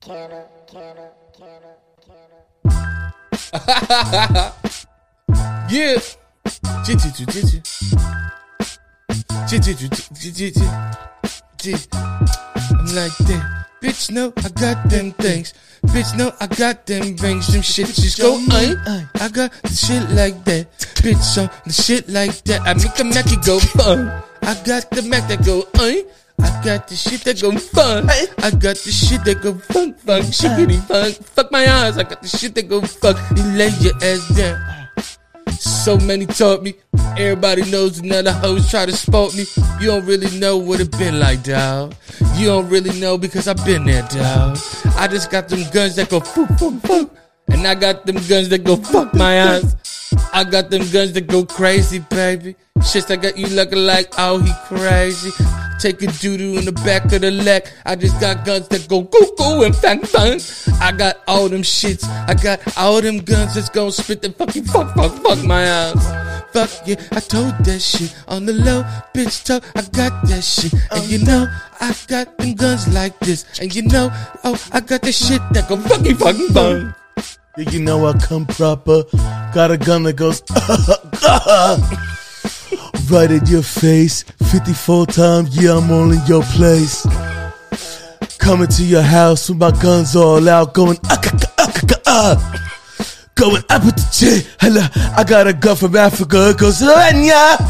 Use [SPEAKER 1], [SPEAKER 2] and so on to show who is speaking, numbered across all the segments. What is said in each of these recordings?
[SPEAKER 1] Canna, canna, canna, canna.
[SPEAKER 2] Yeah. Chi chi chi chi chi. Chi chi chi chi chi chi. Chi. I'm like that. Bitch, no, I got them things. Bitch, no, I got them rings. Them shit just go aye, aye. I got the shit like that. Bitch, on the shit like that. I make a Mac it go fun. I got the Mac that go aye. I got the shit that go fun. I got the shit that go fun, fun, shiggity fun. Fuck my eyes. I got the shit that go fuck. You lay your ass down. So many taught me. Everybody knows another hoes try to spot me. You don't really know what it been like, dawg. You don't really know because I've been there, dawg. I just got them guns that go fuck, fuck, fuck. And I got them guns that go fuck my eyes. I got them guns that go crazy, baby. Shit, I got you looking like, oh, he crazy. Take a doo-doo in the back of the leg. I just got guns that go cuckoo and fang fang. I got all them shits. I got all them guns that's gonna spit the fucking fuck, fuck, fuck my ass. Fuck yeah, I told that shit on the low, bitch. Talk, I got that shit, and you know I got them guns like this, and you know, oh, I got the shit that go fucking fucking bang.
[SPEAKER 3] Yeah, you know I come proper. Got a gun that goes right at your face. 54 times, yeah, I'm all in your place. Coming to your house with my guns all out, going ah, ah, ah, ah, ah. Going up with the chin. Hello, I got a gun from Africa. It goes, Slovenia.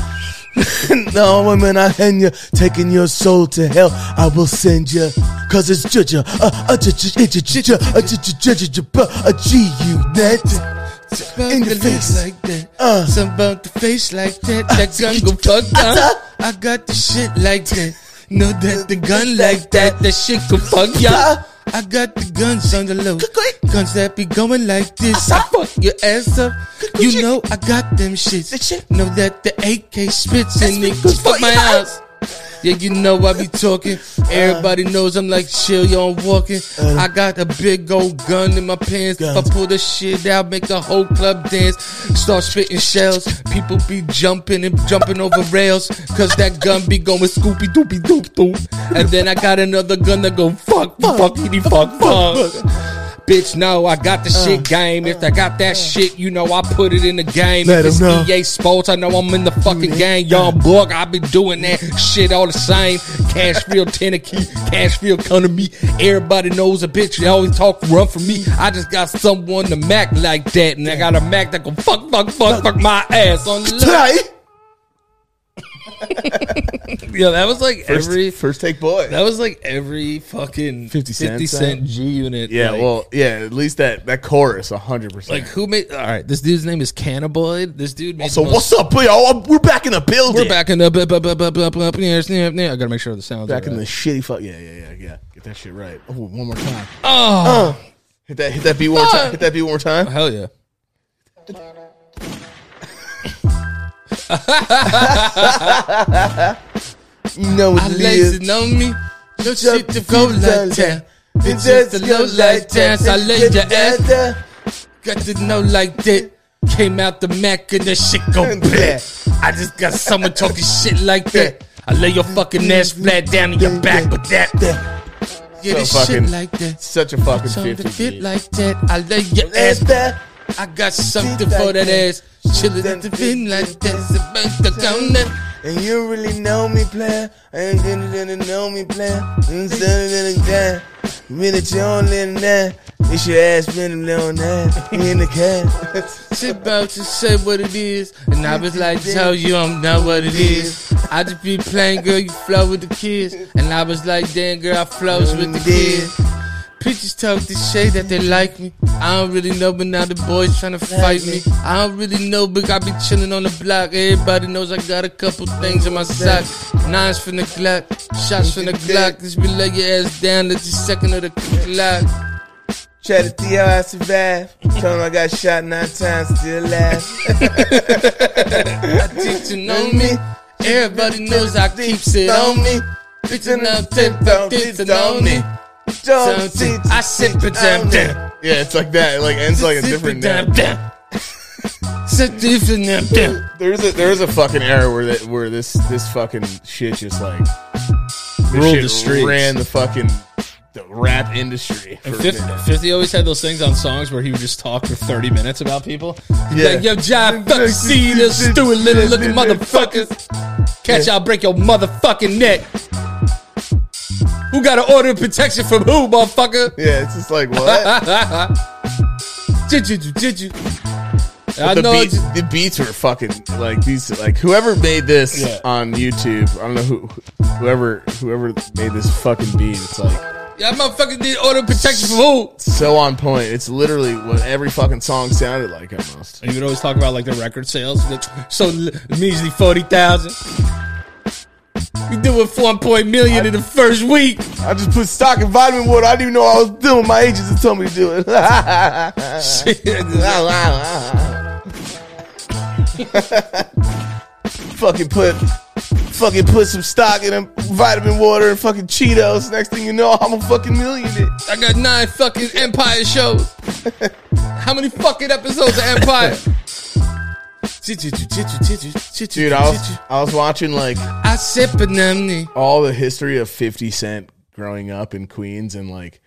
[SPEAKER 3] no, I'm in Ahenya. Taking your soul to hell. I will send you. Cause it's Jaja. A Jaja. A G U net.
[SPEAKER 2] Bump
[SPEAKER 3] In your
[SPEAKER 2] the face
[SPEAKER 3] face.
[SPEAKER 2] like that.
[SPEAKER 3] Uh.
[SPEAKER 2] Some bump the face like that. That gun go fuck
[SPEAKER 3] Uh.
[SPEAKER 2] down. I got the shit like that. Know that the gun like that. That shit go fuck ya. I got the guns on the low. Guns that be going like this. I fuck your ass up. You know I got them shits. Know that the AK spits and it goes fuck my ass. Yeah, you know I be talking. Everybody knows I'm like chill, yo, I'm walking. I got a big old Uh. gun in my pants. If
[SPEAKER 3] Guns.
[SPEAKER 2] I pull this shit out, make the whole club dance. Start spitting shells. People be jumping and jumping over rails. Cause that gun be going scoopy doopy doop doop. And then I got another gun that go fuck, fuckity fuck, fuck. Uh. Bitch, no, I got the shit game. If I got that shit, you know I put it in the game.
[SPEAKER 3] Let
[SPEAKER 2] if it's
[SPEAKER 3] 'em know.
[SPEAKER 2] EA Sports, I Uh. know I'm in the fucking game. Y'all book, I been doing that shit all the same. Cashfield Tennessee, Cashfield come to me. Everybody knows a bitch. They always talk run from me. I just got someone to mac like that, and I got a mac that go fuck, fuck, fuck, fuck my ass on the left.
[SPEAKER 3] Try.
[SPEAKER 2] Yeah, that was like every.
[SPEAKER 3] first take boy.
[SPEAKER 2] That was like every fucking
[SPEAKER 3] 50
[SPEAKER 2] 50
[SPEAKER 3] Cent
[SPEAKER 2] Cent,
[SPEAKER 3] song.
[SPEAKER 2] G unit.
[SPEAKER 4] Yeah, well, yeah, at least that that chorus, hundred
[SPEAKER 2] Like
[SPEAKER 4] percent.
[SPEAKER 2] who made? All right, this dude's name is Cannabloid. This dude made.
[SPEAKER 4] So
[SPEAKER 2] the most-
[SPEAKER 4] what's up, y'all? I'm- We're back in the building.
[SPEAKER 2] We're back in the. bu- bu- bu- bu- bu- bu- yeah, yeah, yeah. I gotta make sure the sounds.
[SPEAKER 4] Back
[SPEAKER 2] are
[SPEAKER 4] in the
[SPEAKER 2] right.
[SPEAKER 4] shitty fuck. Yeah, yeah, yeah, yeah. Get that shit right. Oh, one more time.
[SPEAKER 2] Oh
[SPEAKER 4] Hit that. Hit that beat one more time. Hit that beat one more time.
[SPEAKER 2] hell yeah!
[SPEAKER 3] You know
[SPEAKER 2] I
[SPEAKER 3] what it is.
[SPEAKER 2] lazy on me. No shit to go like that. It's just a low like that. I laid your ass. Got to know like that. Came out the Mac and that shit go bad. I just got someone talking shit like that. I lay your fucking ass flat down in your back with that. Yeah, this shit
[SPEAKER 4] fucking-
[SPEAKER 2] like that.
[SPEAKER 4] Such a fucking
[SPEAKER 2] Something
[SPEAKER 4] fifty.
[SPEAKER 2] to fit
[SPEAKER 4] beat.
[SPEAKER 2] like that. I lay your ass back. I got something for that ass. Chillin' at the fin like that's about to come that.
[SPEAKER 3] And you really know me, player. I ain't gonna let it know me, player. I'm sending it again. Minute you don't let that. It's your ass been a little that. We in the cat.
[SPEAKER 2] She about to say what it is, and I was like, tell you I'm not what it is. I just be playing, girl, you flow with the kids, and I was like, damn, girl, I flows with the kids. Preachers talk this shade that they like me. I don't really know, but now the boys tryna fight me. I don't really know, but I be chillin' on the block. Everybody knows I got a couple things in my sock. Nines from the clock, shots from the clock. Just be lay your ass down, let the second of the clock.
[SPEAKER 3] Try to see how I survived. Told him I got shot nine times, still alive.
[SPEAKER 2] Teaching on me. Everybody knows I keeps it on me. Bitchin' up, tip, up, tits on me.
[SPEAKER 3] Don't see.
[SPEAKER 2] I sip it down, down.
[SPEAKER 4] Yeah, it's like that. It like ends like a
[SPEAKER 2] Sip it
[SPEAKER 4] different.
[SPEAKER 2] down,
[SPEAKER 4] note.
[SPEAKER 2] down. Sip it down, down.
[SPEAKER 4] There is a there is a fucking era where that where this this fucking shit just like this
[SPEAKER 2] Ruled
[SPEAKER 4] shit
[SPEAKER 2] the streets.
[SPEAKER 4] ran the fucking the rap industry. For
[SPEAKER 2] And
[SPEAKER 4] a minute.
[SPEAKER 2] 50, 50 always had those things on songs where he would just talk for 30 minutes about people.
[SPEAKER 3] Yeah.
[SPEAKER 2] Yeah. Like, yo, John, fuck Cena, stupid little looking motherfuckers. Catch y'all, break your motherfucking neck. Who got an order of protection from who, motherfucker?
[SPEAKER 4] Yeah, it's just like what?
[SPEAKER 2] Did you, did you? I
[SPEAKER 4] the,
[SPEAKER 2] know.
[SPEAKER 4] beat,
[SPEAKER 2] it's-
[SPEAKER 4] the beats were fucking like these. Like whoever made this
[SPEAKER 2] Yeah.
[SPEAKER 4] on YouTube, I don't know who, whoever, whoever made this fucking beat. It's like
[SPEAKER 2] Y'all motherfuckers need order of protection from who?
[SPEAKER 4] so on point. It's literally what every fucking song sounded like almost.
[SPEAKER 2] And you would always talk about like the record sales. Like, So l- measly 40,000. We doing 4.1 million in the first week.
[SPEAKER 4] I just put stock in vitamin water. I didn't even know I was doing. My agents had told me to do it. fucking put fucking put some stock in a vitamin water and fucking Cheetos. Next thing you know, I'm a fucking millionaire.
[SPEAKER 2] I got nine fucking Empire shows. How many fucking episodes of Empire?
[SPEAKER 4] Dude, I was I was watching like
[SPEAKER 2] I sip anemone.
[SPEAKER 4] all the history of 50 Cent growing up in Queens and like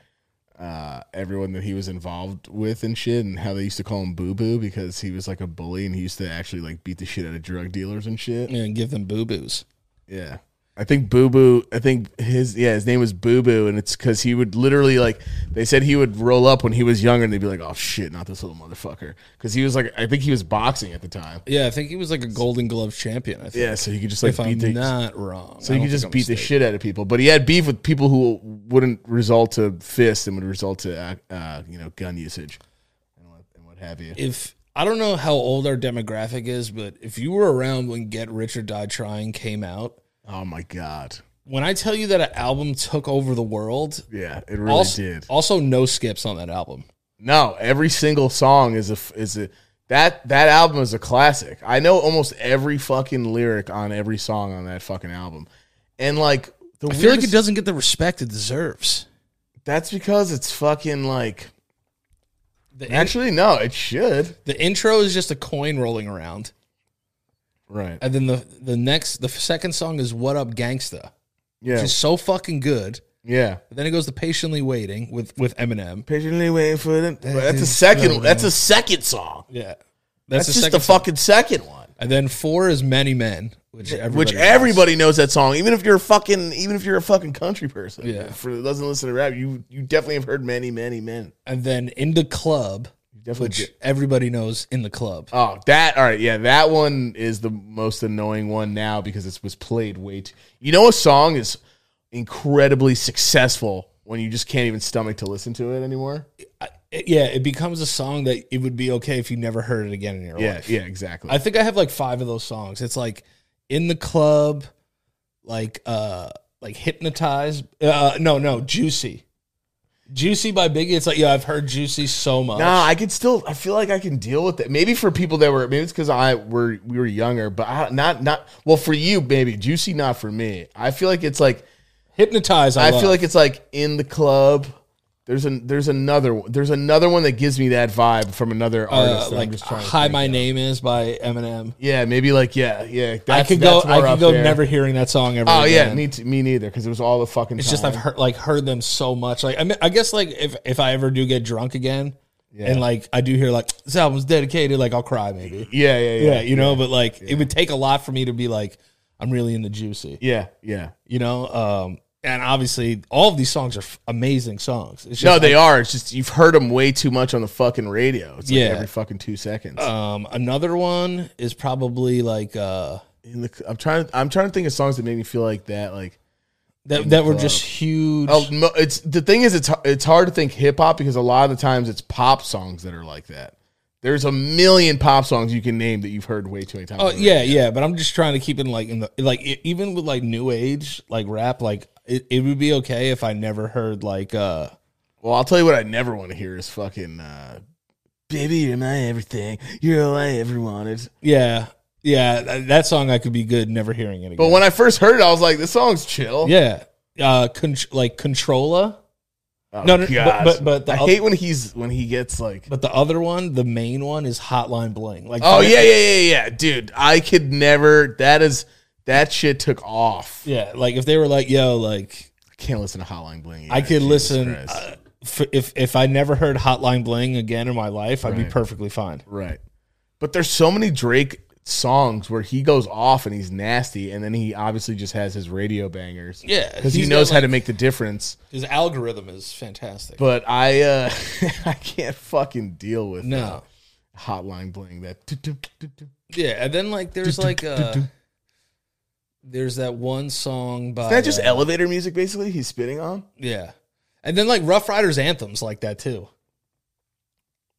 [SPEAKER 4] uh, everyone that he was involved with and shit, and how they used to call him Boo Boo because he was like a bully and he used to actually like beat the shit out of drug dealers and shit.
[SPEAKER 2] And give them boo boos.
[SPEAKER 4] Yeah. I think Boo Boo, I think his, yeah, his name was Boo Boo, and it's because he would literally, like, they said he would roll up when he was younger, and they'd be like, oh shit, not this little motherfucker. Because he was like, I think he was boxing at the time.
[SPEAKER 2] Yeah, I think he was like a Golden Glove champion. I think.
[SPEAKER 4] Yeah, so you could just, like,
[SPEAKER 2] if I'm
[SPEAKER 4] beat the,
[SPEAKER 2] not wrong.
[SPEAKER 4] so you could just beat the shit out of people. But he had beef with people who wouldn't result to fists and would result to, uh, uh, you know, gun usage and what, and what have you.
[SPEAKER 2] If I don't know how old our demographic is, but if you were around when Get Rich or Die Trying came out,
[SPEAKER 4] oh my God.
[SPEAKER 2] when I tell you that an album took over the world,
[SPEAKER 4] Yeah, it really
[SPEAKER 2] also,
[SPEAKER 4] did.
[SPEAKER 2] also no skips on that album.
[SPEAKER 4] No, every single song is a f- is a that that album is a classic. I know almost every fucking lyric on every song on that fucking album, and like the
[SPEAKER 2] I feel like
[SPEAKER 4] weirdest-
[SPEAKER 2] it doesn't get the respect it deserves.
[SPEAKER 4] That's because it's fucking like.
[SPEAKER 2] The, in-
[SPEAKER 4] Actually, no, it should.
[SPEAKER 2] the intro is just a coin rolling around.
[SPEAKER 4] Right.
[SPEAKER 2] And then the the next the second song is What Up Gangsta,
[SPEAKER 4] Yeah.
[SPEAKER 2] which is so fucking good.
[SPEAKER 4] yeah.
[SPEAKER 2] And then it goes to Patiently Waiting with with Eminem.
[SPEAKER 4] Patiently waiting for them. That's a second. That's a second song.
[SPEAKER 2] Yeah.
[SPEAKER 4] That's,
[SPEAKER 2] That's,
[SPEAKER 4] just
[SPEAKER 2] the
[SPEAKER 4] the
[SPEAKER 2] fuck.
[SPEAKER 4] fucking second one.
[SPEAKER 2] And then four is Many Men, which everybody
[SPEAKER 4] Which
[SPEAKER 2] knows.
[SPEAKER 4] everybody knows that song, even if you're a fucking, even if you're a fucking country person.
[SPEAKER 2] Yeah.
[SPEAKER 4] For who doesn't listen to rap, you you definitely have heard many, many men.
[SPEAKER 2] And then In the Club,
[SPEAKER 4] Definitely
[SPEAKER 2] which everybody knows In the Club.
[SPEAKER 4] Oh, that all right, yeah, that one is the most annoying one now because it was played way too. You know, a song is incredibly successful when you just can't even stomach to listen to it anymore.
[SPEAKER 2] I, it- yeah, it becomes a song that it would be okay if you never heard it again in your
[SPEAKER 4] Yeah,
[SPEAKER 2] life.
[SPEAKER 4] yeah, exactly.
[SPEAKER 2] I think I have like five of those songs. It's like in the club, like uh like hypnotized. Uh no, no, juicy. Juicy by Biggie. It's like, yeah, I've heard Juicy so much.
[SPEAKER 4] Nah, I could still. I feel like I can deal with it. Maybe for people that were, maybe it's because I were we were younger, but I, not not well for you, maybe juicy, not for me. I feel like it's like
[SPEAKER 2] Hypnotized. I,
[SPEAKER 4] I feel like it's like in the club. There's an there's another one- there's another one that gives me that vibe from another artist. that I'm
[SPEAKER 2] Uh, like
[SPEAKER 4] just trying to
[SPEAKER 2] Hi
[SPEAKER 4] think
[SPEAKER 2] My
[SPEAKER 4] of.
[SPEAKER 2] Name Is by Eminem.
[SPEAKER 4] Yeah, maybe like yeah, yeah. That's,
[SPEAKER 2] I could go
[SPEAKER 4] that's
[SPEAKER 2] I
[SPEAKER 4] more
[SPEAKER 2] could
[SPEAKER 4] up
[SPEAKER 2] go
[SPEAKER 4] there.
[SPEAKER 2] never hearing that song ever
[SPEAKER 4] Oh yeah,
[SPEAKER 2] again.
[SPEAKER 4] me t- me neither. Because it was all the fucking.
[SPEAKER 2] It's just I've heard like heard them so much. Like I mean, I guess like if if I ever do get drunk again and like I do hear like this album's dedicated, like I'll cry maybe.
[SPEAKER 4] Yeah, yeah, yeah,
[SPEAKER 2] Yeah, you know, but like it would take a lot for me to be like I'm really into Juicy.
[SPEAKER 4] yeah, yeah.
[SPEAKER 2] You know, um and obviously all of these songs are f- amazing songs. It's
[SPEAKER 4] No,
[SPEAKER 2] just
[SPEAKER 4] they are. It's just you've heard them way too much on the fucking radio. It's like
[SPEAKER 2] Yeah.
[SPEAKER 4] every fucking two seconds.
[SPEAKER 2] um another one is probably like uh
[SPEAKER 4] In the, I'm trying. I'm trying to think of songs that make me feel like that. Like,
[SPEAKER 2] that that were just huge.
[SPEAKER 4] oh, mo- it's the thing is, it's it's hard to think hip hop because a lot of the times it's pop songs that are like that. There's a million pop songs you can name that you've heard way too many times.
[SPEAKER 2] Oh yeah, yeah, but I'm just trying to keep it like in the like e- even with like new age like rap like it, it would be okay if I never heard like uh
[SPEAKER 4] Well, I'll tell you what I never want to hear is fucking. Uh, Baby, you're my everything. You're all I ever wanted.
[SPEAKER 2] yeah yeah th- that song I could be good never hearing it
[SPEAKER 4] But
[SPEAKER 2] again.
[SPEAKER 4] when I first heard it, I was like, "This song's chill."
[SPEAKER 2] yeah, uh, con- like Controlla,
[SPEAKER 4] Oh,
[SPEAKER 2] No, no, but-
[SPEAKER 4] God.
[SPEAKER 2] but- but the
[SPEAKER 4] I
[SPEAKER 2] oth-
[SPEAKER 4] hate when he's when he gets like.
[SPEAKER 2] but the other one, the main one is Hotline Bling. Like
[SPEAKER 4] Oh yeah, yeah, yeah, yeah, dude. I could never. That is that shit took off.
[SPEAKER 2] yeah, like if they were like yo like
[SPEAKER 4] can't listen to Hotline Bling.
[SPEAKER 5] I
[SPEAKER 4] either,
[SPEAKER 5] could
[SPEAKER 4] Jesus
[SPEAKER 5] listen
[SPEAKER 4] Christ.
[SPEAKER 5] uh, f- if if I never heard Hotline Bling again in my life, I'd be
[SPEAKER 4] Right.
[SPEAKER 5] perfectly fine.
[SPEAKER 4] Right. But there's so many Drake songs where he goes off and he's nasty, and then he obviously just has his radio bangers.
[SPEAKER 5] Yeah,
[SPEAKER 4] Because he
[SPEAKER 5] he's
[SPEAKER 4] knows
[SPEAKER 5] got,
[SPEAKER 4] how
[SPEAKER 5] like-
[SPEAKER 4] to make the difference.
[SPEAKER 5] His algorithm is fantastic.
[SPEAKER 4] But I uh I can't fucking deal with
[SPEAKER 5] no,
[SPEAKER 4] uh, hotline bling that do- do- do- do.
[SPEAKER 5] yeah, and then like there's like uh, there's that one song by
[SPEAKER 4] Is that just
[SPEAKER 5] uh,
[SPEAKER 4] elevator music basically he's spitting on?
[SPEAKER 5] yeah, and then like Rough Riders anthems like that too.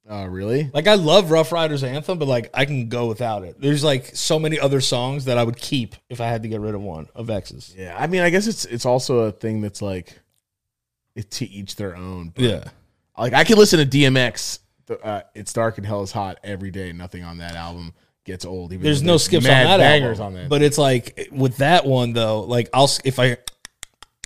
[SPEAKER 4] Oh
[SPEAKER 5] Uh,
[SPEAKER 4] really?
[SPEAKER 5] Like I love Rough Riders anthem, but like I can go without it. There's like so many other songs that I would keep if I had to get rid of one of X's.
[SPEAKER 4] Yeah. I mean I guess it's it's also a thing that's like it to each their own. But
[SPEAKER 5] Yeah,
[SPEAKER 4] Like I can listen to DMX. th- Uh, it's dark and hell is hot every day. Nothing on that album gets old. Even
[SPEAKER 5] there's
[SPEAKER 4] though
[SPEAKER 5] no skips on
[SPEAKER 4] mad
[SPEAKER 5] that
[SPEAKER 4] bangers
[SPEAKER 5] album,
[SPEAKER 4] on that.
[SPEAKER 5] but it's like with that one though. Like I'll s- if I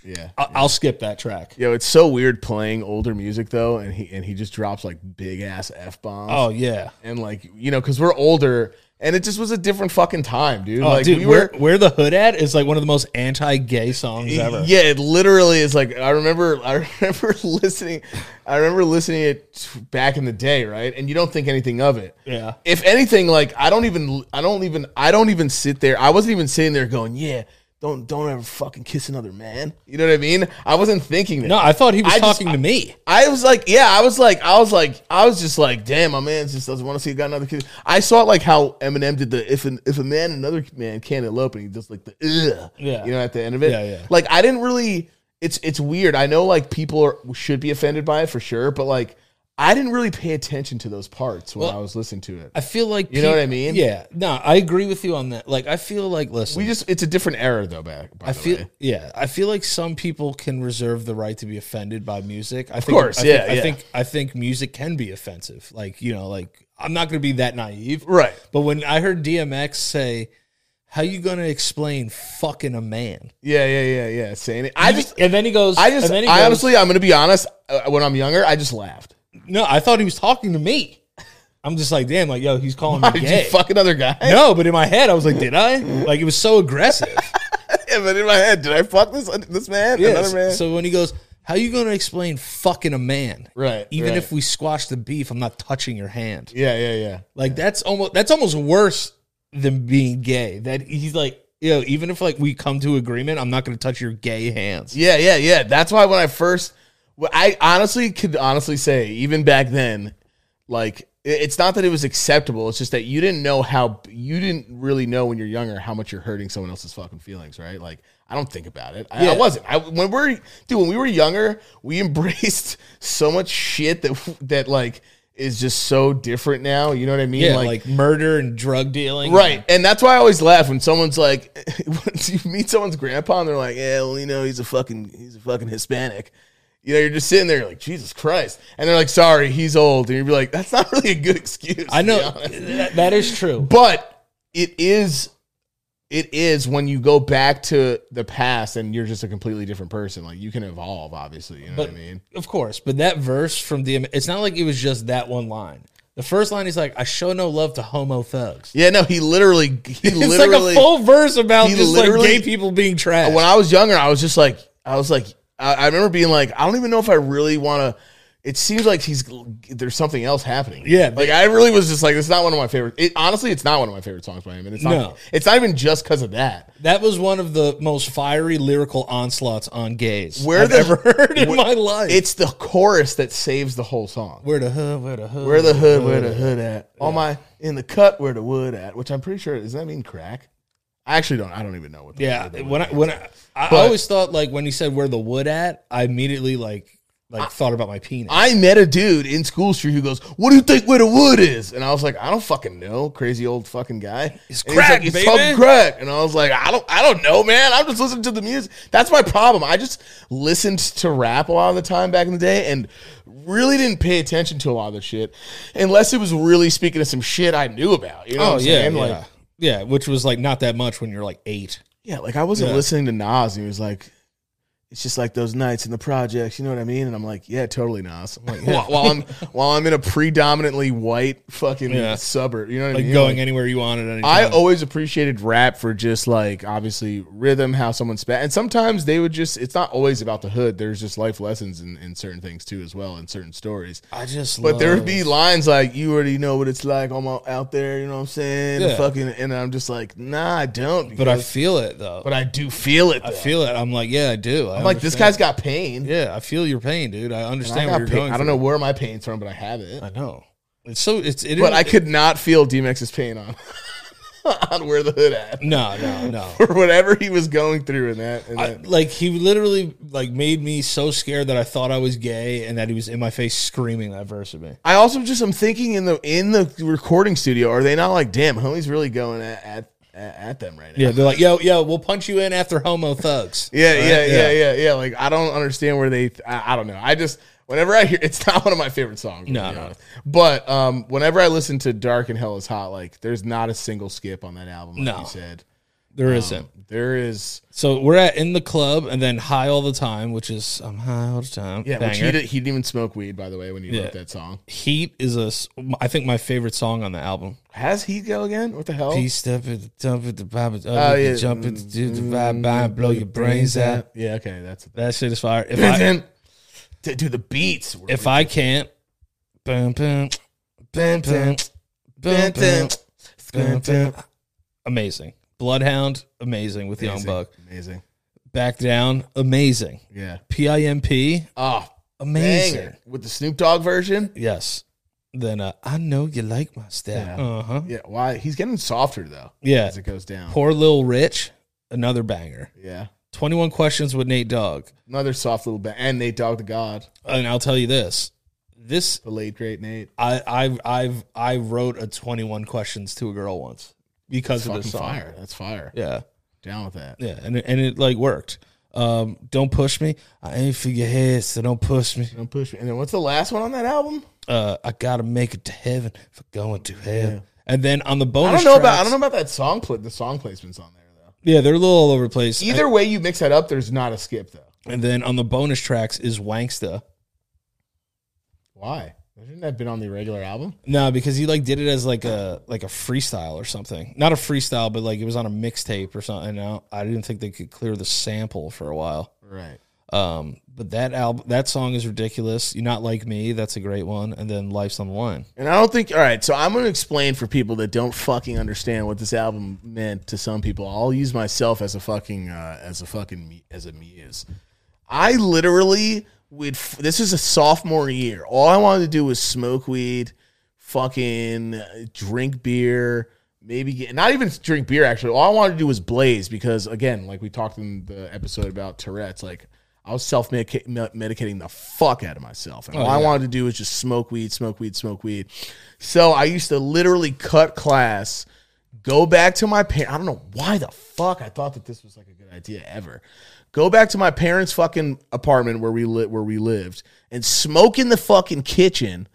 [SPEAKER 4] yeah,
[SPEAKER 5] I'll, I'll skip that track.
[SPEAKER 4] yo, it's so weird playing older music though, and he and he just drops like big ass f bombs.
[SPEAKER 5] Oh yeah,
[SPEAKER 4] and like you know, because we're older, and it just was a different fucking time, dude.
[SPEAKER 5] oh
[SPEAKER 4] like
[SPEAKER 5] dude,
[SPEAKER 4] we
[SPEAKER 5] where
[SPEAKER 4] were.
[SPEAKER 5] where the hood at is like one of the most anti-gay songs ever.
[SPEAKER 4] Yeah, it literally is like I remember. I remember listening. I remember listening it back in the day, right? And you don't think anything of it.
[SPEAKER 5] Yeah.
[SPEAKER 4] if anything, like I don't even, I don't even, I don't even sit there. I wasn't even sitting there going, "Yeah, don't, don't ever fucking kiss another man." You know what I mean? I wasn't thinking that.
[SPEAKER 5] No, I thought he was
[SPEAKER 4] I just-
[SPEAKER 5] talking to me.
[SPEAKER 4] I was like, yeah, I was like, I was like, I was just like, damn, my man just doesn't want to see a guy another kid. I saw it like how Eminem did the if an, if a man and another man can't elope and he does like the ugh,
[SPEAKER 5] Yeah.
[SPEAKER 4] you know, at the end of it.
[SPEAKER 5] Yeah, yeah.
[SPEAKER 4] Like I didn't really. It's it's weird. I know like people are, should be offended by it for sure, but like I didn't really pay attention to those parts when
[SPEAKER 5] Well,
[SPEAKER 4] I was listening to it.
[SPEAKER 5] I feel like
[SPEAKER 4] You know
[SPEAKER 5] peop-
[SPEAKER 4] what I mean?
[SPEAKER 5] Yeah. No, I agree with you on that. Like I feel like listen,
[SPEAKER 4] We just it's a different era though. Back by
[SPEAKER 5] I
[SPEAKER 4] the
[SPEAKER 5] feel
[SPEAKER 4] way.
[SPEAKER 5] yeah. I feel like some people can reserve the right to be offended by music. I think,
[SPEAKER 4] course,
[SPEAKER 5] I
[SPEAKER 4] yeah,
[SPEAKER 5] think, I
[SPEAKER 4] yeah.
[SPEAKER 5] think I think music can be offensive. Like you know, like I'm not going to be that naive,
[SPEAKER 4] right.
[SPEAKER 5] But when I heard DMX say, "How you going to explain fucking a man?"
[SPEAKER 4] Yeah, yeah, yeah, yeah. Saying it, I
[SPEAKER 5] He-
[SPEAKER 4] just.
[SPEAKER 5] and then he goes,
[SPEAKER 4] I just,
[SPEAKER 5] and then he
[SPEAKER 4] I
[SPEAKER 5] goes,
[SPEAKER 4] honestly, I'm gonna be honest. Uh, when I'm younger, I just laughed.
[SPEAKER 5] no, I thought he was talking to me. I'm just like, damn, like yo, he's calling me
[SPEAKER 4] Did
[SPEAKER 5] gay.
[SPEAKER 4] you fuck another guy?
[SPEAKER 5] no, but in my head, I was like, did I? Like it was so aggressive.
[SPEAKER 4] Yeah, but in my head, did I fuck this uh, this man?
[SPEAKER 5] Yeah,
[SPEAKER 4] Another
[SPEAKER 5] so-
[SPEAKER 4] man?
[SPEAKER 5] So when he goes, "How you going to explain fucking a man?"
[SPEAKER 4] Right,
[SPEAKER 5] Even
[SPEAKER 4] right.
[SPEAKER 5] if we squash the beef, I'm not touching your hand.
[SPEAKER 4] yeah, yeah, yeah.
[SPEAKER 5] Like that's almost that's almost worse than being gay. That he's like, you know, even if like we come to agreement, I'm not going to touch your gay hands.
[SPEAKER 4] Yeah, yeah, yeah. That's why when I first, well, I honestly could honestly say, even back then, like, it- it's not that it was acceptable. It's just that you didn't know how, you didn't really know when you're younger how much you're hurting someone else's fucking feelings, right? Like, I don't think about it. I,
[SPEAKER 5] Yeah.
[SPEAKER 4] I wasn't. I, when we're, dude, when we were younger, we embraced so much shit that, that like, is just so different now. You know what I mean?
[SPEAKER 5] Yeah, like, murder and drug dealing.
[SPEAKER 4] Right. And that's why I always laugh when someone's like, once you meet someone's grandpa and they're like, yeah, well, you know, he's a fucking, he's a fucking Hispanic. You know, you're just sitting there you're like, Jesus Christ. And they're like, sorry, he's old. And you'd be like, that's not really a good excuse.
[SPEAKER 5] I
[SPEAKER 4] to
[SPEAKER 5] know
[SPEAKER 4] be honest.
[SPEAKER 5] that- that is true.
[SPEAKER 4] But it is, it is when you go back to the past and you're just a completely different person. Like you can evolve, obviously. You know
[SPEAKER 5] But
[SPEAKER 4] what I mean?
[SPEAKER 5] of course, but that verse from DM, it's not like it was just that one line. The first line is like, "I show no love to homo thugs."
[SPEAKER 4] Yeah, no, he literally, he
[SPEAKER 5] It's like
[SPEAKER 4] literally.
[SPEAKER 5] a full verse about
[SPEAKER 4] he
[SPEAKER 5] just like
[SPEAKER 4] literally-
[SPEAKER 5] gay people being trash.
[SPEAKER 4] when I was younger, I was just like, I was like, I, I remember being like, I don't even know if I really want to. It seems like he's there's something else happening.
[SPEAKER 5] Yeah.
[SPEAKER 4] like I really was just like, it's not one of my favorite. It, honestly, it's not one of my favorite songs by him, and it's not.
[SPEAKER 5] No.
[SPEAKER 4] It's not even just because of that.
[SPEAKER 5] That was one of the most fiery lyrical onslaughts on gays
[SPEAKER 4] Where
[SPEAKER 5] I've
[SPEAKER 4] the-
[SPEAKER 5] ever heard in
[SPEAKER 4] where-
[SPEAKER 5] my life.
[SPEAKER 4] It's the chorus that saves the whole song.
[SPEAKER 5] where the hood, where the hood,
[SPEAKER 4] Where the hood, where the hood at? All my in the cut, where the wood at? Which I'm pretty sure does that mean crack? I actually don't. I don't even know what. The
[SPEAKER 5] Yeah,
[SPEAKER 4] where the
[SPEAKER 5] when I
[SPEAKER 4] wood
[SPEAKER 5] when
[SPEAKER 4] is.
[SPEAKER 5] I, I
[SPEAKER 4] But-
[SPEAKER 5] always thought like when he said where the wood at, I immediately like like thought about my penis.
[SPEAKER 4] I met a dude in school street who goes, "What do you think where the wood is?" And I was like, "I don't fucking know, crazy old fucking guy."
[SPEAKER 5] It's
[SPEAKER 4] And he's like,
[SPEAKER 5] crack,
[SPEAKER 4] it's
[SPEAKER 5] baby."
[SPEAKER 4] called crack. And I was like, "I don't, I don't know, man. I'm just listening to the music. That's my problem. I just listened to rap a lot of the time back in the day, and really didn't pay attention to a lot of the shit, unless it was really speaking of some shit I knew about. You know what I'm saying?
[SPEAKER 5] Oh, yeah.
[SPEAKER 4] Like,
[SPEAKER 5] yeah, which was like not that much when you're like eight.
[SPEAKER 4] yeah, like I wasn't
[SPEAKER 5] Yeah.
[SPEAKER 4] listening to Nas, and he was like, it's just like those nights in the projects, you know what I mean? And I'm like, yeah, totally, Nas. I'm like, while, while I'm while I'm in a predominantly white fucking
[SPEAKER 5] Yeah.
[SPEAKER 4] suburb, you know what I
[SPEAKER 5] Like
[SPEAKER 4] mean?
[SPEAKER 5] going
[SPEAKER 4] Like,
[SPEAKER 5] anywhere you want at any
[SPEAKER 4] I
[SPEAKER 5] time.
[SPEAKER 4] always appreciated rap for just like obviously rhythm, how someone spat, and sometimes they would just. It's not always about the hood. There's just life lessons in, in certain things too, as well, in certain stories.
[SPEAKER 5] I just
[SPEAKER 4] But there would
[SPEAKER 5] love-
[SPEAKER 4] be lines like, "You already know what it's like. I'm out- out there. You know what I'm saying?
[SPEAKER 5] Yeah.
[SPEAKER 4] Fucking." And I'm just like, "Nah, I don't."
[SPEAKER 5] But I
[SPEAKER 4] because-
[SPEAKER 5] feel it though.
[SPEAKER 4] but I do feel it.
[SPEAKER 5] I
[SPEAKER 4] though.
[SPEAKER 5] feel it. I'm like, yeah, I do. I
[SPEAKER 4] I'm like, this
[SPEAKER 5] understand.
[SPEAKER 4] guy's got pain.
[SPEAKER 5] Yeah, I feel your pain, dude. I
[SPEAKER 4] I,
[SPEAKER 5] understand
[SPEAKER 4] got
[SPEAKER 5] what you're
[SPEAKER 4] pain.
[SPEAKER 5] going.
[SPEAKER 4] I don't
[SPEAKER 5] through.
[SPEAKER 4] know where my pain's from, but I have it.
[SPEAKER 5] I know. It's so it's it.
[SPEAKER 4] but
[SPEAKER 5] is-
[SPEAKER 4] I could not feel DMX's pain on on where the hood at
[SPEAKER 5] No, no, no.
[SPEAKER 4] or whatever he was going through in that. In
[SPEAKER 5] I,
[SPEAKER 4] that-
[SPEAKER 5] like he literally like made me so scared that I thought I was gay and that he was in my face screaming that verse at me.
[SPEAKER 4] I also just am thinking in the in the recording studio, are they not like, damn, homie's really going at at, at at them right now?
[SPEAKER 5] Yeah, they're like, yo, yo, we'll punch you in after homo thugs.
[SPEAKER 4] Yeah,
[SPEAKER 5] Right?
[SPEAKER 4] yeah, yeah, yeah, yeah. Like I don't understand where they. I, I don't know. I just whenever I hear, it's not one of my favorite songs. to
[SPEAKER 5] No,
[SPEAKER 4] be
[SPEAKER 5] no.
[SPEAKER 4] honest. But um, whenever I listen to "Dark and Hell Is Hot," like there's not a single skip on that album. Like
[SPEAKER 5] No.
[SPEAKER 4] you said
[SPEAKER 5] There isn't.
[SPEAKER 4] there is.
[SPEAKER 5] So we're at in the club and then high all the time, which is I'm high all the time.
[SPEAKER 4] Yeah, which he,
[SPEAKER 5] Banger.
[SPEAKER 4] did, he didn't even smoke weed, by the way, when he
[SPEAKER 5] Yeah.
[SPEAKER 4] wrote that song.
[SPEAKER 5] Heat is a s- I think my favorite song on the album.
[SPEAKER 4] Has he go again? What the hell?
[SPEAKER 5] Peace, step at the dump at the bob at the,
[SPEAKER 4] Oh, yeah. Mm-hmm.
[SPEAKER 5] jump at the, do the vibe, vibe, blow your brains out.
[SPEAKER 4] Yeah, okay, that's.
[SPEAKER 5] That shit is fire. If I,
[SPEAKER 4] Vincent, d- dude, the beats. were-
[SPEAKER 5] if I can't, boom, boom, boom, boom, boom, boom, boom, boom. amazing. Bloodhound, amazing with Young
[SPEAKER 4] amazing,
[SPEAKER 5] Buck.
[SPEAKER 4] amazing.
[SPEAKER 5] Back down, amazing.
[SPEAKER 4] Yeah.
[SPEAKER 5] PIMP,
[SPEAKER 4] Oh,
[SPEAKER 5] amazing.
[SPEAKER 4] banger. with the Snoop Dogg version.
[SPEAKER 5] Yes. Then uh, I know you like my style.
[SPEAKER 4] Yeah.
[SPEAKER 5] Uh huh.
[SPEAKER 4] Yeah, why he's getting softer though
[SPEAKER 5] Yeah.
[SPEAKER 4] as it goes down.
[SPEAKER 5] Poor Lil Rich, another banger.
[SPEAKER 4] Yeah,
[SPEAKER 5] 21 questions with Nate Dogg.
[SPEAKER 4] another soft little bit, and Nate Dogg the God,
[SPEAKER 5] And I'll tell you this. This
[SPEAKER 4] the late great Nate.
[SPEAKER 5] I I I've I wrote a 21 questions to a girl once because of
[SPEAKER 4] Fucking
[SPEAKER 5] this song.
[SPEAKER 4] fire. That's fire.
[SPEAKER 5] Yeah.
[SPEAKER 4] Down with that.
[SPEAKER 5] Yeah, and it- and it like worked. Um, don't push me. I ain't for your head, so don't push me.
[SPEAKER 4] Don't push me. And then what's the last one on that album?
[SPEAKER 5] Uh, I gotta make it to heaven if I'm going to hell. And then on the bonus,
[SPEAKER 4] I don't know about
[SPEAKER 5] tracks-
[SPEAKER 4] I don't know about that song pla- the song placements on there though.
[SPEAKER 5] Yeah, they're a little all over the place.
[SPEAKER 4] Either way you mix that up, there's not a skip though.
[SPEAKER 5] and then on the bonus tracks is Wanksta.
[SPEAKER 4] Why? Shouldn't that have been on the regular album?
[SPEAKER 5] No, because he like did it as like a like a freestyle or something. Not a freestyle, but like it was on a mixtape or something. Now I didn't think they could clear the sample for a while.
[SPEAKER 4] Right.
[SPEAKER 5] Um, but that album, that song is ridiculous. You not like me? That's a great one. And then Life's on the Line.
[SPEAKER 4] And I don't think all right, so I'm gonna explain for people that don't fucking understand what this album meant to some people. I'll use myself as a fucking uh, as a fucking me- as a muse. I literally would. F- this is a sophomore year. All I wanted to do was smoke weed, fucking uh, drink beer, maybe get, not even drink beer. Actually, all I wanted to do was blaze because, again, like we talked in the episode about Tourette's, like I was self medicating the fuck out of myself, and all I wanted to do was just smoke weed, smoke weed, smoke weed. So I used to literally cut class go back to my parents. I don't know why the fuck I thought that this was like a good idea ever. Go back to my parents' fucking apartment where we lit where we lived and smoke in the fucking kitchen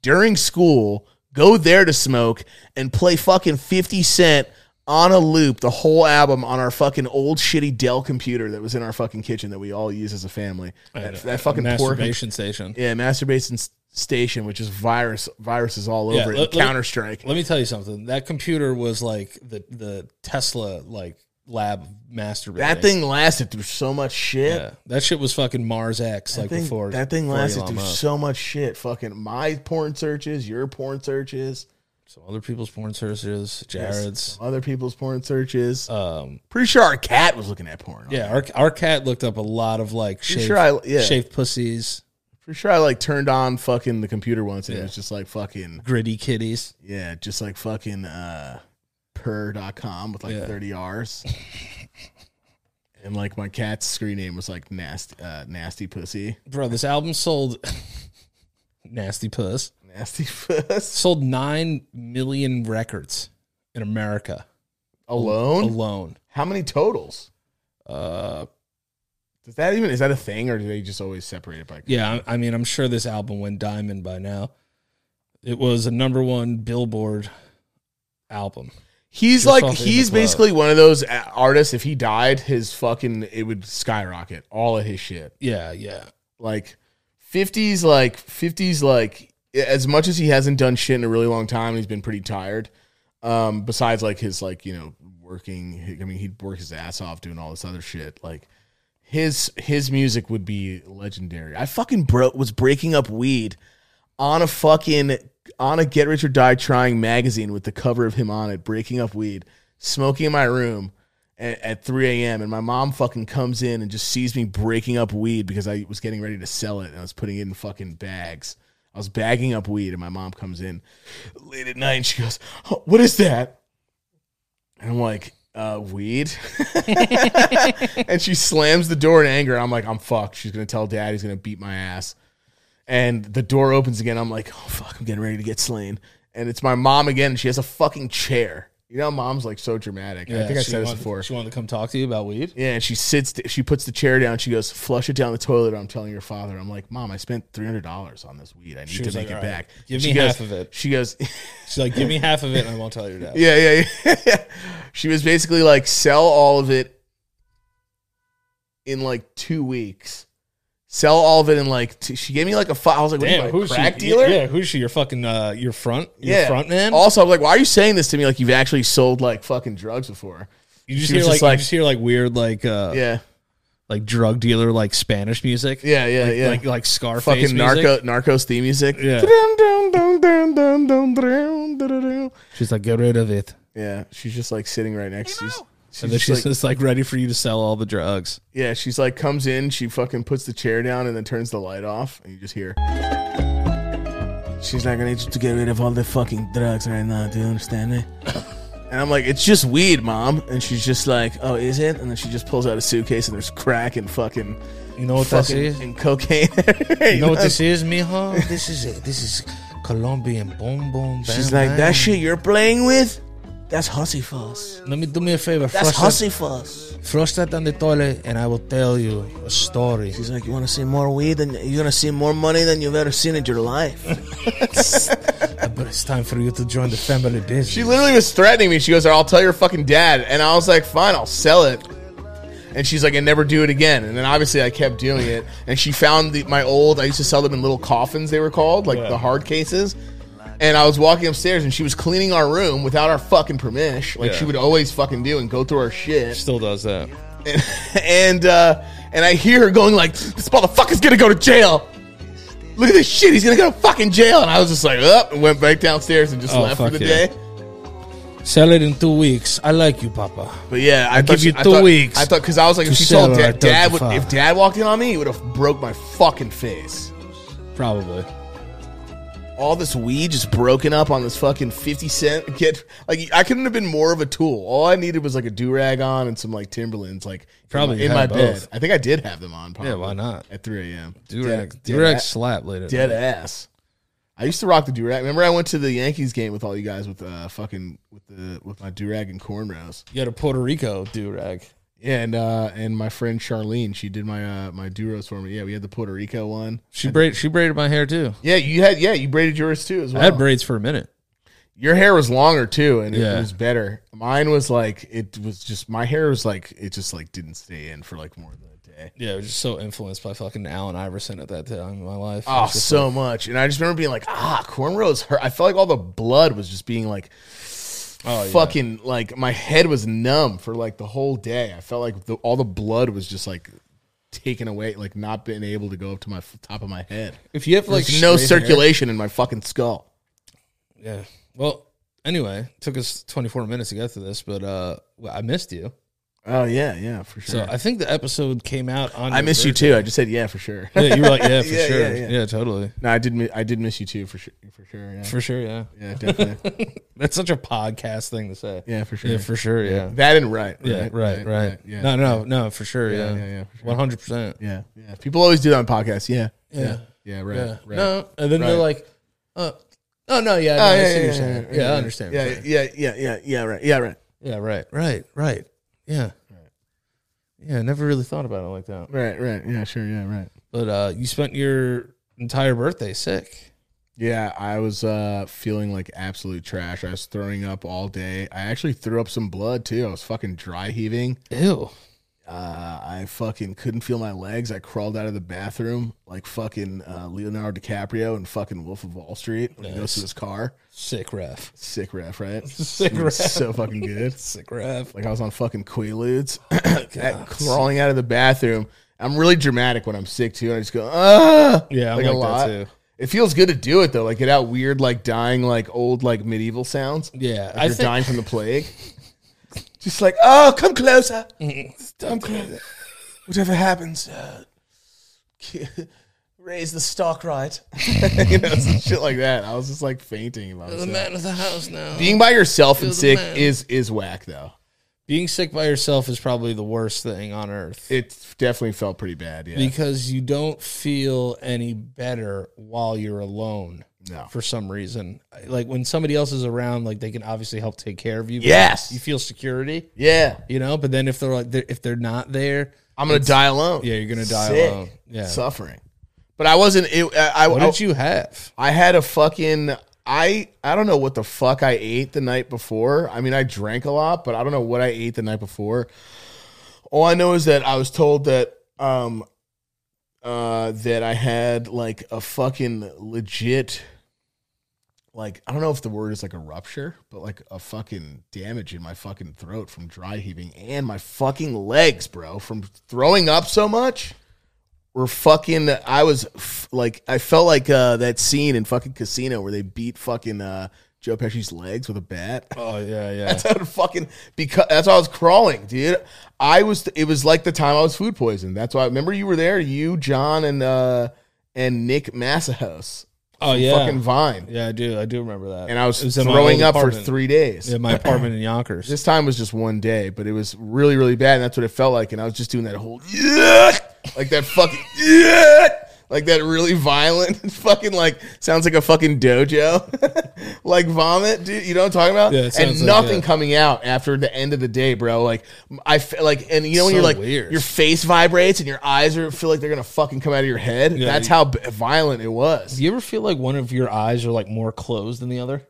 [SPEAKER 4] during school. Go there to smoke and play fucking Fifty Cent on a loop the whole album on our fucking old shitty Dell computer that was in our fucking kitchen that we all use as a family. That, that fucking poor
[SPEAKER 5] Masturbation Station.
[SPEAKER 4] yeah masturbation s- station, which is virus viruses all
[SPEAKER 5] Yeah,
[SPEAKER 4] over
[SPEAKER 5] let-
[SPEAKER 4] it.
[SPEAKER 5] let me-
[SPEAKER 4] Counter Strike.
[SPEAKER 5] Let me tell you something. That computer was like the the Tesla like lab master.
[SPEAKER 4] That thing lasted through so much shit.
[SPEAKER 5] yeah, that shit was fucking Mars X. Like
[SPEAKER 4] That thing-
[SPEAKER 5] before
[SPEAKER 4] that thing
[SPEAKER 5] before
[SPEAKER 4] lasted
[SPEAKER 5] Elon
[SPEAKER 4] through
[SPEAKER 5] Musk.
[SPEAKER 4] so much shit. Fucking my porn searches, your porn searches,
[SPEAKER 5] Some other people's porn sources, Jared's.
[SPEAKER 4] other people's porn searches.
[SPEAKER 5] Um,
[SPEAKER 4] Pretty sure our cat was looking at porn.
[SPEAKER 5] yeah, our our cat looked up a lot of like
[SPEAKER 4] Pretty
[SPEAKER 5] shaved,
[SPEAKER 4] sure I- yeah.
[SPEAKER 5] shaved pussies,
[SPEAKER 4] pretty sure I like turned on fucking the computer once, and it was just like fucking
[SPEAKER 5] gritty kitties.
[SPEAKER 4] yeah, just like fucking uh, per.com with like
[SPEAKER 5] Yeah.
[SPEAKER 4] thirty R's. And like my cat's screen name was like nasty, uh, nasty pussy,
[SPEAKER 5] Bro, this album sold nasty puss
[SPEAKER 4] nasty puss
[SPEAKER 5] sold nine million records in America
[SPEAKER 4] alone.
[SPEAKER 5] alone.
[SPEAKER 4] How many totals?
[SPEAKER 5] Uh,
[SPEAKER 4] Does that even is that a thing, or do they just always separate it by?
[SPEAKER 5] Yeah, I I mean, I'm sure this album went diamond by now. It was a number one Billboard album.
[SPEAKER 4] He's
[SPEAKER 5] Just
[SPEAKER 4] like
[SPEAKER 5] something in the
[SPEAKER 4] he's
[SPEAKER 5] club.
[SPEAKER 4] basically one of those a- artists. If he died, his fucking it would skyrocket all of his shit.
[SPEAKER 5] Yeah, yeah.
[SPEAKER 4] Like fifties, like fifties, like as much as he hasn't done shit in a really long time, he's been pretty tired. Um, besides like his like you know working, I mean he'd work his ass off doing all this other shit. Like his his music would be legendary. I fucking bro was breaking up weed on a fucking on a get rich or die trying magazine with the cover of him on it, breaking up weed, smoking in my room at, at 3 a.m. And my mom fucking comes in and just sees me breaking up weed because I was getting ready to sell it and I was putting it in fucking bags. I was bagging up weed and my mom comes in late at night and she goes, "Oh, "What is that?" And I'm like, uh, "Weed." and she slams the door in anger. I'm like, "I'm fucked." She's gonna tell dad. He's gonna beat my ass and the door opens again. I'm like, oh fuck, I'm getting ready to get slain. And it's my mom again. And she has a fucking chair. You know, mom's like so dramatic. I
[SPEAKER 5] Yeah,
[SPEAKER 4] think I
[SPEAKER 5] she
[SPEAKER 4] said this
[SPEAKER 5] wanted-
[SPEAKER 4] before.
[SPEAKER 5] She wanted to come talk to you about weed.
[SPEAKER 4] yeah, and she sits. She puts the chair down. She goes, flush it down the toilet. I'm telling your father. I'm like, mom, I spent three hundred dollars on this weed. I need to
[SPEAKER 5] was
[SPEAKER 4] make
[SPEAKER 5] like,
[SPEAKER 4] it
[SPEAKER 5] all right,
[SPEAKER 4] back.
[SPEAKER 5] give
[SPEAKER 4] She
[SPEAKER 5] me
[SPEAKER 4] goes-
[SPEAKER 5] half of it.
[SPEAKER 4] She goes,
[SPEAKER 5] She's like, give me half of it and I won't tell your dad.
[SPEAKER 4] yeah, yeah, yeah. she was basically like, sell all of it in like two weeks. Sell all of it in like. Two, she gave me like a. Fi- I was like, what
[SPEAKER 5] Damn,
[SPEAKER 4] are you, a
[SPEAKER 5] who's
[SPEAKER 4] crack
[SPEAKER 5] she?
[SPEAKER 4] dealer?
[SPEAKER 5] Yeah, who's she? Your fucking uh, your front, your front man.
[SPEAKER 4] Also, I'm like, why are you saying this to me? Like you've actually sold like fucking drugs before.
[SPEAKER 5] you just
[SPEAKER 4] she
[SPEAKER 5] hear
[SPEAKER 4] was
[SPEAKER 5] like,
[SPEAKER 4] just like-
[SPEAKER 5] you just hear like weird like uh,
[SPEAKER 4] Yeah,
[SPEAKER 5] like drug dealer like Spanish music.
[SPEAKER 4] yeah, yeah, yeah.
[SPEAKER 5] like like Scarface
[SPEAKER 4] fucking
[SPEAKER 5] music.
[SPEAKER 4] narco narcos theme music.
[SPEAKER 5] Yeah. She's like, get rid of it.
[SPEAKER 4] Yeah, she's just like sitting right next. to She's,
[SPEAKER 5] And
[SPEAKER 4] she's
[SPEAKER 5] then
[SPEAKER 4] just,
[SPEAKER 5] she's
[SPEAKER 4] like,
[SPEAKER 5] just like ready for you to sell all the drugs.
[SPEAKER 4] yeah, she's like comes in, she fucking puts the chair down and then turns the light off, and you just hear. She's like, I need you to get rid of all the fucking drugs right now. Do you understand me? And I'm like, it's just weed, mom. And she's just like, oh, is it? And then she just pulls out a suitcase and there's crack and fucking
[SPEAKER 5] You know what this
[SPEAKER 4] fucking
[SPEAKER 5] is?
[SPEAKER 4] and cocaine.
[SPEAKER 5] You know what this is, mijo? This is it. This is Colombian boom boom. Bam,
[SPEAKER 4] She's like,
[SPEAKER 5] bam.
[SPEAKER 4] that shit you're playing with? That's hussy fuss.
[SPEAKER 5] Let me do me a favor.
[SPEAKER 2] That's
[SPEAKER 5] Flush that,
[SPEAKER 2] hussy fuss.
[SPEAKER 5] flush that down the toilet, and I will tell you a story.
[SPEAKER 2] He's like, you want to see more weed than you're gonna see more money than you've ever seen in your life.
[SPEAKER 5] But it's time for you to join the family business.
[SPEAKER 4] She literally was threatening me. She goes, I'll tell your fucking dad. And I was like, fine, I'll sell it. And she's like, and never do it again. And then obviously I kept doing it. And she found the, my old, I used to sell them in little coffins, they were called, like the hard cases. And I was walking upstairs and she was cleaning our room without our fucking permission. Like
[SPEAKER 5] Yeah.
[SPEAKER 4] she would always fucking do and go through our shit.
[SPEAKER 5] still does that.
[SPEAKER 4] and and, uh, and I hear her going like, "This motherfucker's gonna go to jail. Look at this shit. He's gonna go to fucking jail." And I was just like, "Up," and went back downstairs and just
[SPEAKER 5] Oh,
[SPEAKER 4] left for
[SPEAKER 5] fuck
[SPEAKER 4] the
[SPEAKER 5] yeah.
[SPEAKER 4] day.
[SPEAKER 5] Sell it in two weeks. I like you, Papa.
[SPEAKER 4] But yeah, I,
[SPEAKER 5] I'll
[SPEAKER 4] thought
[SPEAKER 5] give you
[SPEAKER 4] I
[SPEAKER 5] two
[SPEAKER 4] thought-
[SPEAKER 5] weeks
[SPEAKER 4] I thought because I was like,
[SPEAKER 5] to
[SPEAKER 4] if she
[SPEAKER 5] sell
[SPEAKER 4] told
[SPEAKER 5] her
[SPEAKER 4] dad,
[SPEAKER 5] at
[SPEAKER 4] dad would,
[SPEAKER 5] 35.
[SPEAKER 4] if dad walked in on me, he would have broke my fucking face.
[SPEAKER 5] Probably.
[SPEAKER 4] All this weed just broken up on this fucking fifty cent get like I couldn't have been more of a tool. All I needed was like a do rag on and some like Timberlands, like
[SPEAKER 5] Probably
[SPEAKER 4] in
[SPEAKER 5] had
[SPEAKER 4] my,
[SPEAKER 5] both.
[SPEAKER 4] bed. I think I did have them on. Probably
[SPEAKER 5] Yeah, why not?
[SPEAKER 4] At three a.m. Dead-
[SPEAKER 5] Durag, Durag slap later.
[SPEAKER 4] dead ass. I used to rock the durag. Remember, I went to the Yankees game with all you guys with uh fucking with the with my durag and cornrows.
[SPEAKER 5] You had a Puerto Rico Durag.
[SPEAKER 4] Yeah, and uh, and my friend Charlene, she did my uh my duros for me. Yeah, we had the Puerto Rico one.
[SPEAKER 5] She braid, she braided my hair too.
[SPEAKER 4] Yeah, you had yeah you braided yours too as well.
[SPEAKER 5] I had braids for a minute.
[SPEAKER 4] Your hair was longer too, and
[SPEAKER 5] Yeah.
[SPEAKER 4] it was better. Mine was like it was just my hair was like it just like didn't stay in for like more than a day.
[SPEAKER 5] Yeah, I was just so influenced by fucking Allen Iverson at that time in my life.
[SPEAKER 4] Oh, so much. And I just remember being like, ah, cornrows hurt. I felt like all the blood was just being like
[SPEAKER 5] Oh, yeah.
[SPEAKER 4] fucking like my head was numb for like the whole day. I felt like the, all the blood was just like taken away, like not being able to go up to my f- top of my head.
[SPEAKER 5] If you have like
[SPEAKER 4] There's no
[SPEAKER 5] straight
[SPEAKER 4] circulation in my fucking skull.
[SPEAKER 5] hair- yeah. Well, anyway, took us 24 minutes to get to this, but uh, well, I missed you.
[SPEAKER 4] Oh yeah, yeah, for
[SPEAKER 5] So
[SPEAKER 4] sure.
[SPEAKER 5] I think the episode came out on.
[SPEAKER 4] I,
[SPEAKER 5] your
[SPEAKER 4] miss you
[SPEAKER 5] birthday.
[SPEAKER 4] too. I just said yeah for sure.
[SPEAKER 5] Yeah, you were like, yeah, for
[SPEAKER 4] Yeah,
[SPEAKER 5] sure. Yeah,
[SPEAKER 4] yeah, yeah.
[SPEAKER 5] totally.
[SPEAKER 4] no, I did. Mi- I did miss you too for sure. For sure. Yeah,
[SPEAKER 5] For sure, yeah.
[SPEAKER 4] yeah definitely.
[SPEAKER 5] That's such a podcast thing to say.
[SPEAKER 4] Yeah, for sure.
[SPEAKER 5] Yeah, for sure, yeah.
[SPEAKER 4] that and right.
[SPEAKER 5] Yeah, right, right.
[SPEAKER 4] Yeah.
[SPEAKER 5] no, no, no, for sure, yeah.
[SPEAKER 4] yeah, yeah, for sure.
[SPEAKER 5] 100%.
[SPEAKER 4] Yeah. Yeah. People always do that on podcasts. Yeah. Yeah. Yeah.
[SPEAKER 5] Yeah.
[SPEAKER 4] right.
[SPEAKER 5] Yeah.
[SPEAKER 4] Right.
[SPEAKER 5] No, and then they're
[SPEAKER 4] Right.
[SPEAKER 5] like, uh, oh no, yeah, no,
[SPEAKER 4] Oh, yeah,
[SPEAKER 5] I see what
[SPEAKER 4] yeah,
[SPEAKER 5] you're
[SPEAKER 4] yeah,
[SPEAKER 5] saying.
[SPEAKER 4] yeah,
[SPEAKER 5] Yeah,
[SPEAKER 4] yeah.
[SPEAKER 5] I understand.
[SPEAKER 4] Yeah,
[SPEAKER 5] Sorry.
[SPEAKER 4] yeah, yeah, yeah, yeah, right, yeah, right,
[SPEAKER 5] yeah, right, right, right. Yeah, yeah. I never really thought about it like that.
[SPEAKER 4] right, right, yeah, sure, yeah, right.
[SPEAKER 5] But uh, you spent your entire birthday sick.
[SPEAKER 4] Yeah, I was uh, feeling like absolute trash. I was throwing up all day. I actually threw up some blood too. I was fucking dry heaving.
[SPEAKER 5] Ew.
[SPEAKER 4] Uh, I fucking couldn't feel my legs. I crawled out of the bathroom like fucking uh, Leonardo DiCaprio and fucking Wolf of Wall Street when he goes to his car.
[SPEAKER 5] Sick ref.
[SPEAKER 4] Sick ref, right?
[SPEAKER 5] Sick
[SPEAKER 4] Dude,
[SPEAKER 5] ref.
[SPEAKER 4] So fucking good.
[SPEAKER 5] Sick ref.
[SPEAKER 4] Like I was on fucking Quaaludes, At- crawling out of the bathroom. I'm really dramatic when I'm sick too, and I just go ah.
[SPEAKER 5] Yeah, I'm
[SPEAKER 4] like, a lot.
[SPEAKER 5] like that, too.
[SPEAKER 4] It feels good to do it though. Like get out weird, like dying, like old, like medieval sounds.
[SPEAKER 5] Yeah.
[SPEAKER 4] Like you're dying from the plague. just like oh, come closer.
[SPEAKER 6] I'm cool. Whatever happens, uh, ki- raise the stock right.
[SPEAKER 4] you know, some shit like that. I was just like fainting about
[SPEAKER 5] the
[SPEAKER 4] myself.
[SPEAKER 5] man of the house now.
[SPEAKER 4] Being by yourself and
[SPEAKER 5] the
[SPEAKER 4] sick
[SPEAKER 5] man.
[SPEAKER 4] is is whack though.
[SPEAKER 5] Being sick by yourself is probably the worst thing on earth
[SPEAKER 4] It definitely felt pretty bad. Yeah.
[SPEAKER 5] because you don't feel any better while you're alone.
[SPEAKER 4] No.
[SPEAKER 5] For some reason, like when somebody else is around, like they can obviously help take care of you. but
[SPEAKER 4] Yes.
[SPEAKER 5] you feel security,
[SPEAKER 4] Yeah.
[SPEAKER 5] you know. But then if they're like, they're, if they're not there,
[SPEAKER 4] I'm gonna die alone.
[SPEAKER 5] yeah, you're gonna die
[SPEAKER 4] Sick.
[SPEAKER 5] alone. Yeah.
[SPEAKER 4] Suffering. But I wasn't. It, I, I,
[SPEAKER 5] what
[SPEAKER 4] I,
[SPEAKER 5] did you have?
[SPEAKER 4] I had a fucking. I I don't know what the fuck I ate the night before. I mean, I drank a lot, but I don't know what I ate the night before. All I know is that I was told that um uh that I had like a fucking legit like I don't know if the word is like a rupture, but like a fucking damage in my fucking throat from dry heaving and my fucking legs, bro, from throwing up so much were fucking. I was f- like, I felt like uh, that scene in fucking Casino where they beat fucking uh, Joe Pesci's legs with a bat.
[SPEAKER 5] Oh yeah, yeah.
[SPEAKER 4] That's how fucking because that's how I was crawling, dude. I was. It was like the time I was food poisoned. That's why. Remember you were there, you, John, and uh, and Nick Massahouse,
[SPEAKER 5] Oh yeah.
[SPEAKER 4] fucking Vine,
[SPEAKER 5] yeah, I do. I do remember that.
[SPEAKER 4] and I was,
[SPEAKER 5] It in my
[SPEAKER 4] throwing up
[SPEAKER 5] old
[SPEAKER 4] for
[SPEAKER 5] apartment.
[SPEAKER 4] three days.
[SPEAKER 5] in my apartment in Yonkers.
[SPEAKER 4] This time was just one day, but it was really, really bad, and that's what it felt like. And I was just doing that whole yeah, like that fucking yeah, like that really violent fucking like sounds like a fucking dojo, like vomit, dude. You know what I'm talking about?
[SPEAKER 5] Yeah, it
[SPEAKER 4] and
[SPEAKER 5] sounds like
[SPEAKER 4] nothing
[SPEAKER 5] that.
[SPEAKER 4] coming out after the end of the day, bro. Like I feel like, and you know when
[SPEAKER 5] So
[SPEAKER 4] you're like
[SPEAKER 5] weird.
[SPEAKER 4] your face vibrates and your eyes are feel like they're gonna fucking come out of your head.
[SPEAKER 5] Yeah,
[SPEAKER 4] that's
[SPEAKER 5] you-
[SPEAKER 4] how b- violent it was.
[SPEAKER 5] Do you ever feel like one of your eyes are like more closed than the other?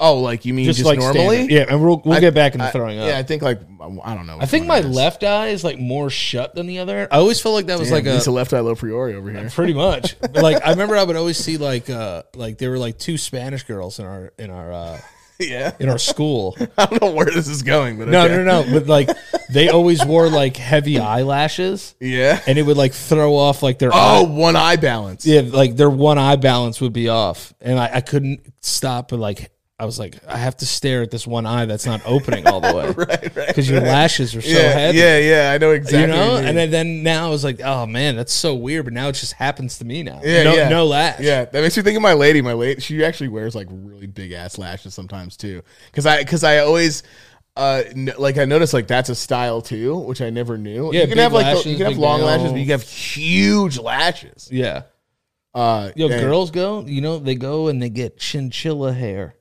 [SPEAKER 4] Oh, like you mean just,
[SPEAKER 5] like
[SPEAKER 4] normally?
[SPEAKER 5] standard. yeah. And we'll we'll
[SPEAKER 4] I-
[SPEAKER 5] get back into
[SPEAKER 4] I-
[SPEAKER 5] throwing up.
[SPEAKER 4] Yeah, I think like I don't know.
[SPEAKER 5] I think my left eye is like more shut than the other. I always felt like that was
[SPEAKER 4] like
[SPEAKER 5] like a
[SPEAKER 4] Lisa left eye low priori over here.
[SPEAKER 5] pretty much. But, like I remember I would always see like uh like there were like two Spanish girls in our in our uh
[SPEAKER 4] Yeah.
[SPEAKER 5] in our school.
[SPEAKER 4] I don't know where this is going, but
[SPEAKER 5] No,
[SPEAKER 4] okay.
[SPEAKER 5] no, no. But like they always wore like heavy eyelashes
[SPEAKER 4] Yeah.
[SPEAKER 5] and it would like throw off like their
[SPEAKER 4] Oh, one eye balance.
[SPEAKER 5] Yeah, like their one eye balance would be off, and I, I couldn't stop. But like, I was like, I have to stare at this one eye that's not opening all the way, right? Right. Because your lashes are so
[SPEAKER 4] yeah,
[SPEAKER 5] heavy,
[SPEAKER 4] yeah, yeah. I know exactly.
[SPEAKER 5] you know.
[SPEAKER 4] what you mean.
[SPEAKER 5] and then, then now I was like, oh man, that's so weird. But now it just happens to me now.
[SPEAKER 4] Yeah,
[SPEAKER 5] no,
[SPEAKER 4] yeah.
[SPEAKER 5] no lash.
[SPEAKER 4] yeah, that makes me think of my lady. My lady, she actually wears like really big ass lashes sometimes too, because I because I always. Uh, n- like I noticed, like that's a style too, which I never knew.
[SPEAKER 5] Yeah,
[SPEAKER 4] you can
[SPEAKER 5] big
[SPEAKER 4] have like
[SPEAKER 5] lashes,
[SPEAKER 4] you can have
[SPEAKER 5] big
[SPEAKER 4] long lashes,
[SPEAKER 5] nails.
[SPEAKER 4] but you can have huge lashes.
[SPEAKER 5] yeah.
[SPEAKER 4] Uh,
[SPEAKER 5] Yo,
[SPEAKER 4] and-
[SPEAKER 5] girls go. You know, they go and they get chinchilla hair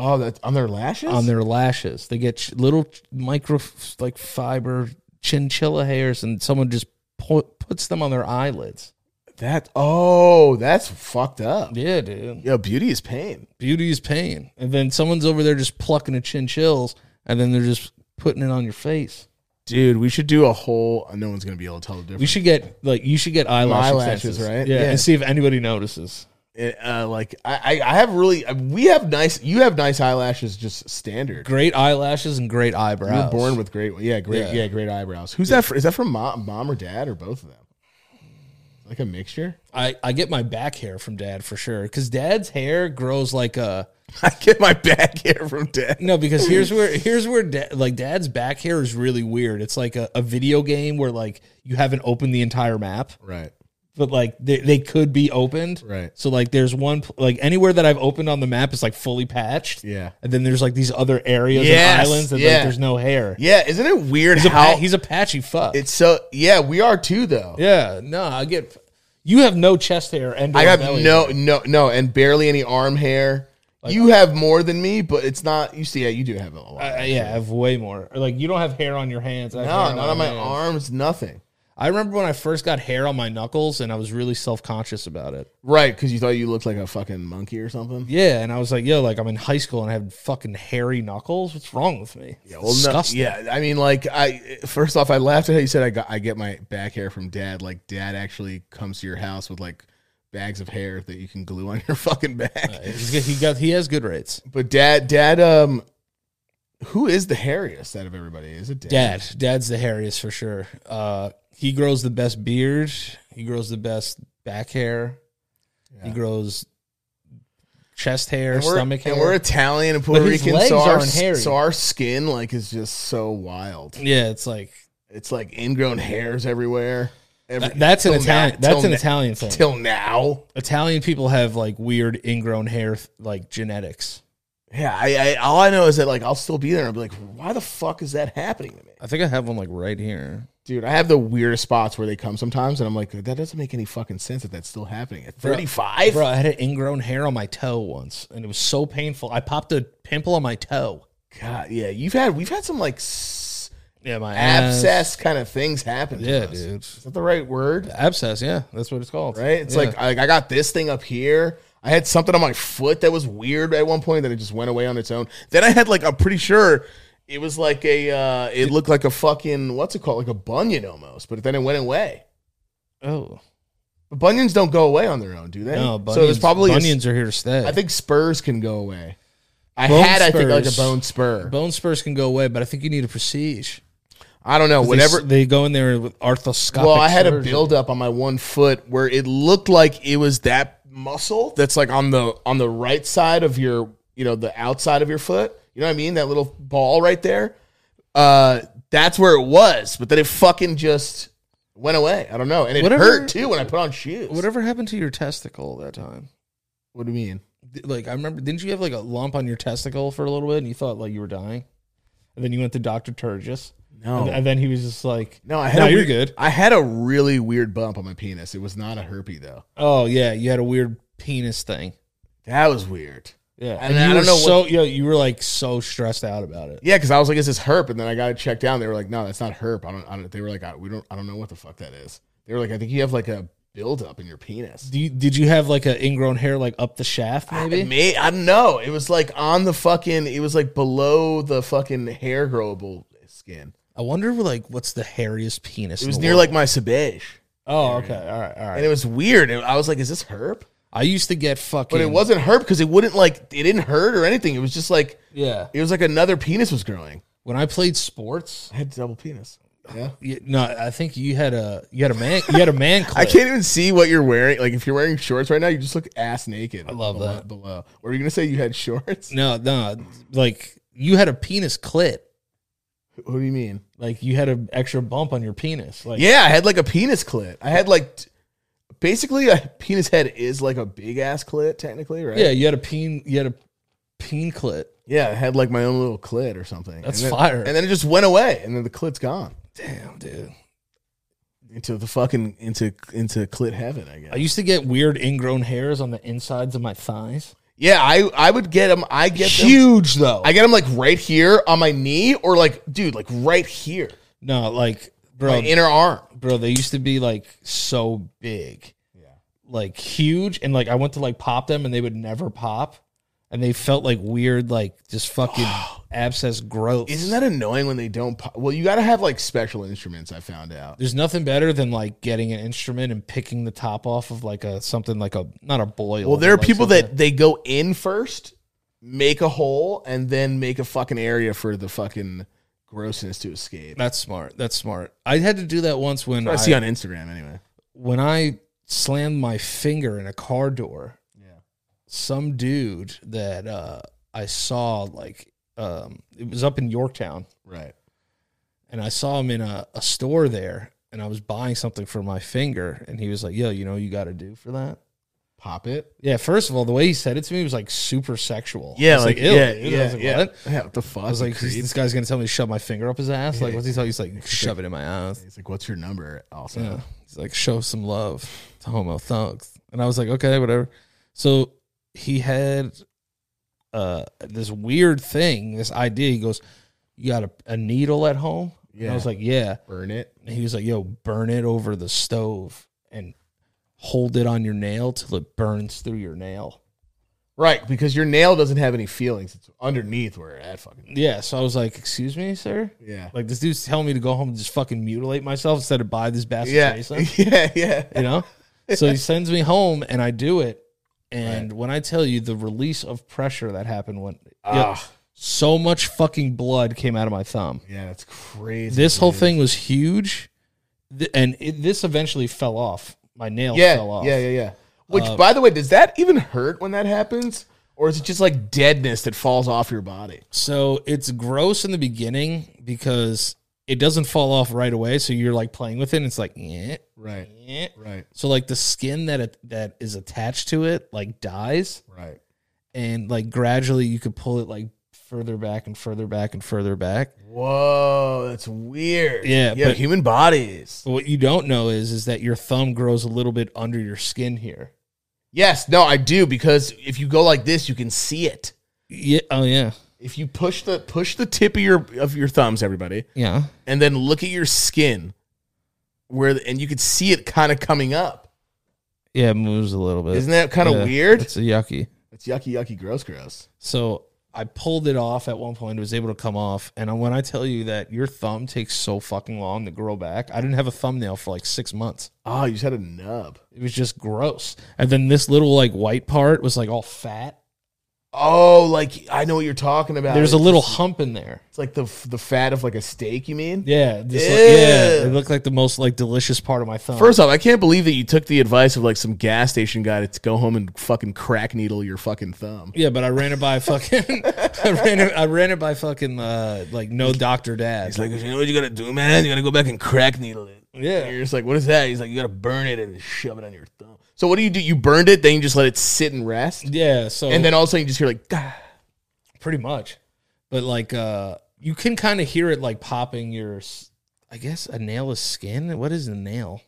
[SPEAKER 4] Oh, that's on their lashes.
[SPEAKER 5] on their lashes. They get ch- little ch- micro like fiber chinchilla hairs, and someone just pu- puts them on their eyelids.
[SPEAKER 4] that oh, that's fucked up.
[SPEAKER 5] Yeah, dude.
[SPEAKER 4] Yo, beauty is pain.
[SPEAKER 5] beauty is pain. And then someone's over there just plucking a chinchills, and then they're just putting it on your face.
[SPEAKER 4] Dude, we should do a whole. uh, No one's gonna be able to tell the difference.
[SPEAKER 5] We should get like you should get eyelash
[SPEAKER 4] Eyelashes,
[SPEAKER 5] extensions.
[SPEAKER 4] right?
[SPEAKER 5] Yeah,
[SPEAKER 4] Yeah.
[SPEAKER 5] and see if anybody notices.
[SPEAKER 4] It, uh, like I, I I have really uh, we have nice you have nice eyelashes just standard.
[SPEAKER 5] Great eyelashes and great eyebrows.
[SPEAKER 4] You're born with great yeah great
[SPEAKER 5] Yeah.
[SPEAKER 4] yeah, great eyebrows. Who's that? For, is that from mom, mom or dad or both of them? Like a mixture.
[SPEAKER 5] I I get my back hair from dad for sure because dad's hair grows like a
[SPEAKER 4] I get my back hair from dad.
[SPEAKER 5] no because here's where here's where dad like dad's back hair is really weird. It's like a, a video game where like you haven't opened the entire map.
[SPEAKER 4] Right.
[SPEAKER 5] but like they, they could be opened.
[SPEAKER 4] Right.
[SPEAKER 5] So like there's one pl- like anywhere that I've opened on the map is like fully patched.
[SPEAKER 4] Yeah.
[SPEAKER 5] And then there's like these other areas
[SPEAKER 4] Yes,
[SPEAKER 5] and islands that like
[SPEAKER 4] yeah.
[SPEAKER 5] there's no hair.
[SPEAKER 4] Yeah. Isn't it weird
[SPEAKER 5] He's a,
[SPEAKER 4] how
[SPEAKER 5] pa- he's a patchy fuck.
[SPEAKER 4] it's so? Yeah, we are too though.
[SPEAKER 5] yeah. No, I get. You have no chest hair and
[SPEAKER 4] I
[SPEAKER 5] or
[SPEAKER 4] have
[SPEAKER 5] belly
[SPEAKER 4] no
[SPEAKER 5] hair.
[SPEAKER 4] no no and barely any arm hair. you have more than me, but it's not. You see, yeah, you do have a lot.
[SPEAKER 5] Uh, I- I- yeah, I have way more. Or, Like you don't have hair on your hands. I have
[SPEAKER 4] no,
[SPEAKER 5] hair
[SPEAKER 4] not on my
[SPEAKER 5] hands.
[SPEAKER 4] arms. Nothing.
[SPEAKER 5] I remember when I first got hair on my knuckles and I was really self conscious about it.
[SPEAKER 4] Right, because you thought you looked like a fucking monkey or something.
[SPEAKER 5] Yeah, and I was like, yo, like I'm in high school and I have fucking hairy knuckles. What's wrong with me? Yeah,
[SPEAKER 4] Well, no, yeah, I mean, like, I first off, I laughed at how you said I got I get my back hair from dad. Like, dad actually comes to your house with like bags of hair that you can glue on your fucking back.
[SPEAKER 5] He's got, he got he has good rates.
[SPEAKER 4] But dad, dad, um, who is the hairiest out of everybody? Is it dad?
[SPEAKER 5] Dad, dad's the hairiest for sure. Uh, he grows the best beard. He grows the best back hair. He grows chest hair,
[SPEAKER 4] And we're-
[SPEAKER 5] stomach
[SPEAKER 4] and
[SPEAKER 5] hair.
[SPEAKER 4] we're Italian and Puerto
[SPEAKER 5] But his
[SPEAKER 4] Rican,
[SPEAKER 5] legs
[SPEAKER 4] so our,
[SPEAKER 5] aren't hairy.
[SPEAKER 4] so our skin like is just so wild.
[SPEAKER 5] yeah, it's like
[SPEAKER 4] It's like ingrown hairs everywhere. Every-
[SPEAKER 5] that's an
[SPEAKER 4] till now-
[SPEAKER 5] Italian. that's
[SPEAKER 4] till
[SPEAKER 5] an
[SPEAKER 4] na-
[SPEAKER 5] Italian thing.
[SPEAKER 4] Till now,
[SPEAKER 5] Italian people have like weird ingrown hair like genetics.
[SPEAKER 4] yeah. I, I all I know is that like I'll still be there. and I'll be like, why the fuck is that happening to me,
[SPEAKER 5] I think I have one like right here.
[SPEAKER 4] dude? I have the weirdest spots where they come sometimes, and I'm like, that doesn't make any fucking sense that that's still happening at 35.
[SPEAKER 5] Bro, I had an ingrown hair on my toe once, and it was so painful. I popped a pimple on my toe.
[SPEAKER 4] God, yeah. You've had we've had some like s-
[SPEAKER 5] Yeah, my ass.
[SPEAKER 4] abscess kind of things happen. to
[SPEAKER 5] Yeah,
[SPEAKER 4] us.
[SPEAKER 5] dude.
[SPEAKER 4] Is that the right word?
[SPEAKER 5] Abscess. Yeah, that's what it's called.
[SPEAKER 4] right? It's
[SPEAKER 5] Yeah.
[SPEAKER 4] like, I, like I got this thing up here. I had something on my foot that was weird at one point that it just went away on its own. Then I had like I'm pretty sure it was like a uh, it looked like a fucking what's it called like a bunion almost, but then it went away.
[SPEAKER 5] oh
[SPEAKER 4] But bunions don't go away on their own, do they?
[SPEAKER 5] no, bunions,
[SPEAKER 4] so it was probably a s-
[SPEAKER 5] bunions are here to stay.
[SPEAKER 4] I think spurs can go away. I
[SPEAKER 5] Bone
[SPEAKER 4] had I think like a
[SPEAKER 5] spurs.
[SPEAKER 4] bone spur.
[SPEAKER 5] bone spurs can go away, but I think you need a prestige.
[SPEAKER 4] I don't know whatever.
[SPEAKER 5] they, they go in there with arthroscopic.
[SPEAKER 4] Well, I had a
[SPEAKER 5] surgery.
[SPEAKER 4] buildup on my one foot where it looked like it was that muscle that's like on the on the right side of your you know the outside of your foot. You know what I mean? That little ball right there. Uh, that's where it was, but then it fucking just went away. I don't know, and it
[SPEAKER 5] Whatever-
[SPEAKER 4] hurt too when I put on shoes.
[SPEAKER 5] Whatever happened to your testicle that time?
[SPEAKER 4] What do you mean?
[SPEAKER 5] Th- Like I remember, didn't you have like a lump on your testicle for a little bit, and you thought like you were dying, and then you went to Doctor Turgis,
[SPEAKER 4] No,
[SPEAKER 5] and, and then he was just like,
[SPEAKER 4] Oh. no, I had.
[SPEAKER 5] No,
[SPEAKER 4] a
[SPEAKER 5] you're
[SPEAKER 4] weird-
[SPEAKER 5] good.
[SPEAKER 4] I had a really weird bump on my penis. It was not a herpy though.
[SPEAKER 5] "Oh yeah, you had a weird penis thing."
[SPEAKER 4] That was weird.
[SPEAKER 5] Yeah,
[SPEAKER 4] And
[SPEAKER 5] and,
[SPEAKER 4] I
[SPEAKER 5] you
[SPEAKER 4] don't
[SPEAKER 5] were
[SPEAKER 4] know what-
[SPEAKER 5] so yeah, you were like so stressed out about it.
[SPEAKER 4] Yeah, because I was like, "Is this herp?" And then I got it checked out. And they were like, "No, that's not herp." I don't. I don't they were like, I, "We don't. I don't know what the fuck that is." They were like, "I think you have like a buildup in your penis."
[SPEAKER 5] Do you, did you have like a ingrown hair like up the shaft maybe?
[SPEAKER 4] May I don't know. It was like on the fucking. It was like below the fucking hair growable skin.
[SPEAKER 5] I wonder like what's the hairiest penis.
[SPEAKER 4] It
[SPEAKER 5] in
[SPEAKER 4] was
[SPEAKER 5] the
[SPEAKER 4] near
[SPEAKER 5] world?
[SPEAKER 4] like my sebege,
[SPEAKER 5] Oh, okay. All right. All right.
[SPEAKER 4] and it was weird. I was like, "Is this herp?"
[SPEAKER 5] I used to get fucking.
[SPEAKER 4] But it wasn't herp because it wouldn't like it didn't hurt or anything. It was just like
[SPEAKER 5] Yeah.
[SPEAKER 4] it was like another penis was growing.
[SPEAKER 5] When I played sports,
[SPEAKER 4] I had double penis. Yeah.
[SPEAKER 5] you, no, I think you had a you had a man you had a man
[SPEAKER 4] I
[SPEAKER 5] clip.
[SPEAKER 4] can't even see what you're wearing. Like if you're wearing shorts right now, you just look ass naked. I
[SPEAKER 5] love that.
[SPEAKER 4] Below, were you gonna say you had shorts?
[SPEAKER 5] No, no. Like you had a penis clit.
[SPEAKER 4] What do you mean?
[SPEAKER 5] Like you had an extra bump on your penis. Like
[SPEAKER 4] Yeah, I had like a penis clit. I had like, t- basically, a penis head is like a big ass clit, technically, right?
[SPEAKER 5] yeah, you had a peen you had a peen clit.
[SPEAKER 4] yeah. I had like my own little clit or something.
[SPEAKER 5] That's
[SPEAKER 4] And then-
[SPEAKER 5] fire.
[SPEAKER 4] And then it just went away, and then the clit's gone
[SPEAKER 5] Damn, dude.
[SPEAKER 4] into the fucking into into clit heaven, I guess.
[SPEAKER 5] I used to get weird ingrown hairs on the insides of my thighs.
[SPEAKER 4] yeah, I I would get them. I get them-
[SPEAKER 5] Huge though.
[SPEAKER 4] I get them like right here on my knee, or like, dude, like right here,
[SPEAKER 5] no, like bro,
[SPEAKER 4] my inner arm.
[SPEAKER 5] bro they used to be like so big yeah like huge and like i went to like pop them and they would never pop and they felt like weird like just fucking abscess growth
[SPEAKER 4] Isn't that annoying when they don't? Po- well, you got to have like special instruments. I found out.
[SPEAKER 5] there's nothing better than like getting an instrument and picking the top off of like a something like a not a boil
[SPEAKER 4] Well, there are
[SPEAKER 5] but, like,
[SPEAKER 4] people
[SPEAKER 5] something-
[SPEAKER 4] that they go in first, make a hole, and then make a fucking area for the fucking grossness to escape.
[SPEAKER 5] that's smart that's smart i had to do that once when
[SPEAKER 4] I
[SPEAKER 5] I,
[SPEAKER 4] see on Instagram anyway.
[SPEAKER 5] when i slammed my finger in a car door
[SPEAKER 4] Yeah.
[SPEAKER 5] some dude that uh i saw like um it was up in yorktown
[SPEAKER 4] Right.
[SPEAKER 5] and I saw him in a, a store there and I was buying something for my finger and he was like, Yo, you know what you gotta do for that?
[SPEAKER 4] Pop it.
[SPEAKER 5] Yeah, first of all, the way he said it to me was like super sexual. I was
[SPEAKER 4] ew,
[SPEAKER 5] "Ew,
[SPEAKER 4] yeah,
[SPEAKER 5] dude."
[SPEAKER 4] yeah,
[SPEAKER 5] I was like,
[SPEAKER 4] yeah.
[SPEAKER 5] What?
[SPEAKER 4] Yeah, what the fuck?
[SPEAKER 5] I was like, "He's- this guy's gonna tell me to shove my finger up his ass. Like, what's he tell? He's like, shove it in my ass.
[SPEAKER 4] He's like, what's your number? Also,
[SPEAKER 5] Yeah. He's like, show some love to homo thugs. And I was like, okay, whatever. So he had uh this weird thing, this idea. He goes, You got a, a needle at home?
[SPEAKER 4] Yeah.
[SPEAKER 5] I was like, yeah.
[SPEAKER 4] burn it.
[SPEAKER 5] And he was like, yo, burn it over the stove and hold it on your nail till it burns through your nail.
[SPEAKER 4] Right, because your nail doesn't have any feelings. It's underneath where that fucking.
[SPEAKER 5] Yeah. So I was like, excuse me, sir?
[SPEAKER 4] Yeah.
[SPEAKER 5] Like, this dude's telling me to go home and just fucking mutilate myself instead of buy this bastard
[SPEAKER 4] Yeah.
[SPEAKER 5] Jason.
[SPEAKER 4] Yeah. Yeah.
[SPEAKER 5] you know? So he sends me home and I do it. And when I tell you the release of pressure that happened when yeah,
[SPEAKER 4] Ah.
[SPEAKER 5] so much fucking blood came out of my thumb.
[SPEAKER 4] Yeah, that's crazy.
[SPEAKER 5] This whole
[SPEAKER 4] dude.
[SPEAKER 5] thing was huge. Th- And it, this eventually fell off. My nail
[SPEAKER 4] Yeah.
[SPEAKER 5] fell off. Um,
[SPEAKER 4] Yeah. Yeah. Yeah. Which, by the way, does that even hurt when that happens, or is it just like deadness that falls off your body?
[SPEAKER 5] So it's gross in the beginning because it doesn't fall off right away. So you're like playing with it and it's like, yeah,
[SPEAKER 4] Right.
[SPEAKER 5] yeah.
[SPEAKER 4] Right.
[SPEAKER 5] So like the skin that it, that is attached to it like dies.
[SPEAKER 4] Right.
[SPEAKER 5] and like gradually you could pull it like further back and further back and further back.
[SPEAKER 4] Whoa, that's weird.
[SPEAKER 5] Yeah,
[SPEAKER 4] Yeah.
[SPEAKER 5] but-
[SPEAKER 4] human bodies.
[SPEAKER 5] But what you don't know is is that your thumb grows a little bit under your skin here.
[SPEAKER 4] Yes. No, I do because if you go like this, you can see it.
[SPEAKER 5] Yeah. Oh yeah.
[SPEAKER 4] If you push the push the tip of your of your thumbs, everybody,
[SPEAKER 5] Yeah.
[SPEAKER 4] and then look at your skin, where the- and you could see it kind of coming up.
[SPEAKER 5] Yeah. It moves a little bit.
[SPEAKER 4] Isn't that kind of
[SPEAKER 5] Yeah,
[SPEAKER 4] weird?
[SPEAKER 5] It's a yucky.
[SPEAKER 4] It's yucky, yucky, gross, gross.
[SPEAKER 5] So I pulled it off at one point. It was able to come off. And when I tell you that your thumb takes so fucking long to grow back, I didn't have a thumbnail for like six months.
[SPEAKER 4] Oh, you just had a nub.
[SPEAKER 5] It was just gross. And then this little like white part was like all fat.
[SPEAKER 4] Oh, like I know what you're talking about.
[SPEAKER 5] There's a
[SPEAKER 4] It's-
[SPEAKER 5] little hump in there.
[SPEAKER 4] It's like the f- the fat of like a steak. You mean?
[SPEAKER 5] Yeah, just like, yeah.
[SPEAKER 4] Ew.
[SPEAKER 5] It looked like the most like delicious part of my thumb.
[SPEAKER 4] First off, I can't believe that you took the advice of like some gas station guy to go home and fucking crack needle your fucking thumb.
[SPEAKER 5] yeah, but I ran it by fucking. I ran it. I ran it by fucking uh, like no doctor dad.
[SPEAKER 7] He's like, you know what you gotta do, man? You gotta go back and crack needle it.
[SPEAKER 4] And
[SPEAKER 5] yeah,
[SPEAKER 4] you're just like, what is that? He's like, you gotta burn it and shove it on your thumb. So what do you do? You burned it, then you just let it sit and rest,
[SPEAKER 5] yeah. So
[SPEAKER 4] and then all of a sudden you just hear like, "Gah."
[SPEAKER 5] pretty much, but like uh, you can kind of hear it like popping your. s- I guess a nail is skin. What is a nail?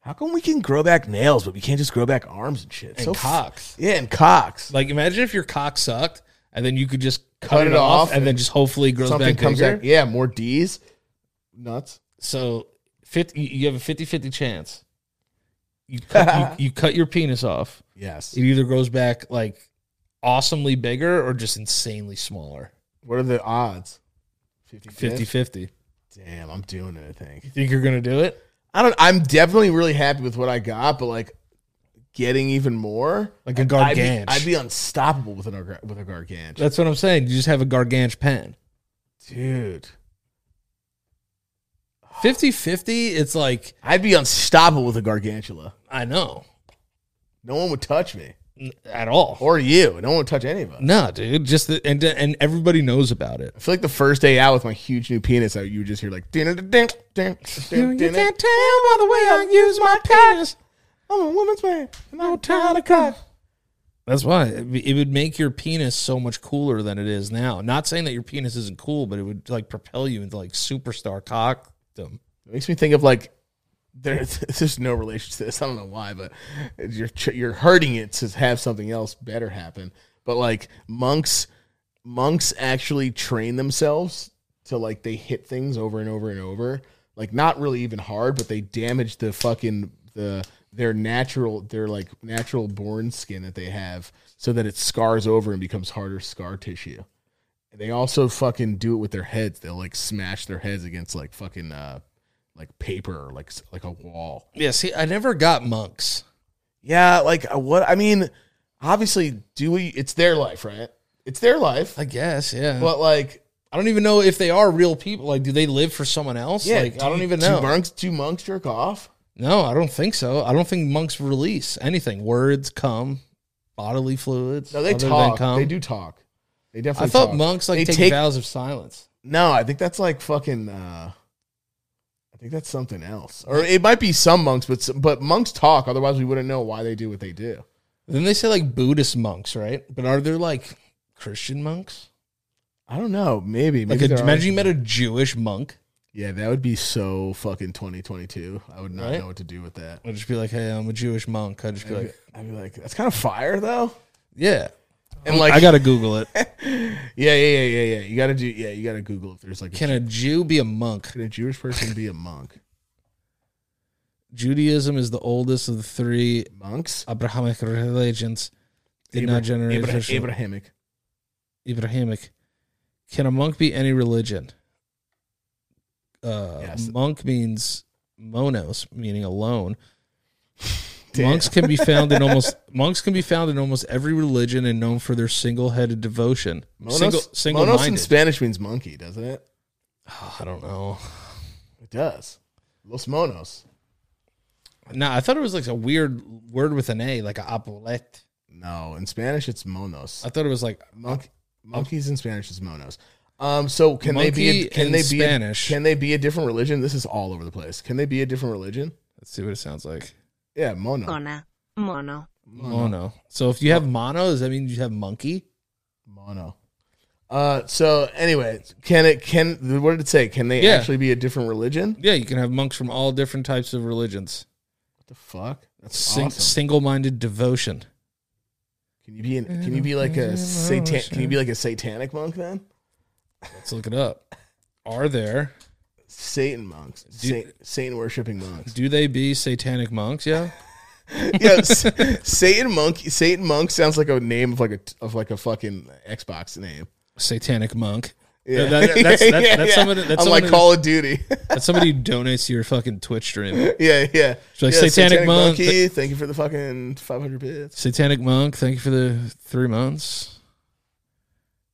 [SPEAKER 4] how come we can grow back nails, but we can't just grow back arms and shit?
[SPEAKER 5] And
[SPEAKER 4] so
[SPEAKER 5] cocks.
[SPEAKER 4] yeah, and cocks.
[SPEAKER 5] Like imagine if your cock sucked, and then you could just cut,
[SPEAKER 4] Cut
[SPEAKER 5] it,
[SPEAKER 4] it
[SPEAKER 5] off,
[SPEAKER 4] off
[SPEAKER 5] and then just hopefully it grows
[SPEAKER 4] Something
[SPEAKER 5] back
[SPEAKER 4] comes
[SPEAKER 5] bigger.
[SPEAKER 4] back. Yeah, more D's. Nuts.
[SPEAKER 5] so 50, you- you have a 50-50 chance. You cut, you, you cut your penis off.
[SPEAKER 4] Yes.
[SPEAKER 5] It either grows back like awesomely bigger or just insanely smaller.
[SPEAKER 4] What are the odds? 50
[SPEAKER 5] 50-50.
[SPEAKER 4] Damn, I'm doing it, I think.
[SPEAKER 5] Think you're going to do it?
[SPEAKER 4] I don't I'm definitely really happy with what I got, but like getting even more
[SPEAKER 5] Like a
[SPEAKER 4] I'd be,
[SPEAKER 5] garganch.
[SPEAKER 4] I'd be unstoppable with an arga- with a garganch.
[SPEAKER 5] That's what I'm saying. You just have a garganch pen.
[SPEAKER 4] Dude.
[SPEAKER 5] 50-50, it's like,
[SPEAKER 4] I'd be unstoppable with a gargantula.
[SPEAKER 5] I know.
[SPEAKER 4] No one would touch me.
[SPEAKER 5] N- At all.
[SPEAKER 4] Or you. No one would touch any of us.
[SPEAKER 5] No, dude. Just the, and and everybody knows about it.
[SPEAKER 4] I feel like the first day out with my huge new penis, I, you would just hear like ding ding ding ding ding.
[SPEAKER 5] tell by the way I use my penis.
[SPEAKER 4] I'm a woman's man and I'm tired of cut.
[SPEAKER 5] That's why it be- it would make your penis so much cooler than it is now. Not saying that your penis isn't cool, but it would like propel you into like superstar cockdom.
[SPEAKER 4] It makes me think of like there's there's no relation to this. I don't know why, but you're you're hurting it to have something else better happen. But like monks, monks actually train themselves to like they hit things over and over and over. Like not really even hard, but they damage the fucking the their natural their like natural born skin that they have, so that it scars over and becomes harder scar tissue. They also fucking do it with their heads. They'll like smash their heads against like fucking uh like paper or like s- like a wall.
[SPEAKER 5] Yeah, see, I never got monks.
[SPEAKER 4] Yeah, like uh, what I mean, obviously do we it's their life, right? It's their life.
[SPEAKER 5] I guess, yeah. Well,
[SPEAKER 4] But like
[SPEAKER 5] I don't even know if they are real people. Like, do they live for someone else?
[SPEAKER 4] yeah,
[SPEAKER 5] like,
[SPEAKER 4] do
[SPEAKER 5] I don't
[SPEAKER 4] you-
[SPEAKER 5] even
[SPEAKER 4] do
[SPEAKER 5] know.
[SPEAKER 4] monks do monks jerk off?
[SPEAKER 5] No, I don't think so. I don't think monks release anything. Words, cum, bodily fluids.
[SPEAKER 4] No, they
[SPEAKER 5] other than
[SPEAKER 4] talk.
[SPEAKER 5] cum.
[SPEAKER 4] They do talk. They definitely
[SPEAKER 5] I thought
[SPEAKER 4] talk.
[SPEAKER 5] monks like
[SPEAKER 4] They
[SPEAKER 5] take,
[SPEAKER 4] take-
[SPEAKER 5] vows of silence.
[SPEAKER 4] No, I think that's like fucking uh I think that's something else. Or it might be some monks, but s- but monks talk, otherwise we wouldn't know why they do what they do.
[SPEAKER 5] Then they say like Buddhist monks, right? But are there like Christian monks?
[SPEAKER 4] I don't know. Maybe.
[SPEAKER 5] Like,
[SPEAKER 4] maybe
[SPEAKER 5] a,
[SPEAKER 4] there are
[SPEAKER 5] imagine you
[SPEAKER 4] some-
[SPEAKER 5] met a Jewish monk.
[SPEAKER 4] Yeah, that would be so fucking 2022. I would not
[SPEAKER 5] Right?
[SPEAKER 4] know what to do with that.
[SPEAKER 5] I'd just be like, hey, I'm a Jewish monk. I'd just be like,
[SPEAKER 4] I'd be like, that's kind of fire though.
[SPEAKER 5] yeah.
[SPEAKER 4] And like,
[SPEAKER 5] I gotta Google it.
[SPEAKER 4] yeah, yeah, yeah, yeah, yeah. You gotta do, yeah, you gotta Google if there's like,
[SPEAKER 5] Can
[SPEAKER 4] a,
[SPEAKER 5] a Jew be a monk?
[SPEAKER 4] can a Jewish person be a monk?
[SPEAKER 5] Judaism is the oldest of the three
[SPEAKER 4] Monks?
[SPEAKER 5] Abrahamic religions. Did
[SPEAKER 4] Abra-
[SPEAKER 5] not generate
[SPEAKER 4] Abra-
[SPEAKER 5] official-
[SPEAKER 4] Abrahamic.
[SPEAKER 5] Abrahamic. Can a monk be any religion? Uh,
[SPEAKER 4] Yes.
[SPEAKER 5] Monk means monos, meaning alone.
[SPEAKER 4] Damn.
[SPEAKER 5] Monks can be found in almost monks can be found in almost every religion and known for their single-headed devotion.
[SPEAKER 4] Monos,
[SPEAKER 5] single,
[SPEAKER 4] monos in
[SPEAKER 5] single-minded.
[SPEAKER 4] Spanish means monkey, doesn't it?
[SPEAKER 5] Oh, I don't know.
[SPEAKER 4] It does. Los monos.
[SPEAKER 5] No, I thought it was like a weird word with an A, like a apolet.
[SPEAKER 4] No, in Spanish it's monos.
[SPEAKER 5] I thought it was like
[SPEAKER 4] Monk, monkeys in Spanish is monos. Um, so can they be?
[SPEAKER 5] Monkey
[SPEAKER 4] A, can
[SPEAKER 5] in
[SPEAKER 4] they be? a-
[SPEAKER 5] Spanish.
[SPEAKER 4] can they be a different religion? This is all over the place. Can they be a different religion?
[SPEAKER 5] let's see what it sounds like.
[SPEAKER 4] Yeah, mono.
[SPEAKER 8] Mona, mono,
[SPEAKER 5] Mono. So if you have mono, does that mean you have monkey?
[SPEAKER 4] Mono. Uh, so anyway, can it can what did it say? Can they
[SPEAKER 5] Yeah.
[SPEAKER 4] actually be a different religion? What
[SPEAKER 5] Yeah, you can have monks from all different tyes of religions.
[SPEAKER 4] the fuck? That's
[SPEAKER 5] Sing-
[SPEAKER 4] awesome.
[SPEAKER 5] Single-minded devotion.
[SPEAKER 4] Can you be an, can you be like a satan? Can you be like a satanic monk then?
[SPEAKER 5] Let's look it up. Are there?
[SPEAKER 4] Satan monks, Sa- Satan worshipping monks.
[SPEAKER 5] Do they be satanic monks? Yeah.
[SPEAKER 4] yeah, s- Satan monk. Satan monk sounds like a name of like a of like a fucking Xbox name.
[SPEAKER 5] Satanic monk.
[SPEAKER 4] Yeah,
[SPEAKER 5] that- that's- that's- that's someone- that's
[SPEAKER 4] I'm
[SPEAKER 5] someone
[SPEAKER 4] like
[SPEAKER 5] who-
[SPEAKER 4] Call of Duty.
[SPEAKER 5] That's somebody who donates to your fucking Twitch stream.
[SPEAKER 4] yeah, yeah.
[SPEAKER 5] So like
[SPEAKER 4] yeah
[SPEAKER 5] satanic monk-
[SPEAKER 4] monkey. Thank you for the fucking 500 bits.
[SPEAKER 5] Satanic monk, thank you for the three months.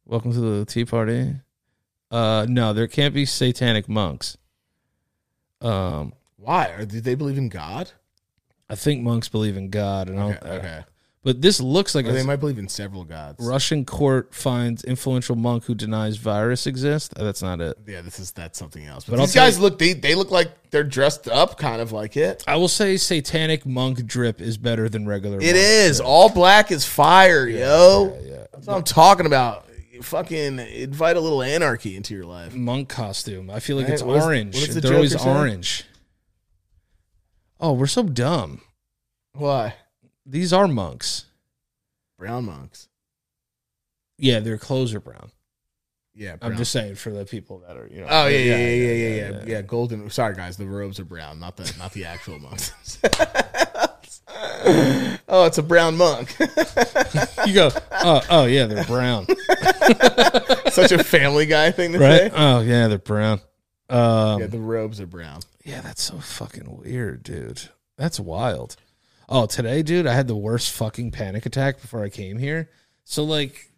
[SPEAKER 5] Welcome to the tea party. Uh, no, there can't be satanic monks. Um,
[SPEAKER 4] Why? Or do they believe in God?
[SPEAKER 5] I think monks believe in God, and I
[SPEAKER 4] Okay.
[SPEAKER 5] don't,
[SPEAKER 4] okay.
[SPEAKER 5] but this looks like
[SPEAKER 4] Or they
[SPEAKER 5] a
[SPEAKER 4] might believe in several gods.
[SPEAKER 5] Russian court finds influential monk who denies virus exists. Uh, That's not it.
[SPEAKER 4] Yeah, this is that's something else. But,
[SPEAKER 5] But I'll
[SPEAKER 4] these
[SPEAKER 5] tell
[SPEAKER 4] guys look they they look like they're dressed up kind of like it.
[SPEAKER 5] I will say satanic monk drip is better than regular.
[SPEAKER 4] It is. All black is fire, yo. That's what I'm talking about. You fucking invite a little anarchy into your life.
[SPEAKER 5] monk costume. I feel like
[SPEAKER 4] Right,
[SPEAKER 5] it's
[SPEAKER 4] what is-
[SPEAKER 5] orange.
[SPEAKER 4] what is the
[SPEAKER 5] They're always
[SPEAKER 4] Joker saying?
[SPEAKER 5] orange. Oh, we're so dumb.
[SPEAKER 4] Why?
[SPEAKER 5] These are monks.
[SPEAKER 4] Brown monks.
[SPEAKER 5] Yeah, their clothes are brown.
[SPEAKER 4] Yeah, brown.
[SPEAKER 5] I'm just saying for the people that are, you know.
[SPEAKER 4] Oh yeah, yeah, yeah, yeah, yeah, yeah, yeah. Golden. Sorry, guys, the robes are brown, not the not the actual monks. oh, it's a brown monk.
[SPEAKER 5] You go, oh, oh yeah, they're brown,
[SPEAKER 4] Such a Family Guy thing to
[SPEAKER 5] right?
[SPEAKER 4] say.
[SPEAKER 5] Oh yeah, they're brown. Um,
[SPEAKER 4] Yeah,
[SPEAKER 5] yeah.
[SPEAKER 4] the robes are brown.
[SPEAKER 5] that's so fucking weird, dude. That's wild. Oh, today, dude, I had the worst fucking panic attack before I came here. So like,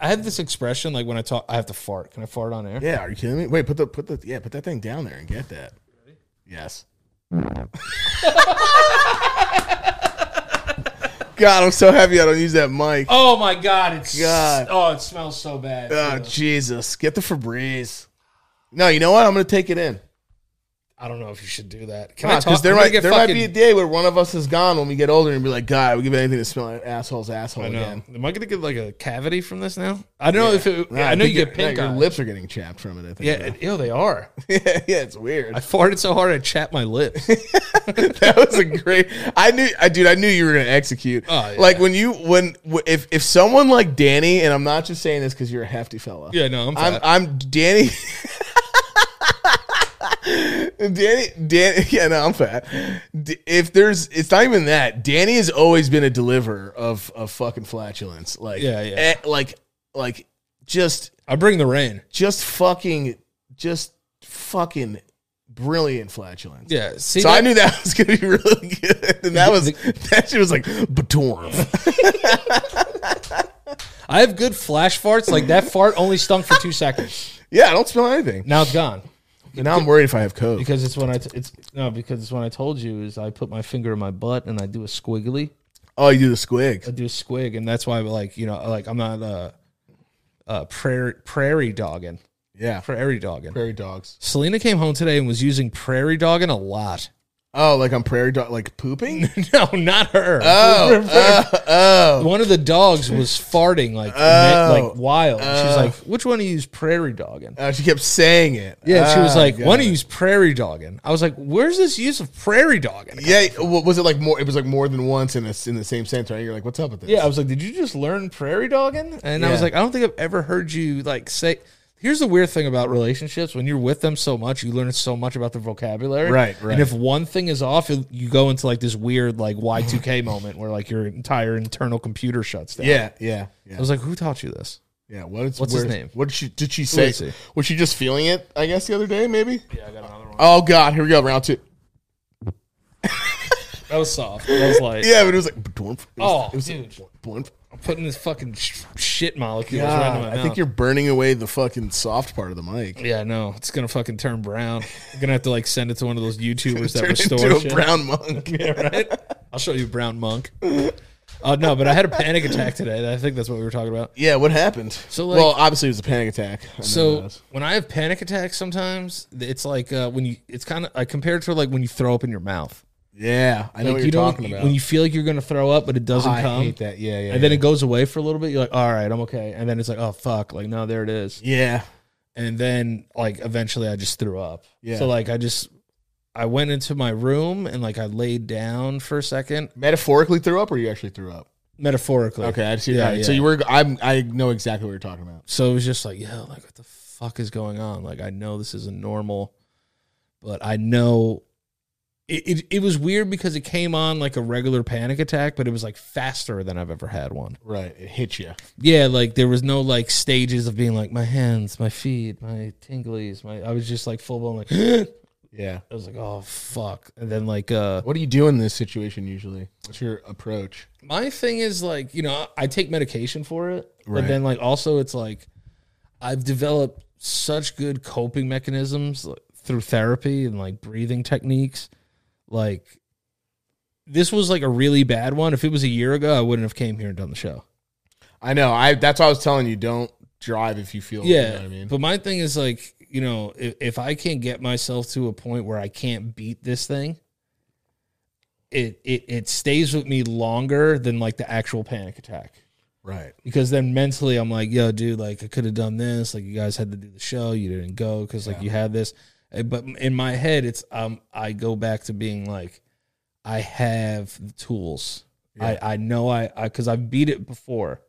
[SPEAKER 5] I had this expression like when I talk, I have to fart. Can I fart on air?
[SPEAKER 4] Yeah, are you kidding me? Wait, put the put the yeah, put that thing down there and get that. Yes. God, I'm so happy I don't use that mic. Oh,
[SPEAKER 5] Oh my god, it's
[SPEAKER 4] God.
[SPEAKER 5] oh it smells so bad. too.
[SPEAKER 4] Ah, Jesus, get the Febreze. No, you know what? I'm gonna take it in.
[SPEAKER 5] I don't know if you should do that. Can I
[SPEAKER 4] Because
[SPEAKER 5] talk?
[SPEAKER 4] there
[SPEAKER 5] I'm gonna
[SPEAKER 4] might
[SPEAKER 5] get
[SPEAKER 4] there might be a
[SPEAKER 5] fucking-
[SPEAKER 4] day where one of us is gone when we get older and be like, God, we give anything to smell like asshole's asshole
[SPEAKER 5] I know.
[SPEAKER 4] again.
[SPEAKER 5] Am I gonna get like a cavity from this now? I don't know if it,
[SPEAKER 4] um, Nah,
[SPEAKER 5] I know you
[SPEAKER 4] think
[SPEAKER 5] get
[SPEAKER 4] your-
[SPEAKER 5] pink
[SPEAKER 4] nah,
[SPEAKER 5] eye.
[SPEAKER 4] Your lips are getting chapped from it. I think.
[SPEAKER 5] Yeah, it- ew, they are.
[SPEAKER 4] yeah, yeah. It's weird.
[SPEAKER 5] I farted so hard I chapped my lips.
[SPEAKER 4] that was a great. I knew, I dude, I knew you were gonna execute.
[SPEAKER 5] Oh, yeah.
[SPEAKER 4] Like when you when w- if if someone like Danny, and I'm not just saying this because you're a hefty fella.
[SPEAKER 5] Yeah, no, I'm
[SPEAKER 4] I'm
[SPEAKER 5] fat.
[SPEAKER 4] I'm Danny. Danny, Danny, yeah, no, I'm fat. D- if there's, it's not even that. Danny has always been a deliverer of of fucking flatulence. Like,
[SPEAKER 5] Yeah, yeah.
[SPEAKER 4] eh, like, like, just
[SPEAKER 5] I bring the rain.
[SPEAKER 4] just fucking, just fucking brilliant flatulence.
[SPEAKER 5] Yeah. See,
[SPEAKER 4] So I
[SPEAKER 5] that-
[SPEAKER 4] knew that was gonna be really good, and that was that shit was like batorm.
[SPEAKER 5] I have good flash farts. Like that fart only stung for two seconds.
[SPEAKER 4] Yeah, I don't smell anything.
[SPEAKER 5] Now it's gone
[SPEAKER 4] Now I'm worried if I have COVID.
[SPEAKER 5] because it's when I t- it's no because it's when I told you is I put my finger in my butt and I do a squiggly.
[SPEAKER 4] Oh, you do the
[SPEAKER 5] I
[SPEAKER 4] squig.
[SPEAKER 5] do a squig, and that's why like you know like I'm not uh uh prairie prairie dogging
[SPEAKER 4] Yeah,
[SPEAKER 5] prairie dogging.
[SPEAKER 4] prairie dogs.
[SPEAKER 5] Selena came home today and was using prairie dogging a lot.
[SPEAKER 4] Oh, like on prairie dog, like pooping.
[SPEAKER 5] no, not her.
[SPEAKER 4] Oh, oh, oh.
[SPEAKER 5] One of the dogs was farting like
[SPEAKER 4] Oh.
[SPEAKER 5] like wild. She's like, "Which one of you's prairie dogging?"
[SPEAKER 4] Oh, she kept saying it.
[SPEAKER 5] Yeah, she was
[SPEAKER 4] Ah,
[SPEAKER 5] like,
[SPEAKER 4] got
[SPEAKER 5] "One of
[SPEAKER 4] it.
[SPEAKER 5] you's prairie dogging." I was like, "Where's this use of prairie dogging?"
[SPEAKER 4] Yeah, wa- was it like more? It was like more than once in a, in the same sentence. Right? You're like, what's up with this?
[SPEAKER 5] Yeah, I was like, "Did you just learn prairie dogging?" And I was
[SPEAKER 4] Yeah.
[SPEAKER 5] like, "I don't think I've ever heard you like say." Here's the weird thing about relationships: when you're with them so much, you learn so much about their vocabulary.
[SPEAKER 4] Right, right.
[SPEAKER 5] And if one thing is off, you- you go into like this weird like Y2K moment where like your entire internal computer shuts down.
[SPEAKER 4] yeah, yeah, yeah.
[SPEAKER 5] I was like, "Who taught you this?"
[SPEAKER 4] yeah. What is,
[SPEAKER 5] What's his
[SPEAKER 4] where-
[SPEAKER 5] name?
[SPEAKER 4] What did she did she
[SPEAKER 5] Let me
[SPEAKER 4] say?
[SPEAKER 5] see.
[SPEAKER 4] Was she just feeling it? I guess the other day, maybe. Yeah, I got another one. Oh God, here we go, round two.
[SPEAKER 5] That was soft. That was like,
[SPEAKER 4] Yeah, but it was like blorp. It
[SPEAKER 5] Oh,
[SPEAKER 4] was, it was
[SPEAKER 5] dude.
[SPEAKER 4] blorp.
[SPEAKER 5] I'm putting this fucking sh- shit molecules right
[SPEAKER 4] God,
[SPEAKER 5] in my
[SPEAKER 4] I
[SPEAKER 5] mouth.
[SPEAKER 4] think you're burning away the fucking soft part of the mic.
[SPEAKER 5] yeah, no, it's gonna fucking turn brown. I'm gonna have to like send it to one of those YouTubers that
[SPEAKER 4] Turn
[SPEAKER 5] restore
[SPEAKER 4] into
[SPEAKER 5] shit.
[SPEAKER 4] a brown monk.
[SPEAKER 5] right? I'll show you brown monk. Uh, no, but I had a panic attack today. I think that's what we were talking about.
[SPEAKER 4] Yeah, what happened?
[SPEAKER 5] So,
[SPEAKER 4] So,
[SPEAKER 5] like-
[SPEAKER 4] well, obviously it was a panic attack. I know
[SPEAKER 5] So
[SPEAKER 4] that.
[SPEAKER 5] when I have panic attacks, sometimes it's like uh, when you. It's kind of I compare it to like when you throw up in your mouth.
[SPEAKER 4] yeah, I know
[SPEAKER 5] Like,
[SPEAKER 4] what
[SPEAKER 5] you
[SPEAKER 4] you're
[SPEAKER 5] know
[SPEAKER 4] talking about.
[SPEAKER 5] when you feel like you're gonna throw up, but it doesn't
[SPEAKER 4] I
[SPEAKER 5] come.
[SPEAKER 4] hate that. Yeah, yeah.
[SPEAKER 5] And then it goes away for a little bit. You're like, all right, I'm okay. And then it's like, oh fuck, like no, there it is.
[SPEAKER 4] yeah,
[SPEAKER 5] and then like eventually I just threw up.
[SPEAKER 4] Yeah.
[SPEAKER 5] So like I just I went into my room and like I laid down for a second,
[SPEAKER 4] metaphorically threw up, or you actually threw up.
[SPEAKER 5] metaphorically.
[SPEAKER 4] Okay, I see.
[SPEAKER 5] Yeah,
[SPEAKER 4] all right. So
[SPEAKER 5] yeah.
[SPEAKER 4] you were. I'm. I know exactly what you're talking about.
[SPEAKER 5] So it was just like, yo, like what the fuck is going on? Like I know this isn't normal, but I know it, it, it was weird because it came on like a regular panic attack, but it was like faster than I've ever had one.
[SPEAKER 4] Right. It hit you.
[SPEAKER 5] Yeah, like there was no like stages of being like my hands, my feet, my tinglies, my I was just like full blown like I
[SPEAKER 4] Yeah.
[SPEAKER 5] was like, oh fuck. And then like uh
[SPEAKER 4] What do you do in this situation usually? What's your approach?
[SPEAKER 5] my thing is like you know i take medication for it but
[SPEAKER 4] Right.
[SPEAKER 5] then like also it's like i've developed such good coping mechanisms like, through therapy and like breathing techniques like this was like a really bad one if it was a year ago i wouldn't have came here and done the show
[SPEAKER 4] I know. I. That's what I was telling you. Don't drive if you feel.
[SPEAKER 5] yeah
[SPEAKER 4] You know what I mean.
[SPEAKER 5] but my thing is like you know if, if i can't get myself to a point where i can't beat this thing it, it it stays with me longer than like the actual panic attack
[SPEAKER 4] Right.
[SPEAKER 5] because then mentally I'm like, yo, dude, like I could have done this. Like you guys had to do the show, you didn't go because like you had this. Eh, But in my head, it's um, I go back to being like, I have the tools. I I know I because I've beat it before.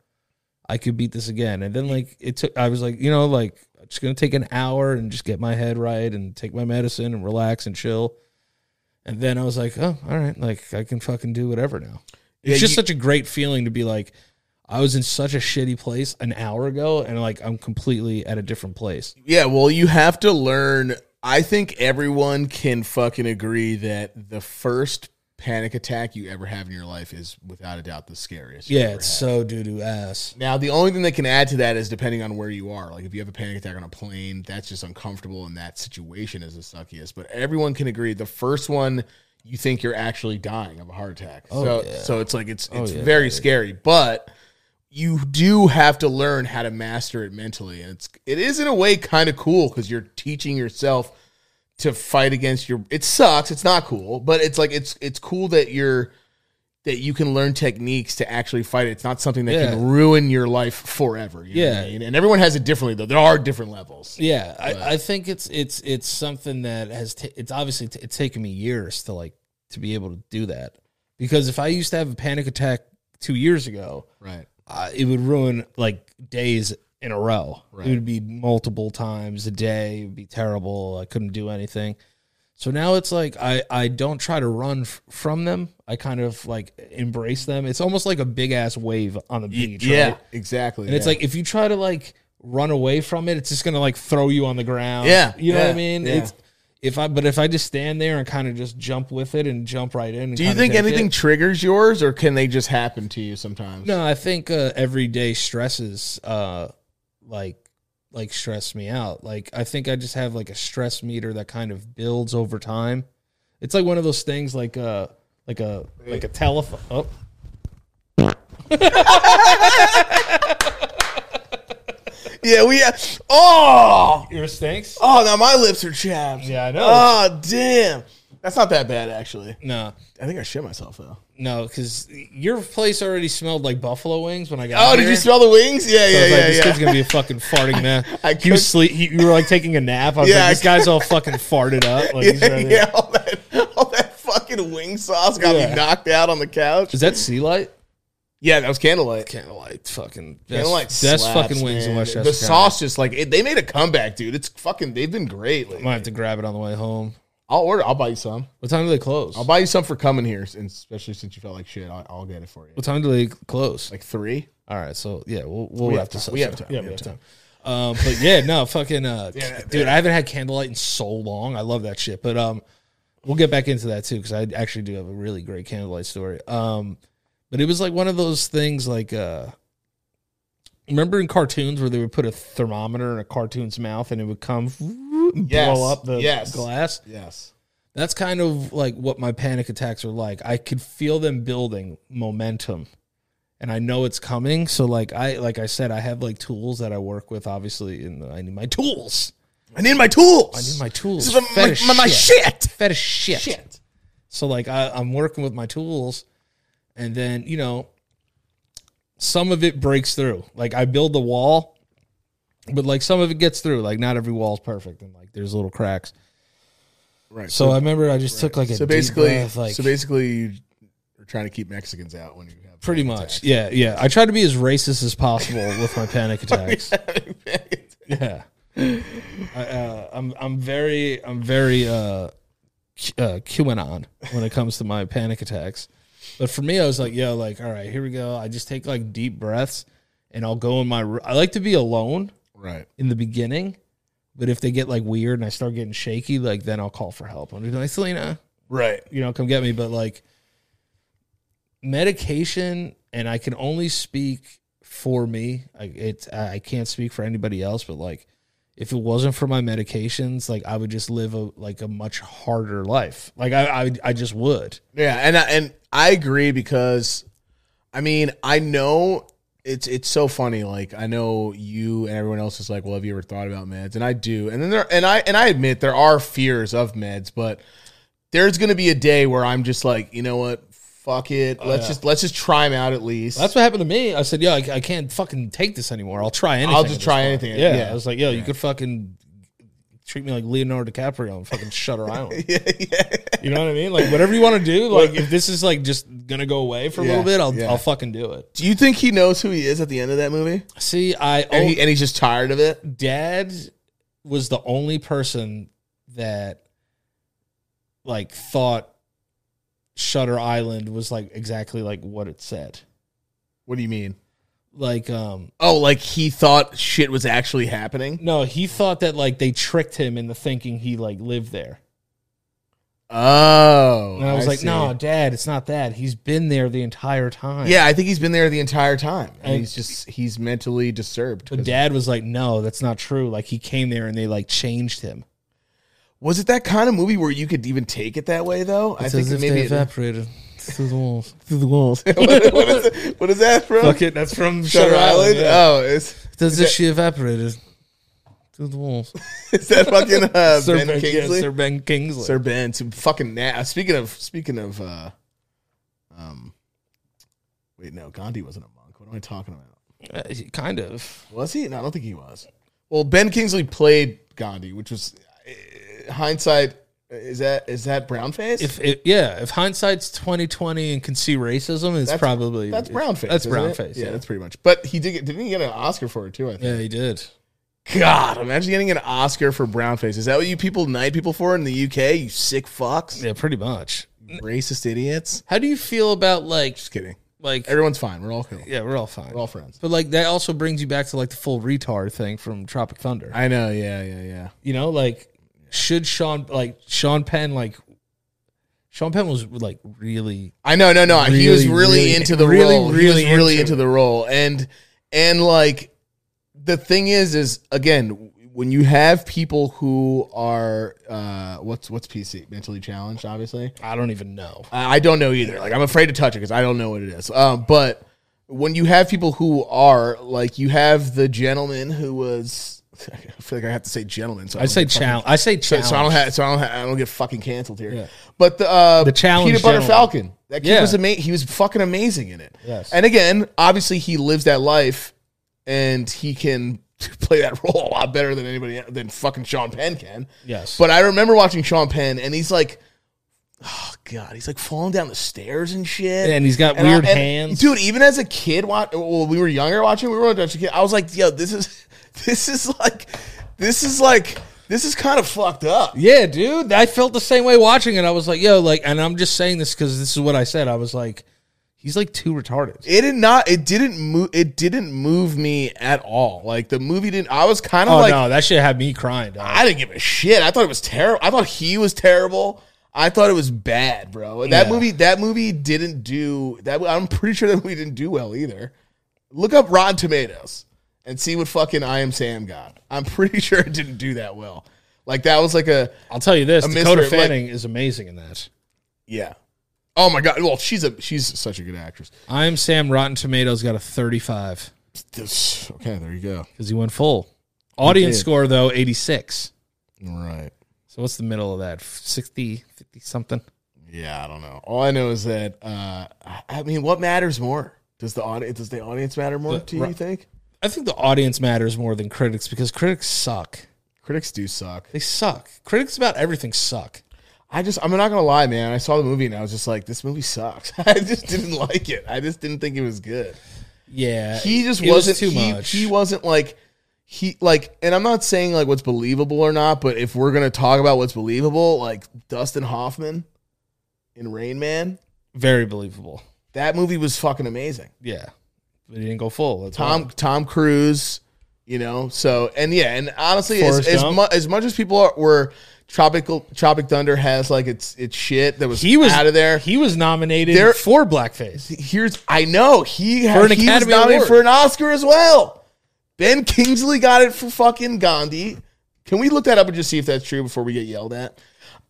[SPEAKER 5] I could beat this again, and then like it took. I was like, you know, like I'm just gonna take an hour and just get my head right and take my medicine and relax and chill. And then I was like, oh, all right, like I can fucking do whatever now. It's
[SPEAKER 4] Yeah,
[SPEAKER 5] just
[SPEAKER 4] you-
[SPEAKER 5] such a great feeling to be like, I was in such a shitty place an hour ago, and like I'm completely at a different place.
[SPEAKER 4] Yeah, well, you have to learn. I think everyone can fucking agree that the first panic attack you ever have in your life is without a doubt the scariest.
[SPEAKER 5] Yeah, it's so doo doo ass.
[SPEAKER 4] Now, the only thing that can add to that is depending on where you are. Like, if you have a panic attack on a plane, that's just uncomfortable, and that situation is the suckiest. But everyone can agree the first one, you think you're actually dying of a heart attack. so, so it's like it's it's very scary, but you do have to learn how to master it mentally, and it's it is in a way kind of cool because you're teaching yourself to fight against your. It sucks. It's not cool, but it's like it's it's cool that you're that you can learn techniques to actually fight it. It's not something that
[SPEAKER 5] Yeah.
[SPEAKER 4] can ruin your life forever. you know what I
[SPEAKER 5] Yeah.
[SPEAKER 4] mean? And everyone has it differently though. There are different levels.
[SPEAKER 5] Yeah, I, I think it's it's it's something that has ta it's obviously t- it's taken me years to like to be able to do that because if I used to have a panic attack two years ago,
[SPEAKER 4] Right.
[SPEAKER 5] uh, it would ruin like days in a row. It would be multiple times a day. It would be terrible. I couldn't do anything. So now it's like I I don't try to run f- from them. I kind of like embrace them. It's almost like a big ass wave on the beach.
[SPEAKER 4] yeah,
[SPEAKER 5] right?
[SPEAKER 4] exactly.
[SPEAKER 5] and it's
[SPEAKER 4] yeah.
[SPEAKER 5] like if you try to like run away from it, it's just gonna like throw you on the ground.
[SPEAKER 4] Yeah,
[SPEAKER 5] you know what I
[SPEAKER 4] yeah,
[SPEAKER 5] mean.
[SPEAKER 4] yeah.
[SPEAKER 5] It's if I but if I just stand there and kind of just jump with it and jump right in. and
[SPEAKER 4] do you
[SPEAKER 5] kinda
[SPEAKER 4] think
[SPEAKER 5] take
[SPEAKER 4] anything
[SPEAKER 5] it-
[SPEAKER 4] triggers yours or can they just happen to you sometimes?
[SPEAKER 5] No, I think uh, everyday stresses uh like like stress me out. Like I think I just have like a stress meter that kind of builds over time. It's like one of those things like uh like a like a telephone. Oh.
[SPEAKER 4] Yeah, we Oh,
[SPEAKER 5] Your stinks?
[SPEAKER 4] oh, now Oh, my lips are chapped.
[SPEAKER 5] Yeah, I know.
[SPEAKER 4] Oh, damn. That's not that bad, actually.
[SPEAKER 5] No,
[SPEAKER 4] I think I shit myself though.
[SPEAKER 5] no, because your place already smelled like buffalo wings when I got.
[SPEAKER 4] Oh,
[SPEAKER 5] out
[SPEAKER 4] did
[SPEAKER 5] here.
[SPEAKER 4] you smell the wings? Yeah, yeah,
[SPEAKER 5] I was like,
[SPEAKER 4] yeah,
[SPEAKER 5] this
[SPEAKER 4] yeah.
[SPEAKER 5] kid's gonna be a fucking farting man.
[SPEAKER 4] I
[SPEAKER 5] you
[SPEAKER 4] cooked-
[SPEAKER 5] sleep. You, you were like taking a nap. I was
[SPEAKER 4] Yeah,
[SPEAKER 5] like,
[SPEAKER 4] I
[SPEAKER 5] this guy's all fucking farted up. Like, he's
[SPEAKER 4] yeah,
[SPEAKER 5] ready.
[SPEAKER 4] yeah, all that, all that fucking wing sauce got
[SPEAKER 5] Yeah.
[SPEAKER 4] me knocked out on the couch.
[SPEAKER 5] Is that sea light?
[SPEAKER 4] Yeah, that was candlelight.
[SPEAKER 5] Candlelight, fucking best,
[SPEAKER 4] Candlelight
[SPEAKER 5] best
[SPEAKER 4] slaps,
[SPEAKER 5] fucking wings
[SPEAKER 4] man.
[SPEAKER 5] in Westchester.
[SPEAKER 4] The
[SPEAKER 5] County.
[SPEAKER 4] sauce just like it, they made a comeback, dude. It's fucking. They've been great.
[SPEAKER 5] I
[SPEAKER 4] lately.
[SPEAKER 5] might have to grab it on the way home.
[SPEAKER 4] I'll order. I'll buy you some.
[SPEAKER 5] What time do they close?
[SPEAKER 4] I'll buy you some for coming here, and especially since you felt like shit. I'll, I'll get it for you.
[SPEAKER 5] what time do they close?
[SPEAKER 4] Like three.
[SPEAKER 5] All right, so yeah, we'll we'll
[SPEAKER 4] We
[SPEAKER 5] have
[SPEAKER 4] have
[SPEAKER 5] to.
[SPEAKER 4] time. We have time.
[SPEAKER 5] Yeah,
[SPEAKER 4] We
[SPEAKER 5] we have
[SPEAKER 4] have
[SPEAKER 5] time. Um, but yeah, no, fucking, uh, dude, I haven't had candlelight in so long. I love that shit. But um, we'll get back into that too because I actually do have a really great candlelight story. Um, but it was like one of those things like uh, remember in cartoons where they would put a thermometer in a cartoon's mouth and it would come and
[SPEAKER 4] Yes.
[SPEAKER 5] blow up the
[SPEAKER 4] Yes.
[SPEAKER 5] glass.
[SPEAKER 4] Yes.
[SPEAKER 5] That's kind of like what my panic attacks are like. I could feel them building momentum and I know it's coming. So like I like I said, I have like tools that I work with, obviously, and I need my tools.
[SPEAKER 4] I need my tools.
[SPEAKER 5] I need my tools.
[SPEAKER 4] This is my,
[SPEAKER 5] Fetish
[SPEAKER 4] my, my shit.
[SPEAKER 5] Fetish shit. So like I, I'm working with my tools and then, you know, some of it breaks through. Like I build the wall, but like some of it gets through. Like not every wall is perfect and like there's little cracks.
[SPEAKER 4] Right.
[SPEAKER 5] So I remember I just took like a
[SPEAKER 4] so
[SPEAKER 5] deep
[SPEAKER 4] basically,
[SPEAKER 5] breath, like
[SPEAKER 4] so basically, you are trying to keep Mexicans out when you have
[SPEAKER 5] Pretty much. Yeah, yeah. I try to be as racist as possible with my panic attacks. yeah. I, uh, I'm I'm very I'm very uh, Q- uh QAnon when it comes to my panic attacks. But for me, I was like, yo, like, all right, here we go. I just take like deep breaths, and I'll go in my. ro- I like to be alone
[SPEAKER 4] Right.
[SPEAKER 5] in the beginning, but if they get like weird and I start getting shaky, like then I'll call for help. I'm just like, Selena,
[SPEAKER 4] Right.
[SPEAKER 5] you know, come get me. But like medication, and I can only speak for me. I, it's I can't speak for anybody else. But like, if it wasn't for my medications, like I would just live a like a much harder life. Like I I, I just would.
[SPEAKER 4] Yeah, and I, and I agree because, I mean, I know it's it's so funny. Like I know you and everyone else is like, well, have you ever thought about meds? And I do. And then there and I and I admit there are fears of meds, but there's gonna be a day where I'm just like, you know what, fuck it, let's just let's just try them out at least.
[SPEAKER 5] Oh, That's what happened to me. I said, yo, I, I can't fucking take this anymore. I'll try anything.
[SPEAKER 4] I'll
[SPEAKER 5] at
[SPEAKER 4] just
[SPEAKER 5] this
[SPEAKER 4] try
[SPEAKER 5] point.
[SPEAKER 4] anything.
[SPEAKER 5] Yeah.
[SPEAKER 4] Yeah.
[SPEAKER 5] I was like, yo, you could fucking. Treat me like Leonardo DiCaprio and fucking Shutter Island.
[SPEAKER 4] yeah, yeah.
[SPEAKER 5] You know what I mean? Like whatever you want to do. Like if this is like just gonna go away for a little
[SPEAKER 4] Yeah,
[SPEAKER 5] bit, I'll
[SPEAKER 4] yeah.
[SPEAKER 5] I'll fucking do it.
[SPEAKER 4] Do you think he knows who he is at the end of that movie?
[SPEAKER 5] See, I oh,
[SPEAKER 4] And he and he's just tired of it.
[SPEAKER 5] dad was the only person that like thought Shutter Island was like exactly like what it said.
[SPEAKER 4] What do you mean?
[SPEAKER 5] Like um
[SPEAKER 4] Oh, like he thought shit was actually happening.
[SPEAKER 5] no, he thought that like they tricked him into thinking he like lived there.
[SPEAKER 4] Oh,
[SPEAKER 5] And I was like,
[SPEAKER 4] see.
[SPEAKER 5] "No, dad, it's not that. He's been there the entire time."
[SPEAKER 4] Yeah, I think he's been there the entire time. And
[SPEAKER 5] And-
[SPEAKER 4] he's just he's mentally disturbed.
[SPEAKER 5] But
[SPEAKER 4] 'cause-
[SPEAKER 5] dad was like, "No, that's not true. Like he came there and they like changed him."
[SPEAKER 4] was it that kind of movie where you could even take it that way though? I think maybe it-
[SPEAKER 5] evaporated through the walls.
[SPEAKER 9] Through the walls.
[SPEAKER 4] what, is it- what is that from?
[SPEAKER 5] Fuck it, that's from
[SPEAKER 4] Shutter, Island. Oh, is
[SPEAKER 5] Does this she evaporated through the walls?
[SPEAKER 4] is that fucking uh,
[SPEAKER 5] Sir
[SPEAKER 4] Ben Kingsley?
[SPEAKER 5] Sir Ben Kingsley.
[SPEAKER 4] Sir Ben, some fucking na- uh, Speaking of speaking of, uh, um, wait, no, Gandhi wasn't a monk. What am I talking about?
[SPEAKER 5] Uh, kind of.
[SPEAKER 4] Was he? No, I don't think he was. Well, Ben Kingsley played Gandhi, which was uh, hindsight. uh, Is that is that brown face?
[SPEAKER 5] If it, yeah, if hindsight's twenty twenty and can see racism, it's
[SPEAKER 4] That's-
[SPEAKER 5] probably
[SPEAKER 4] That's brown face.
[SPEAKER 5] That's
[SPEAKER 4] isn't
[SPEAKER 5] brown
[SPEAKER 4] it?
[SPEAKER 5] face.
[SPEAKER 4] Yeah,
[SPEAKER 5] Yeah,
[SPEAKER 4] that's pretty much. But he did get didn't he get an Oscar for it too, I think.
[SPEAKER 5] yeah, he did.
[SPEAKER 4] God, imagine getting an Oscar for brown face. Is that what you people knight people for in the UK, you sick fucks?
[SPEAKER 5] Yeah, pretty much.
[SPEAKER 4] Racist idiots.
[SPEAKER 5] How do you feel about like
[SPEAKER 4] Just kidding.
[SPEAKER 5] like?
[SPEAKER 4] Everyone's fine. We're all cool.
[SPEAKER 5] Yeah, we're all fine.
[SPEAKER 4] We're all friends.
[SPEAKER 5] but like that also brings you back to like the full retard thing from Tropic Thunder.
[SPEAKER 4] I know, yeah, yeah, yeah.
[SPEAKER 5] You know, like should Sean like Sean Penn like Sean Penn was like really
[SPEAKER 4] I know, no, no. he was
[SPEAKER 5] Really,
[SPEAKER 4] really,
[SPEAKER 5] really-
[SPEAKER 4] into the
[SPEAKER 5] really,
[SPEAKER 4] role. he was
[SPEAKER 5] really
[SPEAKER 4] really
[SPEAKER 5] into
[SPEAKER 4] into, the role. And and like the thing is, is again, when you have people who are uh what's what's PC? Mentally challenged, obviously.
[SPEAKER 5] I don't even know.
[SPEAKER 4] I I don't know either. Like I'm afraid to touch it because I don't know what it is. Um, but when you have people who are like, you have the gentleman who was I feel like I have to say gentlemen. So
[SPEAKER 5] I say
[SPEAKER 4] challenge.
[SPEAKER 5] challenge. I say
[SPEAKER 4] So,
[SPEAKER 5] challenge.
[SPEAKER 4] so I don't have. So I don't. Have, I don't get fucking canceled here.
[SPEAKER 5] Yeah.
[SPEAKER 4] But the uh,
[SPEAKER 5] The challenge
[SPEAKER 4] peanut butter
[SPEAKER 5] gentleman.
[SPEAKER 4] falcon. That kid
[SPEAKER 5] Yeah.
[SPEAKER 4] was amazing. He was fucking amazing in it.
[SPEAKER 5] Yes.
[SPEAKER 4] And again, obviously, he lives that life, and he can play that role a lot better than anybody than fucking Sean Penn can.
[SPEAKER 5] Yes.
[SPEAKER 4] But I remember watching Sean Penn, and he's like, oh god, he's like falling down the stairs and shit.
[SPEAKER 5] And he's got
[SPEAKER 4] And I-
[SPEAKER 5] weird
[SPEAKER 4] and-
[SPEAKER 5] hands.
[SPEAKER 4] dude. Even as a kid, wa- well, we were younger watching. We were watching. Kid, I was like, yo, this is, this is like, this is like, this is kind of fucked up.
[SPEAKER 5] Yeah, dude. I felt the same way watching it. I was like, yo, like, and I'm just saying this because this is what I said. I was like, he's like too retarded.
[SPEAKER 4] It did not. It didn't move. It didn't move me at all. Like the movie didn't. I was kind of
[SPEAKER 5] Oh
[SPEAKER 4] like,
[SPEAKER 5] no, that shit had me crying. Dog.
[SPEAKER 4] I didn't give a shit. I thought it was terrible. I thought he was terrible. I thought it was bad, bro. And that
[SPEAKER 5] Yeah.
[SPEAKER 4] movie, that movie didn't do that. I'm pretty sure that movie didn't do well either. Look up Rotten Tomatoes and see what fucking I Am Sam got. I'm pretty sure it didn't do that well. Like that was like a
[SPEAKER 5] I'll tell you this:
[SPEAKER 4] I miss
[SPEAKER 5] Dakota
[SPEAKER 4] her, like-
[SPEAKER 5] Fanning is amazing in that.
[SPEAKER 4] yeah. Oh my god. Well, she's a she's such a good actress.
[SPEAKER 5] I am Sam. Rotten Tomatoes got a 35
[SPEAKER 4] This- okay, there you go.
[SPEAKER 5] because he went full. Audience
[SPEAKER 4] did.
[SPEAKER 5] score though 86.
[SPEAKER 4] Right.
[SPEAKER 5] So what's the middle of that? 60, 50 something.
[SPEAKER 4] Yeah, I don't know. All I know is that uh I- I mean, what matters more? Does the audience does the audience matter more? do you
[SPEAKER 5] ro-
[SPEAKER 4] think?
[SPEAKER 5] I think the audience matters more than critics because critics suck.
[SPEAKER 4] Critics do suck.
[SPEAKER 5] They suck. Critics about everything suck.
[SPEAKER 4] I just, I'm not gonna lie, man. I saw the movie and I was just like, this movie sucks. I just didn't like it. I just didn't think it was good.
[SPEAKER 5] Yeah,
[SPEAKER 4] He just
[SPEAKER 5] it was
[SPEAKER 4] wasn't
[SPEAKER 5] too
[SPEAKER 4] he,
[SPEAKER 5] much.
[SPEAKER 4] He wasn't like he like, and I'm not saying like what's believable or not, but if we're gonna talk about what's believable, like Dustin Hoffman in Rain Man,
[SPEAKER 5] very believable.
[SPEAKER 4] that movie was fucking amazing.
[SPEAKER 5] Yeah, but he didn't go full. That's
[SPEAKER 4] Tom
[SPEAKER 5] all.
[SPEAKER 4] Tom Cruise, you know. So and yeah, and honestly, as
[SPEAKER 5] Forrest
[SPEAKER 4] as,
[SPEAKER 5] Gump.
[SPEAKER 4] mu- as much as people are, were. Tropical Tropic Thunder has like its its shit that was
[SPEAKER 5] he was
[SPEAKER 4] out of there.
[SPEAKER 5] He was nominated
[SPEAKER 4] There-
[SPEAKER 5] for blackface.
[SPEAKER 4] here's I know he
[SPEAKER 5] For an
[SPEAKER 4] he
[SPEAKER 5] Academy
[SPEAKER 4] was nominated
[SPEAKER 5] Award.
[SPEAKER 4] for an Oscar as well. Ben Kingsley got it for fucking Gandhi. Can we look that up and just see if that's true before we get yelled at?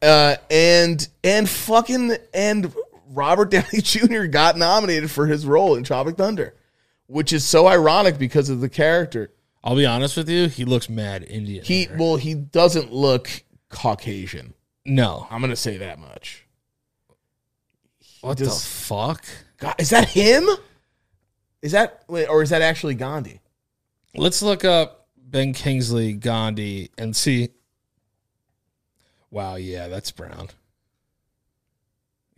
[SPEAKER 4] Uh, and and fucking and Robert Downey Jr. got nominated for his role in Tropic Thunder, which is so ironic because of the character.
[SPEAKER 5] I'll be honest with you. He looks mad Indian.
[SPEAKER 4] He well, he doesn't look Caucasian.
[SPEAKER 5] no.
[SPEAKER 4] I'm gonna say that much.
[SPEAKER 5] What
[SPEAKER 4] just-
[SPEAKER 5] the fuck?
[SPEAKER 4] God, is that him? Is that wait, or is that actually Gandhi?
[SPEAKER 5] Let's look up Ben Kingsley Gandhi and see. Wow, yeah, that's brown.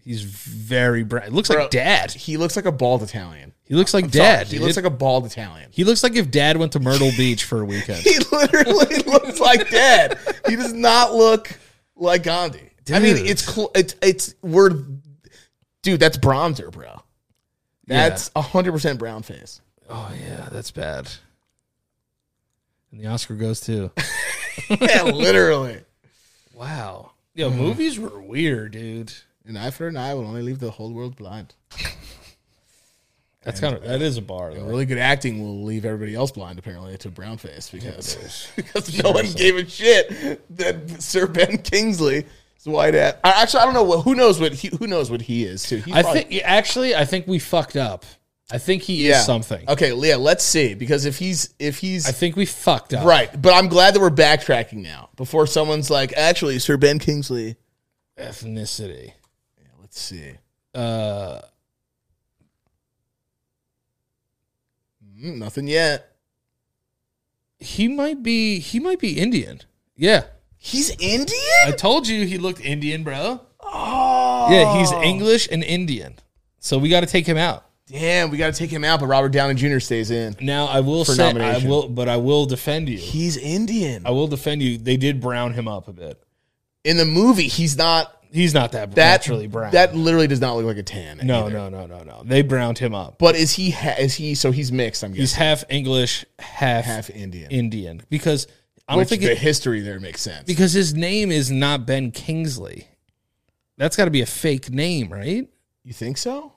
[SPEAKER 5] He's very brown. Looks
[SPEAKER 4] Bro.
[SPEAKER 5] like dad.
[SPEAKER 4] He looks like a bald Italian.
[SPEAKER 5] He looks like
[SPEAKER 4] Sorry,
[SPEAKER 5] dad.
[SPEAKER 4] He looks like a bald Italian.
[SPEAKER 5] he looks like if dad went to Myrtle Beach for a weekend.
[SPEAKER 4] He literally looks like dad. He does not look like Gandhi. I mean,
[SPEAKER 5] Dude.
[SPEAKER 4] it's cl- it's it's we're dude. That's bronzer, bro. That's hundred percent brown face.
[SPEAKER 5] Oh yeah, that's bad. And the Oscar goes to
[SPEAKER 4] Yeah, literally.
[SPEAKER 5] Wow. Yo, movies were weird, dude.
[SPEAKER 4] An eye for an eye will only leave the whole world blind.
[SPEAKER 5] That's kind of that is a bar though.
[SPEAKER 4] Really good acting will leave everybody else blind, apparently, to brown face because because no one gave a shit that Sir Ben Kingsley is white ass. I- Actually, I don't know what who knows what he, who knows what he is too. He's
[SPEAKER 5] I
[SPEAKER 4] probably-
[SPEAKER 5] think yeah, actually I think we fucked up. I think he is something.
[SPEAKER 4] Okay, yeah, let's see because if he's if he's
[SPEAKER 5] I think we fucked up.
[SPEAKER 4] right, but I'm glad that we're backtracking now before someone's like, actually, Sir Ben Kingsley.
[SPEAKER 5] Ethnicity.
[SPEAKER 4] Yeah, let's see.
[SPEAKER 5] Uh
[SPEAKER 4] Mm, nothing yet.
[SPEAKER 5] he might be he might be Indian. Yeah.
[SPEAKER 4] He's Indian.
[SPEAKER 5] I told you he looked Indian, bro.
[SPEAKER 4] oh,
[SPEAKER 5] Yeah, he's English and Indian. So we got to take him out.
[SPEAKER 4] Damn, we got to take him out, but Robert Downey Jr. stays in.
[SPEAKER 5] Now I will
[SPEAKER 4] For
[SPEAKER 5] say I
[SPEAKER 4] nomination.
[SPEAKER 5] will but I will defend you.
[SPEAKER 4] He's Indian
[SPEAKER 5] I will defend you. They did brown him up a bit.
[SPEAKER 4] in the movie. He's not
[SPEAKER 5] He's not that,
[SPEAKER 4] that
[SPEAKER 5] naturally brown.
[SPEAKER 4] That literally does not look like a tan.
[SPEAKER 5] no,
[SPEAKER 4] either.
[SPEAKER 5] no, no, no, no. They browned him up.
[SPEAKER 4] But is he? Ha- is he? So he's mixed. I'm
[SPEAKER 5] He's
[SPEAKER 4] guessing
[SPEAKER 5] half English, half,
[SPEAKER 4] half Indian.
[SPEAKER 5] Indian because I don't
[SPEAKER 4] Which
[SPEAKER 5] think
[SPEAKER 4] the
[SPEAKER 5] it,
[SPEAKER 4] history there makes sense.
[SPEAKER 5] because his name is not Ben Kingsley. That's got to be a fake name, right?
[SPEAKER 4] you think so?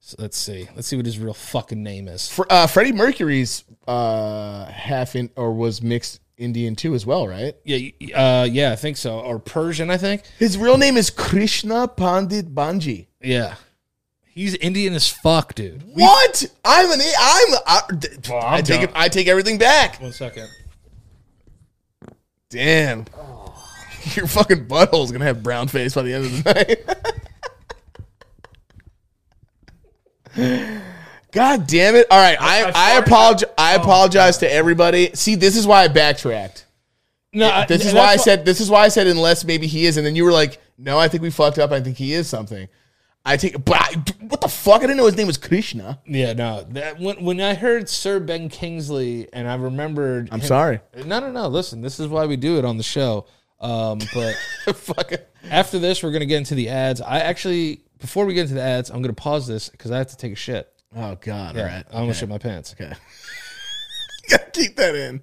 [SPEAKER 5] So let's see. Let's see what his real fucking name is.
[SPEAKER 4] Fr- uh, Freddie Mercury's uh, half in or was mixed Indian too as well, right?
[SPEAKER 5] Yeah, y- uh, yeah, I think so. Or Persian, I think.
[SPEAKER 4] His real name is Krishna Pandit Banji.
[SPEAKER 5] Yeah, he's Indian as fuck, dude.
[SPEAKER 4] What? I'm an I- I'm I, d-
[SPEAKER 5] Well, I'm
[SPEAKER 4] I take
[SPEAKER 5] done.
[SPEAKER 4] it, I take everything back.
[SPEAKER 5] One second.
[SPEAKER 4] Damn. Your fucking butthole's gonna have brown face by the end of the night. God damn it. All right, I, I, Oh. apologize I apologize to everybody. See, this is why I backtracked.
[SPEAKER 5] No, I-
[SPEAKER 4] This is
[SPEAKER 5] that's
[SPEAKER 4] why I said this is why I said unless maybe he is, and then you were like, No, I think we fucked up. I think he is something. I take but I- what the fuck? I didn't know his name was Krishna.
[SPEAKER 5] Yeah, no. That, when when I heard Sir Ben Kingsley, and I remembered,
[SPEAKER 4] I'm sorry.
[SPEAKER 5] No, no, no. Listen, this is why we do it on the show. Um, but
[SPEAKER 4] Fuck it.
[SPEAKER 5] after this, we're gonna get into the ads. I actually, before we get into the ads, I'm gonna pause this because I have to take a shit.
[SPEAKER 4] Oh god, all right.
[SPEAKER 5] I almost shit my pants.
[SPEAKER 4] Okay. Gotta keep that in.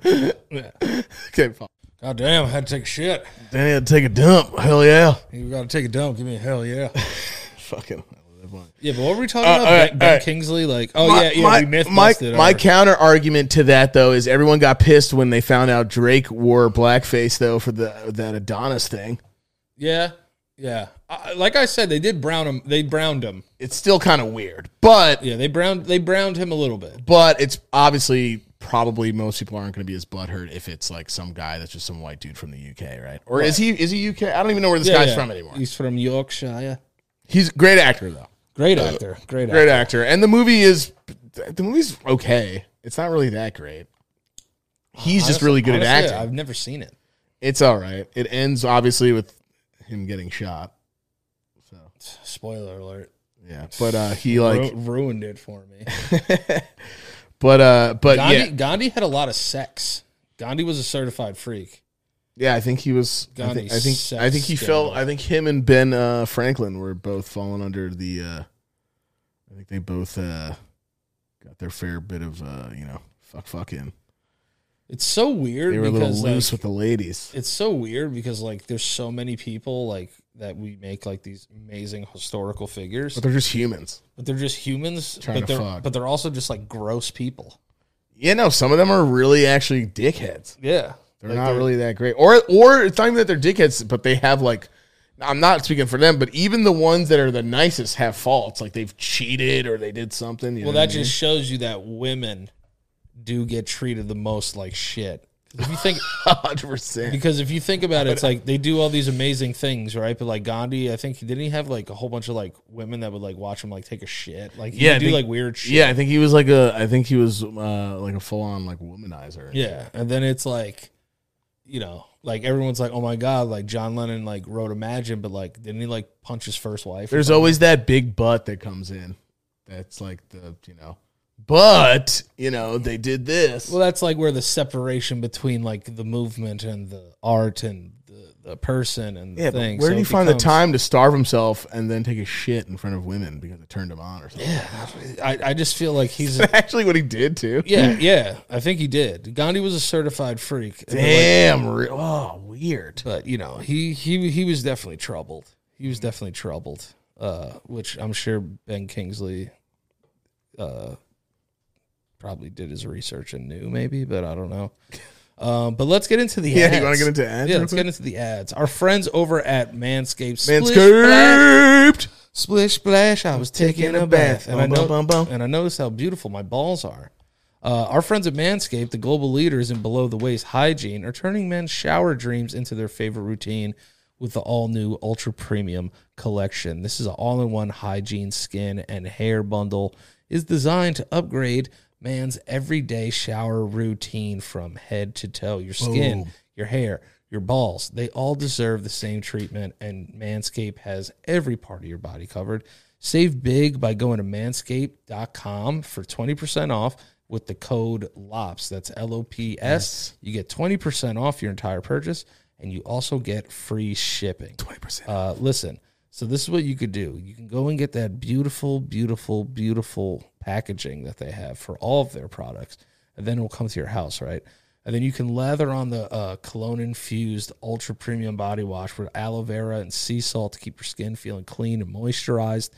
[SPEAKER 4] okay, fine.
[SPEAKER 5] God damn, I had to take a shit.
[SPEAKER 4] Danny had to take a dump. Hell yeah.
[SPEAKER 5] You gotta take a dump. Give me a hell yeah.
[SPEAKER 4] Fucking.
[SPEAKER 5] yeah, but what were we talking about?
[SPEAKER 4] Uh, all right,
[SPEAKER 5] ben, Ben
[SPEAKER 4] all right.
[SPEAKER 5] Kingsley, like, oh yeah, yeah,
[SPEAKER 4] my,
[SPEAKER 5] we myth
[SPEAKER 4] my,
[SPEAKER 5] busted.
[SPEAKER 4] my
[SPEAKER 5] our-
[SPEAKER 4] counter argument to that though is everyone got pissed when they found out Drake wore blackface though for the that Adonis thing.
[SPEAKER 5] yeah, yeah. I, like I said, they did brown him. They browned him.
[SPEAKER 4] It's still kind of weird, but
[SPEAKER 5] Yeah, they browned. They browned him a little bit.
[SPEAKER 4] but it's obviously probably most people aren't going to be as butthurt if it's like some guy that's just some white dude from the UK, right? Or is he is he UK? I don't even know where this
[SPEAKER 5] Yeah,
[SPEAKER 4] guy's
[SPEAKER 5] yeah.
[SPEAKER 4] from anymore.
[SPEAKER 5] He's from Yorkshire.
[SPEAKER 4] He's a great actor though.
[SPEAKER 5] Great actor. Great
[SPEAKER 4] Uh,
[SPEAKER 5] actor.
[SPEAKER 4] Great actor. And the movie is the movie's okay. It's not really that great. He's just really good
[SPEAKER 5] Honestly,
[SPEAKER 4] at acting.
[SPEAKER 5] I've never seen it.
[SPEAKER 4] It's all right. It ends obviously with him getting shot.
[SPEAKER 5] Spoiler alert.
[SPEAKER 4] Yeah, but uh, he
[SPEAKER 5] Like,
[SPEAKER 4] like,
[SPEAKER 5] ruined it for me.
[SPEAKER 4] but uh, but
[SPEAKER 5] Gandhi,
[SPEAKER 4] yeah,
[SPEAKER 5] Gandhi had a lot of sex. Gandhi was a certified freak.
[SPEAKER 4] yeah. I think he was. I think I
[SPEAKER 5] Gandhi's
[SPEAKER 4] think,
[SPEAKER 5] sex
[SPEAKER 4] I think he fell.
[SPEAKER 5] scandal.
[SPEAKER 4] I think him and Ben uh, Franklin were both falling under the. Uh, I think they both uh, got their fair bit of uh, you know fuck fucking.
[SPEAKER 5] It's so weird
[SPEAKER 4] They were a little
[SPEAKER 5] because
[SPEAKER 4] loose
[SPEAKER 5] like,
[SPEAKER 4] with the ladies.
[SPEAKER 5] it's so weird because like there's so many people like that we make like these amazing historical figures,
[SPEAKER 4] But they're just humans.
[SPEAKER 5] but they're just humans.
[SPEAKER 4] Trying
[SPEAKER 5] But
[SPEAKER 4] to
[SPEAKER 5] they're
[SPEAKER 4] fuck.
[SPEAKER 5] but they're also just like gross people.
[SPEAKER 4] Yeah, no. Some of them are really actually dickheads.
[SPEAKER 5] Yeah,
[SPEAKER 4] They're not really that great. Or or it's not even that they're dickheads, but they have like I'm not speaking for them, but even the ones that are the nicest have faults. Like they've cheated or they did something. You
[SPEAKER 5] Well,
[SPEAKER 4] know
[SPEAKER 5] that
[SPEAKER 4] what I mean?
[SPEAKER 5] just shows you that women do get treated the most like shit. If you think
[SPEAKER 4] 100%.
[SPEAKER 5] because if you think about it, it's like they do all these amazing things, right? But like Gandhi, I think didn't he have like a whole bunch of like women that would like watch him like take a shit, like he
[SPEAKER 4] Yeah,
[SPEAKER 5] would
[SPEAKER 4] I
[SPEAKER 5] do
[SPEAKER 4] think-
[SPEAKER 5] like weird shit,
[SPEAKER 4] Yeah, I think he was like a I think he was uh, like a full on like womanizer.
[SPEAKER 5] yeah. And then it's like, you know, like everyone's like, oh my god, like John Lennon like wrote Imagine, but like didn't he like punch his first wife?
[SPEAKER 4] There's always that big butt that comes in. That's like the, you know, but, you know, they did this.
[SPEAKER 5] well, that's like where the separation between like the movement and the art and the, the person and the
[SPEAKER 4] yeah,
[SPEAKER 5] thing.
[SPEAKER 4] but where did
[SPEAKER 5] So
[SPEAKER 4] he
[SPEAKER 5] it
[SPEAKER 4] find
[SPEAKER 5] becomes-
[SPEAKER 4] the time to starve himself and then take a shit in front of women because it turned him on or something?
[SPEAKER 5] I, I just feel like he's a,
[SPEAKER 4] Actually, what he did too.
[SPEAKER 5] yeah yeah I think he did. Gandhi was a certified freak, And they're like-
[SPEAKER 4] Damn. re- oh, weird.
[SPEAKER 5] but you know he he he was definitely troubled. He was definitely troubled, uh, which I'm sure Ben Kingsley uh, probably did his research and knew maybe, but I don't know. Um, but let's get into the
[SPEAKER 4] Yeah,
[SPEAKER 5] ads.
[SPEAKER 4] you want to get into ads?
[SPEAKER 5] yeah,
[SPEAKER 4] real
[SPEAKER 5] let's get into the ads. Our friends over at Manscaped.
[SPEAKER 4] quick?
[SPEAKER 5] Splish Splash-
[SPEAKER 4] Manscaped.
[SPEAKER 5] Splish splash, I was taking a bath, and I
[SPEAKER 4] Bum,
[SPEAKER 5] know,
[SPEAKER 4] bum, bum,
[SPEAKER 5] and I noticed how beautiful my balls are. Uh, our friends at Manscaped, the global leaders in below the waist hygiene, are turning men's shower dreams into their favorite routine with the all new ultra premium collection. This is an all in one hygiene, skin, and hair bundle is designed to upgrade man's everyday shower routine from head to toe. Your skin, your hair, your balls, they all deserve the same treatment, and Manscaped has every part of your body covered. Save big by going to manscaped.com for 20% off with the code LOPS. That's L O P S. You get 20% off your entire purchase, and you also get free shipping. 20%. Uh, listen, so this is what you could do. You can go and get that beautiful, beautiful, beautiful packaging that they have for all of their products, and then it will come to your house, right? And then you can lather on the uh, cologne infused ultra premium body wash with aloe vera and sea salt to keep your skin feeling clean and moisturized.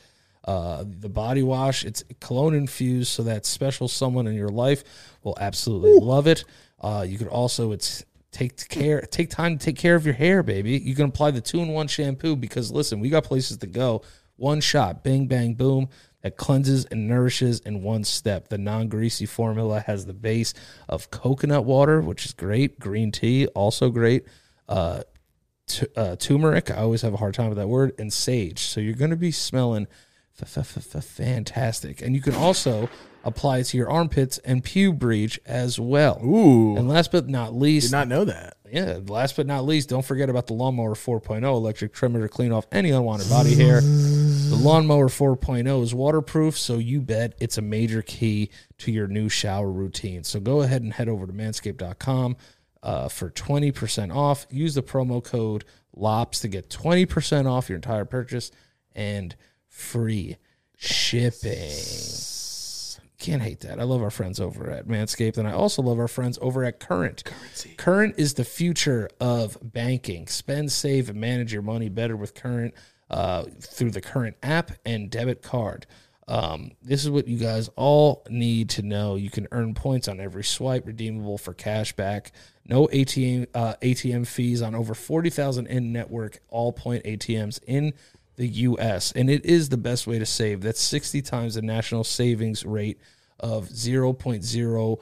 [SPEAKER 5] Uh, the body wash, it's cologne infused, so that special someone in your life will absolutely love it. Uh, you could also, it's take t- care take time to take care of your hair baby you can apply the two-in-one shampoo because listen we got places to go one shot bing bang boom that cleanses and nourishes in one step the non-greasy formula has the base of coconut water which is great green tea also great uh, t- uh, turmeric. I always have a hard time with that word, and sage. So you're going to be smelling f- f- f- f- fantastic. And you can also apply it to your armpits and pube breach as well.
[SPEAKER 4] Ooh.
[SPEAKER 5] And last but not least,
[SPEAKER 4] Did not know that.
[SPEAKER 5] yeah, last but not least, don't forget about the Lawnmower 4.0 electric trimmer to clean off any unwanted body hair. The Lawnmower 4.0 is waterproof, so you bet it's a major key to your new shower routine. So go ahead and head over to manscaped.com uh, for 20% off. Use the promo code LOPS to get 20% off your entire purchase and free shipping. Can't hate that. I love our friends over at Manscaped, and I also love our friends over at Current. Currency. Current is the future of banking. Spend, save, and manage your money better with Current uh, through the Current app and debit card. Um, this is what you guys all need to know. You can earn points on every swipe, redeemable for cash back. No ATM uh, ATM fees on over forty thousand in-network all-point ATMs in the US. And it is the best way to save. That's 60 times the national savings rate of 0.06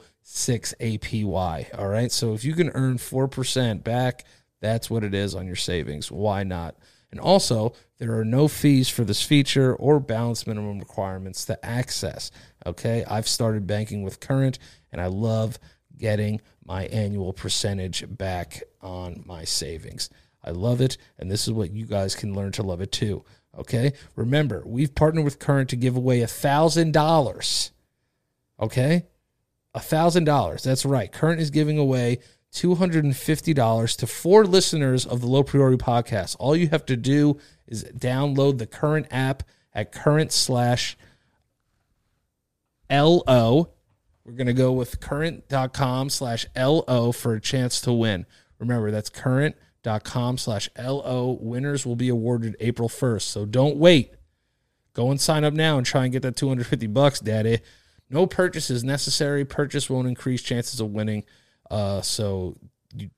[SPEAKER 5] APY. All right. So if you can earn 4% back, that's what it is on your savings. Why not? And also, there are no fees for this feature or balance minimum requirements to access. Okay. I've started banking with Current and I love getting my annual percentage back on my savings. I love it, and this is what you guys can learn to love it too. Okay. Remember, we've partnered with Current to give away a thousand dollars. Okay. A thousand dollars. That's right. Current is giving away two hundred and fifty dollars to four listeners of the Low Priority Podcast. All you have to do is download the Current app at current slash LO. We're going to go with current.com slash LO for a chance to win. Remember, that's current.com slash LO. Winners will be awarded April 1st. So don't wait. Go and sign up now and try and get that 250 bucks, daddy. No purchase is necessary. Purchase won't increase chances of winning. Uh, so you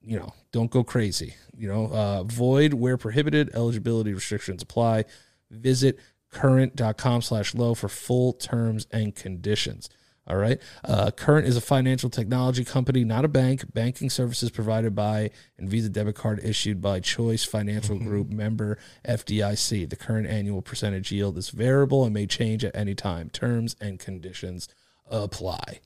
[SPEAKER 5] you know, don't go crazy. You know, uh, void where prohibited. Eligibility restrictions apply. Visit current.com slash low for full terms and conditions. All right. Uh, Current is a financial technology company, not a bank. Banking services provided by and Visa debit card issued by Choice Financial Group member FDIC. The current annual percentage yield is variable and may change at any time. Terms and conditions apply.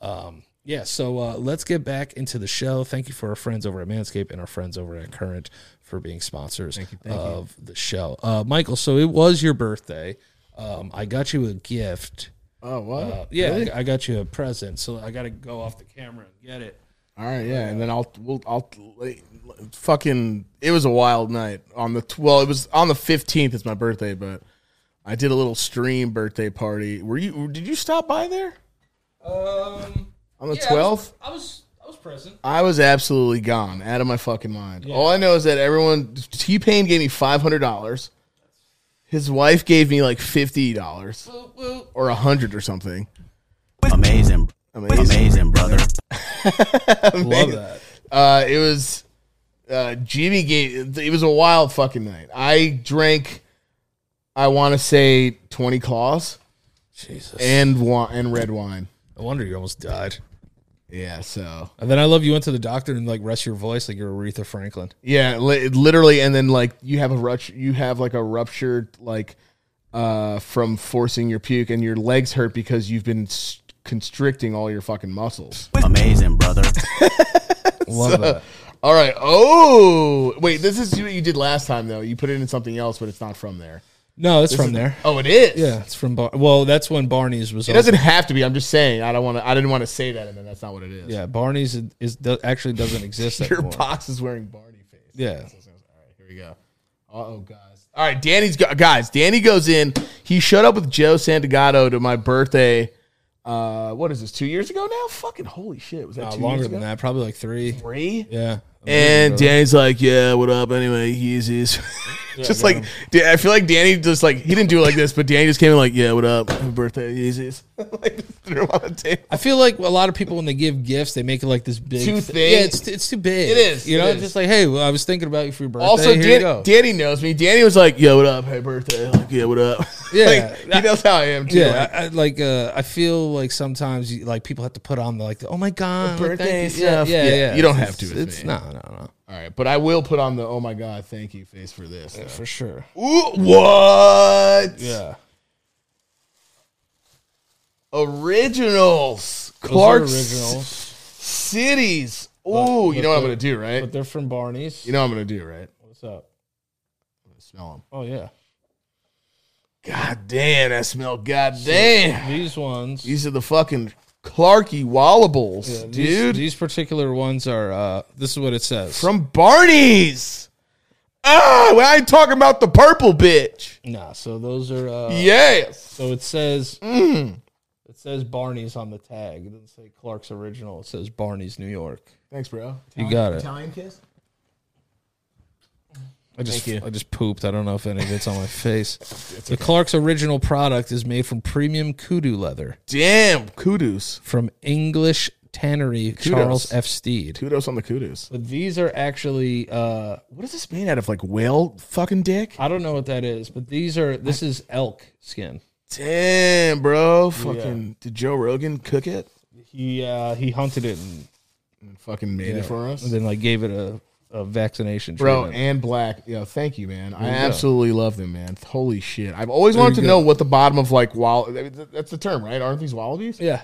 [SPEAKER 5] Um, yeah, so uh, let's get back into the show. Thank you for our friends over at Manscaped and our friends over at Current for being sponsors of the show. Uh, Michael, so it was your birthday. Um, I got you a gift.
[SPEAKER 4] Oh, what?
[SPEAKER 5] Uh, yeah, I, I got you a present, so I got to go off the camera and get it.
[SPEAKER 4] All right, yeah, and then I'll we'll, I'll like, fucking. It was a wild night on the tw- well. It was on the fifteenth. It's my birthday, but I did a little stream birthday party. Were you? Did you stop by there
[SPEAKER 5] Um,
[SPEAKER 4] on the twelfth?
[SPEAKER 5] I was, I was present.
[SPEAKER 4] I was absolutely gone, out of my fucking mind. All I know is that everyone, T Pain gave me five hundred dollars. His wife gave me like fifty dollars or a hundred or something.
[SPEAKER 10] Amazing.
[SPEAKER 4] Amazing.
[SPEAKER 10] brother.
[SPEAKER 5] Love that.
[SPEAKER 4] Uh, it was uh, Jimmy gave. It was a wild fucking night. I drank, I want to say twenty claws
[SPEAKER 5] Jesus,
[SPEAKER 4] and wa- and red wine.
[SPEAKER 5] no wonder you almost died.
[SPEAKER 4] Yeah, so
[SPEAKER 5] And then I love you went to the doctor and like rest your voice like you're Aretha Franklin.
[SPEAKER 4] Yeah, li- literally, and then like you have a rupture, you have like a ruptured like uh from forcing your puke, and your legs hurt because you've been s- constricting all your fucking muscles.
[SPEAKER 10] Amazing brother.
[SPEAKER 5] Love that.
[SPEAKER 4] All right. Oh, wait, this is what you did last time though. You put it in something else, but it's not from there.
[SPEAKER 5] No, it's from there.
[SPEAKER 4] Oh, it is.
[SPEAKER 5] Yeah, it's from Bar. Well, that's when Barney's was.
[SPEAKER 4] It doesn't have to be. I'm just saying. I don't want to. I didn't want to say that, and then that's not what it is.
[SPEAKER 5] Yeah, Barney's is, is do, actually doesn't exist
[SPEAKER 4] Your
[SPEAKER 5] anymore.
[SPEAKER 4] box is wearing Barney face.
[SPEAKER 5] yeah,
[SPEAKER 4] All right, here we go. Uh oh, guys. All right, Danny's go- guys. Danny goes in. He showed up with Joe Santagato to my birthday. Uh, what is this? Two years ago now? Fucking holy shit! Was that
[SPEAKER 5] uh,
[SPEAKER 4] two
[SPEAKER 5] longer
[SPEAKER 4] years
[SPEAKER 5] than
[SPEAKER 4] ago?
[SPEAKER 5] that, probably like three.
[SPEAKER 4] Three.
[SPEAKER 5] Yeah,
[SPEAKER 4] And Danny's like, "Yeah, what up?" Anyway, he's is just like Da- I feel like Danny just like he didn't do it like this, but Danny just came in like, "Yeah, what up? Happy birthday, Yeezys." like just threw him on the table.
[SPEAKER 5] I feel like a lot of people when they give gifts, they make it like this big.
[SPEAKER 4] Too
[SPEAKER 5] thi-
[SPEAKER 4] big.
[SPEAKER 5] Yeah, it's, it's too big.
[SPEAKER 4] It is,
[SPEAKER 5] You
[SPEAKER 4] it
[SPEAKER 5] know,
[SPEAKER 4] is.
[SPEAKER 5] just like hey, well, I was thinking about you for your birthday.
[SPEAKER 4] Also,
[SPEAKER 5] Here you
[SPEAKER 4] Dan-
[SPEAKER 5] go.
[SPEAKER 4] Danny knows me. Danny was like, "Yo, what up? Happy birthday!" Like, "Yeah, what up?"
[SPEAKER 5] Yeah.
[SPEAKER 4] like, he knows how I am too.
[SPEAKER 5] yeah, I, I, like uh, I feel like sometimes you, like people have to put on the like, the, oh my god, like, thank
[SPEAKER 4] birthday
[SPEAKER 5] you.
[SPEAKER 4] stuff.
[SPEAKER 5] Yeah, yeah,
[SPEAKER 4] Yeah,
[SPEAKER 5] yeah,
[SPEAKER 4] you don't
[SPEAKER 5] It's-
[SPEAKER 4] have to with
[SPEAKER 5] It's
[SPEAKER 4] me.
[SPEAKER 5] no, no, no.
[SPEAKER 4] All right, but I will put on the oh my god, thank you face for this. though.
[SPEAKER 5] for sure.
[SPEAKER 4] Ooh, what?
[SPEAKER 5] Yeah.
[SPEAKER 4] Originals. Clark Cities. Ooh,
[SPEAKER 5] But-
[SPEAKER 4] you
[SPEAKER 5] but
[SPEAKER 4] know what I'm
[SPEAKER 5] the-
[SPEAKER 4] gonna do, right?
[SPEAKER 5] But they're from Barney's.
[SPEAKER 4] You know what I'm gonna do, right?
[SPEAKER 5] What's up?
[SPEAKER 4] Smell them.
[SPEAKER 5] Oh yeah.
[SPEAKER 4] God damn, that smell. God damn.
[SPEAKER 5] These ones.
[SPEAKER 4] These are the fucking Clarky Wallables,
[SPEAKER 5] yeah, these-
[SPEAKER 4] dude.
[SPEAKER 5] These particular ones are uh this is what it says.
[SPEAKER 4] From Barney's. Ah, well, I ain't talking about the purple bitch.
[SPEAKER 5] Nah, so those are uh
[SPEAKER 4] yes.
[SPEAKER 5] so it says
[SPEAKER 4] Mm.
[SPEAKER 5] it says Barney's on the tag. It doesn't say Clark's original, it says Barney's New York.
[SPEAKER 4] Thanks, bro.
[SPEAKER 5] You got it.
[SPEAKER 4] Italian kiss?
[SPEAKER 5] I just I just pooped. I don't know if any of it's on my face. the Clark's original product is made from premium kudu leather
[SPEAKER 4] Damn, kudos.
[SPEAKER 5] from English tannery Charles F. Steed.
[SPEAKER 4] Kudos on the kudos.
[SPEAKER 5] But these are actually uh
[SPEAKER 4] What is this made out of? Like whale fucking dick?
[SPEAKER 5] I don't know what that is, but these are this is elk skin.
[SPEAKER 4] Damn, bro. Fucking did Joe Rogan cook it?
[SPEAKER 5] He uh he hunted it and,
[SPEAKER 4] And fucking made it for us.
[SPEAKER 5] and then like gave it a, a vaccination
[SPEAKER 4] Bro,
[SPEAKER 5] treatment.
[SPEAKER 4] and black. Yeah, thank you, man. I
[SPEAKER 5] you go.
[SPEAKER 4] absolutely love them, man. Holy shit. I've always wanted to know what the bottom of like wall I mean, th- that's the term, right? Aren't these wallabies?
[SPEAKER 5] yeah.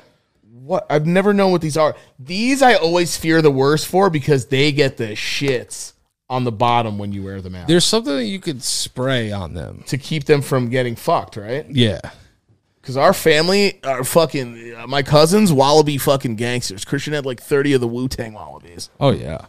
[SPEAKER 4] What I've never known what these are. These I always fear the worst for because they get the shits on the bottom when you wear them out.
[SPEAKER 5] There's something that you could spray on them.
[SPEAKER 4] to keep them from getting fucked, right?
[SPEAKER 5] Yeah.
[SPEAKER 4] Because our family are fucking, uh, my cousins, wallaby fucking gangsters. Christian had like 30 of the Wu Tang wallabies.
[SPEAKER 5] Oh yeah.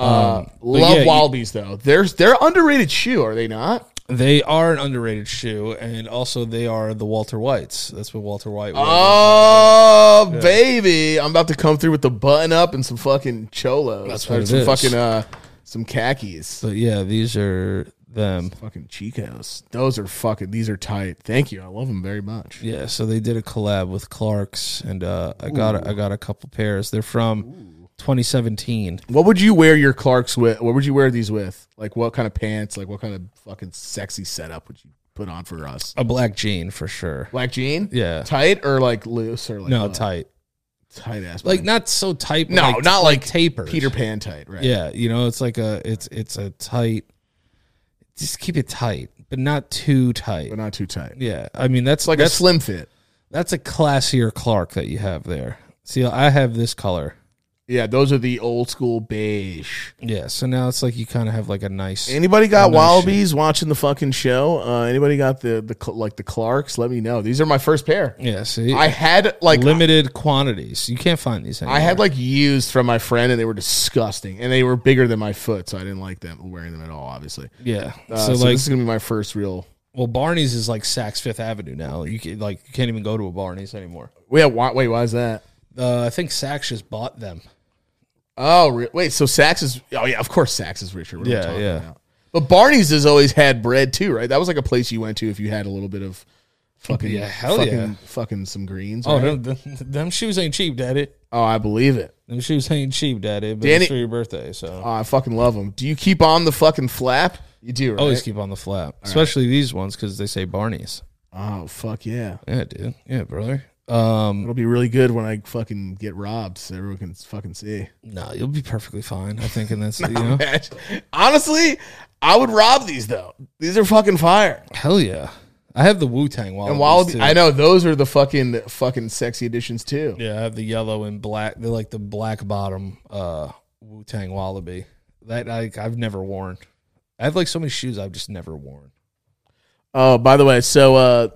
[SPEAKER 4] Love
[SPEAKER 5] yeah, you-
[SPEAKER 4] wallabies, though. They're, they're underrated shoe, are they not?
[SPEAKER 5] They are an underrated shoe, and also they are the Walter Whites. That's what Walter White was.
[SPEAKER 4] Oh, baby. I'm about to come through with the button up and some fucking cholos.
[SPEAKER 5] That's
[SPEAKER 4] Or
[SPEAKER 5] what it
[SPEAKER 4] some
[SPEAKER 5] is.
[SPEAKER 4] fucking, uh, some khakis.
[SPEAKER 5] but yeah, these are them.
[SPEAKER 4] Fucking Chicos. Those are fucking, these are tight. Thank you. I love them very much.
[SPEAKER 5] Yeah, so they did a collab with Clark's, and uh, I got a, I got a couple pairs. They're from 2017.
[SPEAKER 4] What would you wear your Clarks with? What would you wear these with? Like, what kind of pants? Like, what kind of fucking sexy setup would you put on for us?
[SPEAKER 5] A black jean for sure.
[SPEAKER 4] Black jean?
[SPEAKER 5] Yeah.
[SPEAKER 4] Tight or like loose or like
[SPEAKER 5] No,
[SPEAKER 4] uh,
[SPEAKER 5] tight.
[SPEAKER 4] tight ass.
[SPEAKER 5] Like not so tight. but
[SPEAKER 4] no,
[SPEAKER 5] like,
[SPEAKER 4] not like,
[SPEAKER 5] tapered.
[SPEAKER 4] Peter Pan tight, right?
[SPEAKER 5] Yeah, you know, it's like a it's it's a tight. Just keep it tight, but not too tight.
[SPEAKER 4] But not too tight.
[SPEAKER 5] Yeah, I mean that's
[SPEAKER 4] It's like
[SPEAKER 5] that's
[SPEAKER 4] a slim fit.
[SPEAKER 5] that's a classier Clark that you have there. See, I have this color.
[SPEAKER 4] Yeah, those are the old school beige.
[SPEAKER 5] Yeah, so now it's like you kind of have like a nice.
[SPEAKER 4] Anybody got
[SPEAKER 5] No
[SPEAKER 4] wallabies watching the fucking show? Uh, anybody got the the cl- like the Clarks? Let me know. These are my first pair.
[SPEAKER 5] yeah, see,
[SPEAKER 4] I had like
[SPEAKER 5] limited quantities. You can't find these anymore.
[SPEAKER 4] I had like used from my friend, and they were disgusting, and they were bigger than my foot, so I didn't like them wearing them at all. Obviously,
[SPEAKER 5] yeah.
[SPEAKER 4] Uh,
[SPEAKER 5] so,
[SPEAKER 4] so,
[SPEAKER 5] like,
[SPEAKER 4] this is gonna be my first real.
[SPEAKER 5] well, Barney's is like Saks Fifth Avenue now. You can, like you can't even go to a Barney's anymore.
[SPEAKER 4] Wait, why, wait, why is that?
[SPEAKER 5] Uh, I think Saks just bought them.
[SPEAKER 4] Oh, re- wait. So Saks is. Oh yeah, of course Saks is richer. What am I
[SPEAKER 5] Yeah,
[SPEAKER 4] talking
[SPEAKER 5] yeah.
[SPEAKER 4] about? But Barney's has always had bread too, right? That was like a place you went to if you had a little bit of fucking
[SPEAKER 5] Yeah, hell
[SPEAKER 4] fucking,
[SPEAKER 5] yeah.
[SPEAKER 4] fucking some greens.
[SPEAKER 5] Oh,
[SPEAKER 4] right?
[SPEAKER 5] them, them, them shoes ain't cheap, Daddy.
[SPEAKER 4] oh, I believe it.
[SPEAKER 5] Them shoes ain't cheap, Daddy. But
[SPEAKER 4] Danny-
[SPEAKER 5] it's for your birthday, so
[SPEAKER 4] Oh, I fucking love them. Do you keep on the fucking flap? You do, right?
[SPEAKER 5] always Oh, keep on the flap, especially these ones because they say Barney's.
[SPEAKER 4] oh fuck yeah!
[SPEAKER 5] Yeah, dude. Yeah, brother. Um,
[SPEAKER 4] It'll be really good when I fucking get robbed, so everyone can fucking see.
[SPEAKER 5] no, you'll be perfectly fine. I think, and that's you know,
[SPEAKER 4] Honestly, I would rob these though. These are fucking fire.
[SPEAKER 5] hell yeah. I have the Wu Tang
[SPEAKER 4] And
[SPEAKER 5] while
[SPEAKER 4] while I know those are the fucking fucking sexy editions too.
[SPEAKER 5] Yeah, I have the yellow and black. They're like the black bottom uh Wu Tang Wallaby that I I've never worn. I have like so many shoes I've just never worn.
[SPEAKER 4] Oh, by the way, so uh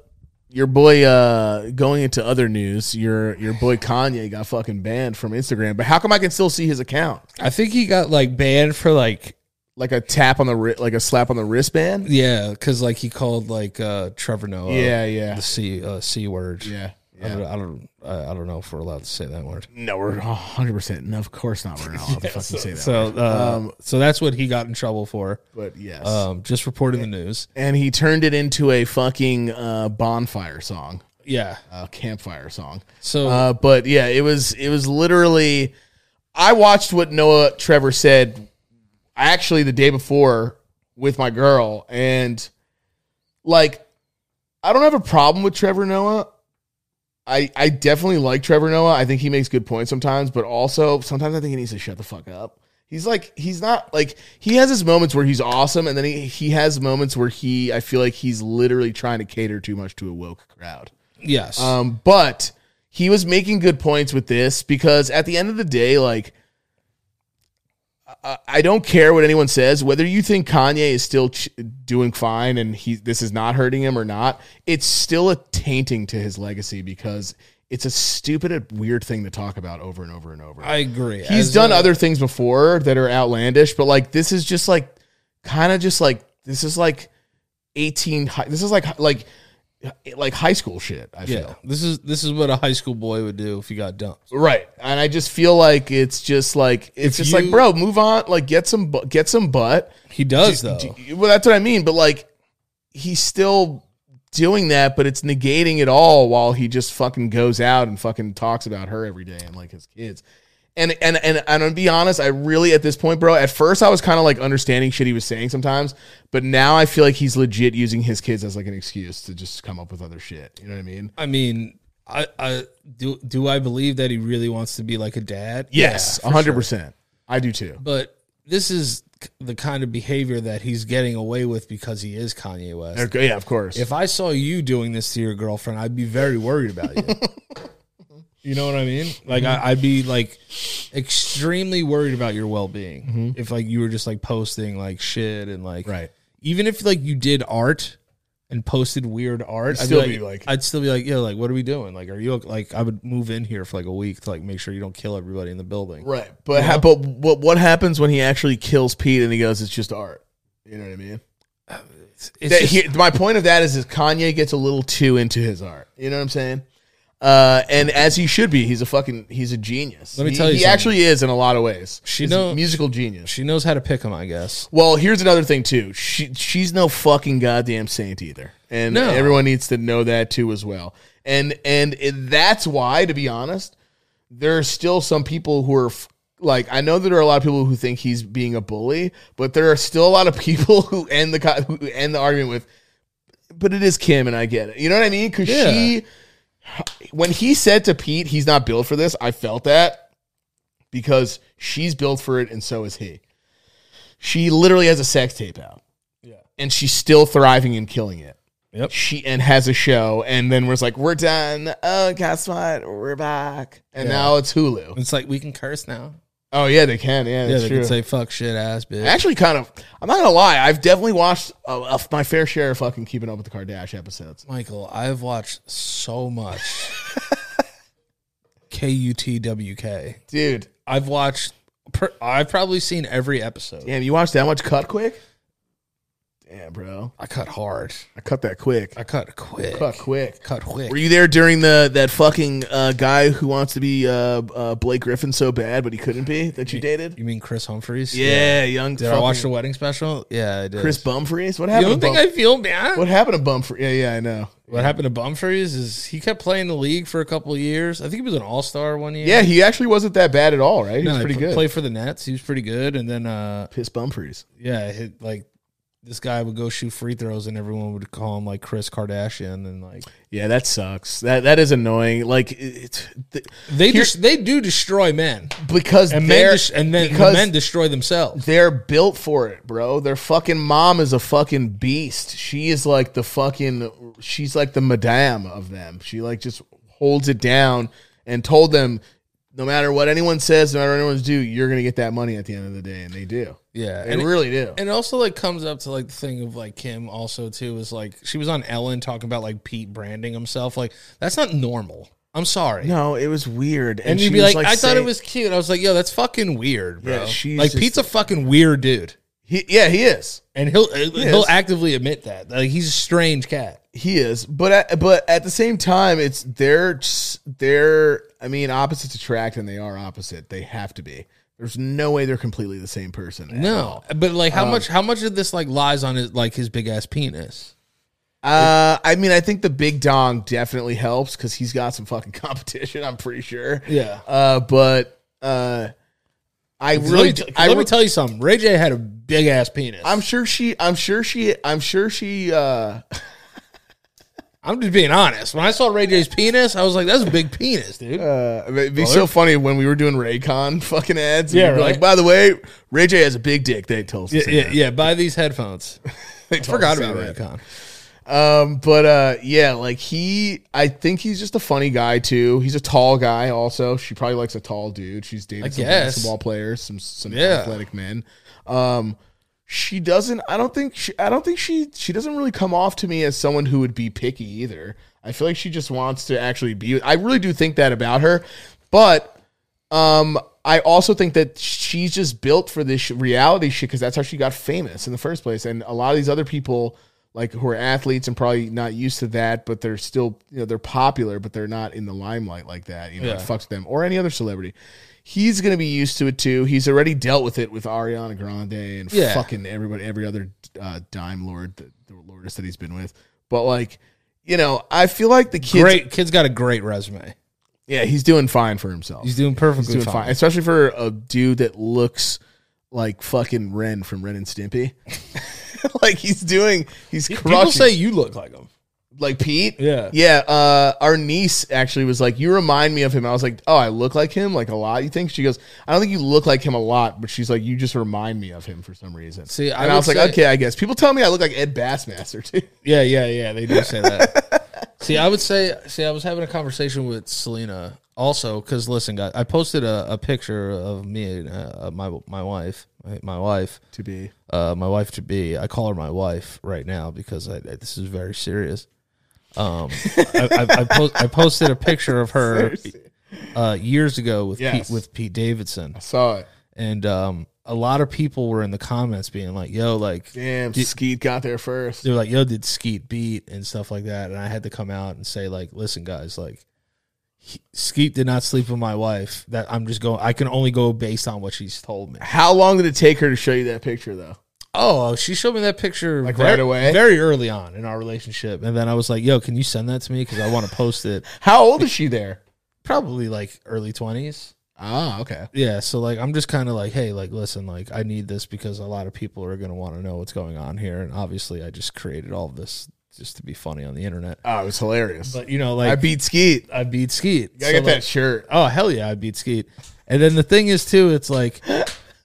[SPEAKER 4] your boy uh going into other news, your your boy Kanye got fucking banned from Instagram. But how come I can still see his account?
[SPEAKER 5] I think he got like banned for like
[SPEAKER 4] Like a tap on the wri- like a slap on the wristband?
[SPEAKER 5] yeah, because like he called like uh Trevor Noah
[SPEAKER 4] Yeah, yeah.
[SPEAKER 5] the c uh, c word.
[SPEAKER 4] Yeah.
[SPEAKER 5] I don't I don't, I I don't know if we're allowed to say that word.
[SPEAKER 4] No, we're 100%. No, of course not. We're not allowed to fucking say that.
[SPEAKER 5] So uh, so that's what he got in trouble for.
[SPEAKER 4] Um, but yes.
[SPEAKER 5] Um, just reporting the news.
[SPEAKER 4] and he turned it into a fucking uh, bonfire song,
[SPEAKER 5] Yeah.
[SPEAKER 4] uh, campfire song.
[SPEAKER 5] So
[SPEAKER 4] Uh, but yeah, it was it was literally. I watched what Noah Trevor said actually the day before with my girl, and like I don't have a problem with Trevor Noah. I I definitely like Trevor Noah. I think he makes good points sometimes, but also sometimes I think he needs to shut the fuck up. He's like he's not like he has his moments where he's awesome, and then he he has moments where he I feel like he's literally trying to cater too much to a woke crowd.
[SPEAKER 5] Yes.
[SPEAKER 4] Um, but he was making good points with this because at the end of the day, like, I, I don't care what anyone says. Whether you think Kanye is still ch- doing fine and he this is not hurting him or not, it's still a tainting to his legacy because it's a stupid, and weird thing to talk about over and over and over.
[SPEAKER 5] I agree.
[SPEAKER 4] He's
[SPEAKER 5] As
[SPEAKER 4] done
[SPEAKER 5] a-
[SPEAKER 4] other things before that are outlandish, but like this is just like kind of just like this is like eighteen. High, this is like like like high school shit. I feel.
[SPEAKER 5] Yeah. This is this is what a high school boy would do if he got dumped.
[SPEAKER 4] Right. And I just feel like it's just like it's just like
[SPEAKER 5] you-
[SPEAKER 4] bro, move on, like get some bu- get some butt.
[SPEAKER 5] He does though.
[SPEAKER 4] Well, that's what I mean, but like he's still doing that, but it's negating it all while he just fucking goes out and fucking talks about her every day and like his kids. And and and, and I'm gonna be honest, I really at this point, bro, at first I was kind of like understanding shit he was saying sometimes, but now I feel like he's legit using his kids as like an excuse to just come up with other shit. You know what I mean?
[SPEAKER 5] I mean, I, I do do I believe that he really wants to be like a dad?
[SPEAKER 4] Yes, a 100%. I do too.
[SPEAKER 5] But this is k- the kind of behavior that he's getting away with because he is Kanye West.
[SPEAKER 4] Okay, yeah, of course.
[SPEAKER 5] If I saw you doing this to your girlfriend, I'd be very worried about you. you know what I mean? Like I, I'd be like extremely worried about your well being if like you were just like posting like shit and like
[SPEAKER 4] Mm-hmm. Right.
[SPEAKER 5] Even if like you did art and posted weird art, I'd
[SPEAKER 4] still
[SPEAKER 5] be, like,
[SPEAKER 4] be like-
[SPEAKER 5] I'd still be like, yeah, like what are we doing? Like, are you ok- like I would move in here for like a week to like make sure you don't kill everybody in the building.
[SPEAKER 4] Right, but ha- but what what happens when he actually kills Pete and he goes, "It's just art." You know what I mean?
[SPEAKER 5] Uh, It's
[SPEAKER 4] That-
[SPEAKER 5] just-
[SPEAKER 4] here- my point of that is, is Kanye gets a little too into his art. You know what I'm saying? Uh, and as he should be, he's a fucking he's a genius.
[SPEAKER 5] Let me
[SPEAKER 4] He-
[SPEAKER 5] tell you
[SPEAKER 4] he
[SPEAKER 5] something.
[SPEAKER 4] actually is in a lot of ways.
[SPEAKER 5] She
[SPEAKER 4] He's a
[SPEAKER 5] know-
[SPEAKER 4] musical genius.
[SPEAKER 5] she knows how to pick him, I guess.
[SPEAKER 4] Well, here's another thing too. She she's no fucking goddamn saint either, and
[SPEAKER 5] No.
[SPEAKER 4] everyone needs to know that too as well. And and it- that's why, to be honest, there are still some people who are f- like I know there are a lot of people who think he's being a bully, but there are still a lot of people who end the co- who end the argument with, "But it is Kim, and I get it." You know what I mean? Because she, when he said to Pete, "He's not built for this," I felt that because she's built for it, and so is he. She literally has a sex tape out. Yeah. And she's still thriving and killing it.
[SPEAKER 5] Yep.
[SPEAKER 4] She and has a show and then was like, We're done. Oh, guess what? We're back. And now it's Hulu.
[SPEAKER 5] It's like we can curse now.
[SPEAKER 4] Oh yeah, they can. Yeah,
[SPEAKER 5] Yeah,
[SPEAKER 4] that's
[SPEAKER 5] they
[SPEAKER 4] true.
[SPEAKER 5] can say fuck shit ass bitch.
[SPEAKER 4] Actually, kind of. I'm not gonna lie. I've definitely watched uh, uh, my fair share of fucking Keeping Up with the Kardashian episodes.
[SPEAKER 5] Michael, I've watched so much KUTWK.
[SPEAKER 4] Dude,
[SPEAKER 5] I've watched, per, I've probably seen every episode.
[SPEAKER 4] damn, you watched that much cut quick? Damn, bro,
[SPEAKER 5] I cut hard.
[SPEAKER 4] I cut that quick.
[SPEAKER 5] I cut quick.
[SPEAKER 4] cut quick.
[SPEAKER 5] Cut quick.
[SPEAKER 4] Were you there during the that fucking uh, guy who wants to be uh, uh, Blake Griffin so bad but he couldn't be that you dated?
[SPEAKER 5] You mean Chris Humphreys?
[SPEAKER 4] Yeah, young.
[SPEAKER 5] Did I watch the wedding special? Yeah, I did.
[SPEAKER 4] Chris Bumfries? What
[SPEAKER 5] you
[SPEAKER 4] happened?
[SPEAKER 5] don't
[SPEAKER 4] To
[SPEAKER 5] think
[SPEAKER 4] Bum-
[SPEAKER 5] I feel bad?
[SPEAKER 4] what happened to Bumfries? Yeah, yeah, I know.
[SPEAKER 5] What happened to Bumfries is he kept playing the league for a couple of years. I think he was an all star one year.
[SPEAKER 4] Yeah, he actually wasn't that bad at all, right? He
[SPEAKER 5] No,
[SPEAKER 4] was pretty good.
[SPEAKER 5] Played for the Nets. He was pretty good. And then, uh,
[SPEAKER 4] Piss Bumfries.
[SPEAKER 5] yeah, hit, like this guy would go shoot free throws, and everyone would call him like Chris Kardashian, and like
[SPEAKER 4] Yeah, that sucks. That that is annoying. Like it- it's th-
[SPEAKER 5] they
[SPEAKER 4] Here-
[SPEAKER 5] just they do destroy men,
[SPEAKER 4] because
[SPEAKER 5] and men
[SPEAKER 4] they're
[SPEAKER 5] dis- and then the
[SPEAKER 4] because
[SPEAKER 5] men destroy themselves.
[SPEAKER 4] they're built for it, bro. Their fucking mom is a fucking beast. She is like the fucking she's like the madame of them. She like just holds it down and told them no matter what anyone says, no matter what anyone's do, you're gonna get that money at the end of the day, and they do.
[SPEAKER 5] Yeah,
[SPEAKER 4] They
[SPEAKER 5] and it,
[SPEAKER 4] really do.
[SPEAKER 5] and it also like comes up to like the thing of like Kim also too is like she was on Ellen talking about like Pete branding himself like that's not normal. I'm sorry.
[SPEAKER 1] No, it was weird.
[SPEAKER 5] And
[SPEAKER 1] she
[SPEAKER 5] you'd be
[SPEAKER 1] was,
[SPEAKER 5] like, I thought it
[SPEAKER 1] saying-
[SPEAKER 5] was cute. I was like, yo, that's fucking weird, bro.
[SPEAKER 4] Yeah, she's
[SPEAKER 5] like,
[SPEAKER 4] just-
[SPEAKER 5] Pete's a fucking weird dude,
[SPEAKER 4] He, yeah, he is.
[SPEAKER 5] and he'll he'll
[SPEAKER 4] is.
[SPEAKER 5] actively admit that. Like, he's a strange cat.
[SPEAKER 4] He is. But at, but at the same time, it's they're s- they're I mean opposites attract, and they are opposite. They have to be. There's no way they're completely the same person. at
[SPEAKER 5] No,
[SPEAKER 4] all.
[SPEAKER 5] but like, how much? How much of this like lies on his like his big ass penis?
[SPEAKER 4] Uh, I mean, I think the big dong definitely helps because he's got some fucking competition. I'm pretty sure.
[SPEAKER 5] Yeah.
[SPEAKER 4] Uh, but uh, I
[SPEAKER 5] let me,
[SPEAKER 4] Uh, really,
[SPEAKER 5] t-
[SPEAKER 4] I
[SPEAKER 5] let
[SPEAKER 4] re-
[SPEAKER 5] me tell you something. Ray J had a big ass penis.
[SPEAKER 4] I'm sure she. I'm sure she. I'm sure she. Uh,
[SPEAKER 5] I'm just being honest. When I saw Ray J's penis, I was like, "That's a big penis, dude."
[SPEAKER 4] Uh, it'd be so funny when we were doing Raycon fucking ads. And
[SPEAKER 5] Yeah,
[SPEAKER 4] yeah, be
[SPEAKER 5] right.
[SPEAKER 4] like by the way, Ray J has a big dick. They told us. to
[SPEAKER 5] yeah,
[SPEAKER 4] say
[SPEAKER 5] yeah,
[SPEAKER 4] that.
[SPEAKER 5] yeah. Buy these headphones.
[SPEAKER 4] They told us to
[SPEAKER 5] Forgot
[SPEAKER 4] say that.
[SPEAKER 5] about Raycon.
[SPEAKER 4] Um, but uh, yeah, like he, I think he's just a funny guy too. He's a tall guy, also. She probably likes a tall dude. She's dating some
[SPEAKER 5] guess.
[SPEAKER 4] basketball players, some some
[SPEAKER 5] Yeah.
[SPEAKER 4] athletic men. Um, she doesn't. I don't think. She, I don't think she. She doesn't really come off to me as someone who would be picky either. I feel like she just wants to actually be. I really do think that about her, but um, I also think that she's just built for this sh- reality shit because that's how she got famous in the first place. And a lot of these other people, like who are athletes and probably not used to that, but they're still, you know, they're popular, but they're not in the limelight like that. You know, it fucks them or any other celebrity. He's gonna be used to it too. He's already dealt with it with Ariana Grande and
[SPEAKER 5] Yeah.
[SPEAKER 4] fucking everybody, every other uh, dime lord, the, the lordess that he's been with. But like, you know, I feel like the kid,
[SPEAKER 5] Great kid's got a great resume.
[SPEAKER 4] yeah, he's doing fine for himself.
[SPEAKER 5] He's doing perfectly
[SPEAKER 4] He's doing
[SPEAKER 5] fine.
[SPEAKER 4] fine. especially for a dude that looks like fucking Ren from Ren and Stimpy. like he's doing, he's
[SPEAKER 5] People
[SPEAKER 4] crushing.
[SPEAKER 5] say you look like him.
[SPEAKER 4] like Pete.
[SPEAKER 5] Yeah.
[SPEAKER 4] yeah. Uh, our niece actually was like, "You remind me of him." I was like, "Oh, I look like him, like a lot." You think she goes, "I don't think you look like him a lot," but she's like, "You just remind me of him for some reason."
[SPEAKER 5] See, I
[SPEAKER 4] and I
[SPEAKER 5] would
[SPEAKER 4] was like,
[SPEAKER 5] say-
[SPEAKER 4] "Okay, I guess." People tell me I look like Ed Bassmaster too.
[SPEAKER 5] Yeah, yeah, yeah. They do say that. see, I would say, see, I was having a conversation with Selena also because listen, guys, I posted a, a picture of me and uh, my my wife, my, my wife,
[SPEAKER 4] to be
[SPEAKER 5] uh, my wife to be. I call her my wife right now because I, I- this is very serious. Um, I, I, I, post, I posted a picture of her uh, years ago with
[SPEAKER 4] Yes.
[SPEAKER 5] Pete, with Pete Davidson,
[SPEAKER 4] saw it.
[SPEAKER 5] and um, a lot of people were in the comments being like, "Yo, like."
[SPEAKER 4] Damn, Skeet got there first.
[SPEAKER 5] they were like, "Yo, did Skeet beat and stuff like that?" And I had to come out and say, like, "Listen, guys, like, he, Skeet did not sleep with my wife. That I'm just going. I can only go based on what she's told me."
[SPEAKER 4] How long did it take her to show you that picture though?
[SPEAKER 5] Oh, she showed me that picture
[SPEAKER 4] Like,
[SPEAKER 5] very-
[SPEAKER 4] right away?
[SPEAKER 5] very early on in our relationship, and then I was like, "Yo, can you send that to me? Because I want to post it."
[SPEAKER 4] How old is she there?
[SPEAKER 5] Probably like early twenties.
[SPEAKER 4] Ah, okay.
[SPEAKER 5] Yeah, so like I'm just kind of like, hey, like listen, like I need this because a lot of people are gonna want to know what's going on here, and obviously I just created all this just to be funny on the internet.
[SPEAKER 4] Oh, it was hilarious.
[SPEAKER 5] But you know, like
[SPEAKER 4] I beat Skeet.
[SPEAKER 5] I beat Skeet.
[SPEAKER 4] I
[SPEAKER 5] So,
[SPEAKER 4] get
[SPEAKER 5] like,
[SPEAKER 4] that shirt.
[SPEAKER 5] Oh hell yeah, I beat Skeet. And then the thing is too, it's like,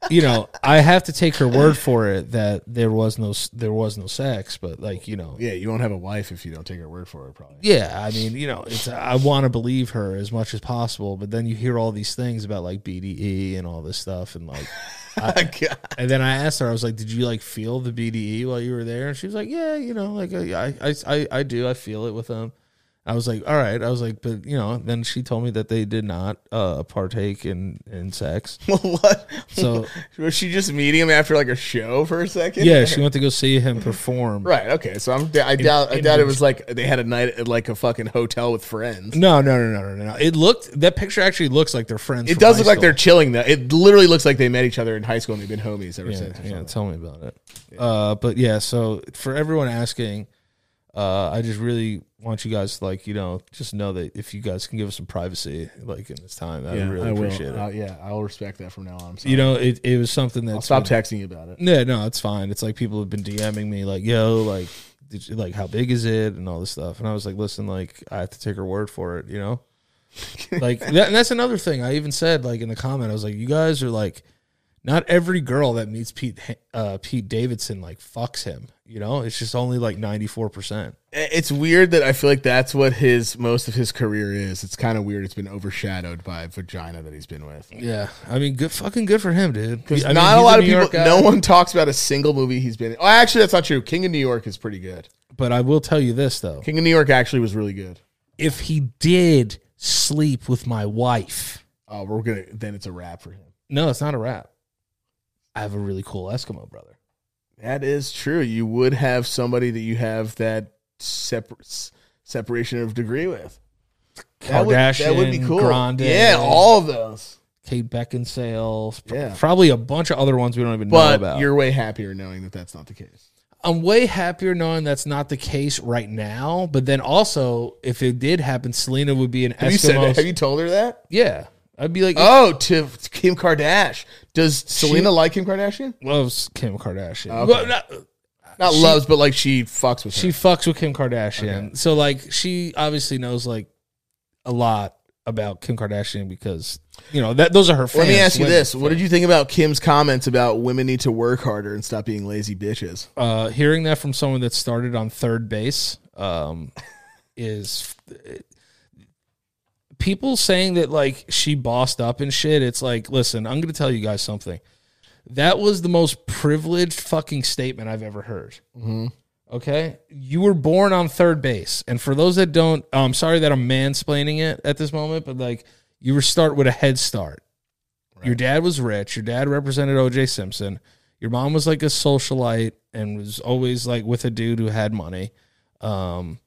[SPEAKER 5] you know, I have to take her word for it that there was no there was no sex, but like you know, yeah,
[SPEAKER 4] Yeah, you won't have a wife if you don't take her word for it, probably.
[SPEAKER 5] I mean, you know, it's I want to believe her as much as possible, but then you hear all these things about like BDE and all this stuff, and like, and then I asked her, I was like, did you like feel the BDE while you were there? And she was like, yeah, you know, like I I I, I do, I feel it with them. I was like, all right. I was like, but you know, then she told me that they did not uh, partake in in sex.
[SPEAKER 4] what?
[SPEAKER 5] So
[SPEAKER 4] Was she just meeting him after like a show for a second?
[SPEAKER 5] yeah, she went to go see him perform.
[SPEAKER 4] Right. Okay. So I'm. I doubt. I doubt it was like they had a night at like a fucking hotel with friends.
[SPEAKER 5] No, no, no, no, no, no. It looked that picture actually looks like they're friends.
[SPEAKER 4] It
[SPEAKER 5] from
[SPEAKER 4] does
[SPEAKER 5] high
[SPEAKER 4] look like
[SPEAKER 5] school.
[SPEAKER 4] they're chilling though. It literally looks like they met each other in high school and they've been homies ever since.
[SPEAKER 5] Yeah, yeah tell me about it. Uh, but yeah, so for everyone asking, uh, I just really want you guys to like you know just know that if you guys can give us some privacy like in this time, I would really appreciate it.
[SPEAKER 4] Uh, yeah, I'll respect that from now on. I'm sorry.
[SPEAKER 5] You know, it, it was something that
[SPEAKER 4] I'll stop texting you about it.
[SPEAKER 5] Yeah, no, it's fine. It's like people have been DMing me like, "Yo, like, did you, like how big is it?" and all this stuff. And I was like, "Listen, like, I have to take her word for it," you know. like that, and that's another thing. I even said like in the comment, I was like, "You guys are like, not every girl that meets Pete uh, Pete Davidson like fucks him. You know, it's just only like ninety four percent."
[SPEAKER 4] It's weird that I feel like that's what his most of his career is. It's kind of weird. It's been overshadowed by vagina that he's been with.
[SPEAKER 5] Yeah, I mean, good fucking good for him, dude.
[SPEAKER 4] Because
[SPEAKER 5] I mean,
[SPEAKER 4] not
[SPEAKER 5] he's
[SPEAKER 4] a lot of
[SPEAKER 5] New
[SPEAKER 4] people,
[SPEAKER 5] York guy.
[SPEAKER 4] no one talks about a single movie he's been in. Oh, actually, that's not true. King of New York is pretty good.
[SPEAKER 5] But I will tell you this though:
[SPEAKER 4] King of New York actually was really good.
[SPEAKER 5] if he did sleep with my wife.
[SPEAKER 4] Oh, we're gonna then it's a wrap for him.
[SPEAKER 5] No, it's not a wrap. I have a really cool Eskimo brother.
[SPEAKER 4] That is true. You would have somebody that you have that separ- s- separation of degree with. That would, that would be
[SPEAKER 5] Kardashian,
[SPEAKER 4] cool.
[SPEAKER 5] Grande.
[SPEAKER 4] Yeah, all of those.
[SPEAKER 5] Kate Beckinsale. pr-
[SPEAKER 4] Yeah.
[SPEAKER 5] Probably a bunch of other ones we don't even know
[SPEAKER 4] But
[SPEAKER 5] about.
[SPEAKER 4] you're way happier knowing that that's not the case.
[SPEAKER 5] I'm way happier knowing that's not the case right now. But then also, if it did happen, Selena would be an
[SPEAKER 4] Have you said
[SPEAKER 5] Eskimo.
[SPEAKER 4] that? Have you told her that?
[SPEAKER 5] yeah. I'd be like, oh,
[SPEAKER 4] Oh, to to Kim Kardashian. Does Selena like Kim Kardashian?
[SPEAKER 5] loves Kim Kardashian.
[SPEAKER 4] Okay.
[SPEAKER 5] Well, not-
[SPEAKER 4] Not loves, but like she fucks with
[SPEAKER 5] She
[SPEAKER 4] her.
[SPEAKER 5] fucks with Kim Kardashian. So like she obviously knows like a lot about Kim Kardashian because you know that those are her fans.
[SPEAKER 4] Let me ask you
[SPEAKER 5] women.
[SPEAKER 4] this: What did you think about Kim's comments about women need to work harder and stop being lazy bitches?
[SPEAKER 5] Uh hearing that from someone that started on third base um is people saying that like she bossed up and shit. It's like, listen, I'm going to tell you guys something. That was the most privileged fucking statement I've ever heard. Okay. You were born on third base. And for those that don't, oh, I'm sorry that I'm mansplaining it at this moment, but like you were start with a head start. Your dad was rich. Your dad represented OJ Simpson. Your mom was like a socialite and was always like with a dude who had money. Um,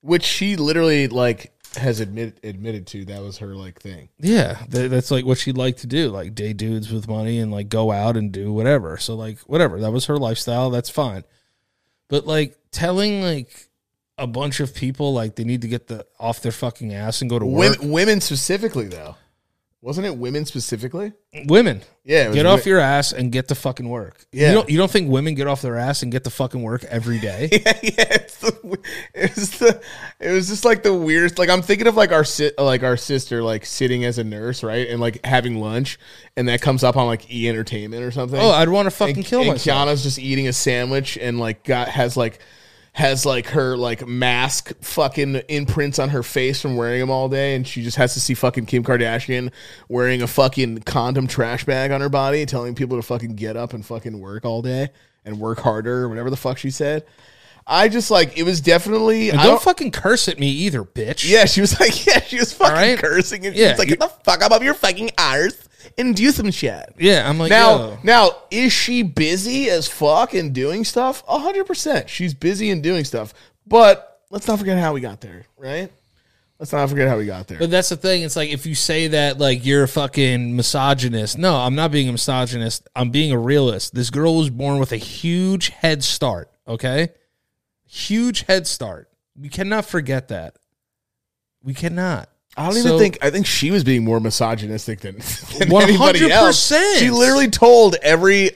[SPEAKER 4] Which she literally like has admitted admitted to. That was her like thing.
[SPEAKER 5] yeah, tha- that's like what she'd like to do, like date dudes with money and like go out and do whatever. So like whatever, that was her lifestyle. That's fine. But like telling like a bunch of people like they need to get the off their fucking ass and go to work.
[SPEAKER 4] Women, women specifically, though, wasn't it women specifically?
[SPEAKER 5] women
[SPEAKER 4] Yeah, it was
[SPEAKER 5] get off
[SPEAKER 4] wo-
[SPEAKER 5] your ass and get to fucking work.
[SPEAKER 4] Yeah.
[SPEAKER 5] You don't you don't think women get off their ass and get to fucking work every day?
[SPEAKER 4] yeah, it's the, it was the, it was just like the weirdest. Like I'm thinking of like our si- like our sister like sitting as a nurse, right, and like having lunch, and that comes up on like E Entertainment or something.
[SPEAKER 5] Oh, I'd want to fucking
[SPEAKER 4] and,
[SPEAKER 5] kill
[SPEAKER 4] and
[SPEAKER 5] myself.
[SPEAKER 4] Kiana's just eating a sandwich and like got has like has like her like mask fucking imprints on her face from wearing them all day and she just has to see fucking Kim Kardashian wearing a fucking condom trash bag on her body telling people to fucking get up and fucking work all day and work harder or whatever the fuck she said. I just like it was definitely
[SPEAKER 5] And
[SPEAKER 4] I
[SPEAKER 5] don't,
[SPEAKER 4] don't
[SPEAKER 5] fucking curse at me either, bitch.
[SPEAKER 4] yeah, she was like yeah, she was fucking
[SPEAKER 5] right?
[SPEAKER 4] cursing and she
[SPEAKER 5] Yeah,
[SPEAKER 4] was like
[SPEAKER 5] you-
[SPEAKER 4] get the fuck up of your fucking arse and do some shit.
[SPEAKER 5] Yeah, I'm like
[SPEAKER 4] Now,
[SPEAKER 5] yo.
[SPEAKER 4] now is she busy as fuck and doing stuff? A hundred percent, she's busy and doing stuff. But let's not forget how we got there, right? Let's not forget how we got there.
[SPEAKER 5] But that's the thing. It's like if you say that, like you're a fucking misogynist. No, I'm not being a misogynist. I'm being a realist. This girl was born with a huge head start. Okay, huge head start. We cannot forget that. We cannot.
[SPEAKER 4] I don't
[SPEAKER 5] so-
[SPEAKER 4] even think. I think she was being more misogynistic than than anybody else.
[SPEAKER 5] 100%.
[SPEAKER 4] She literally told every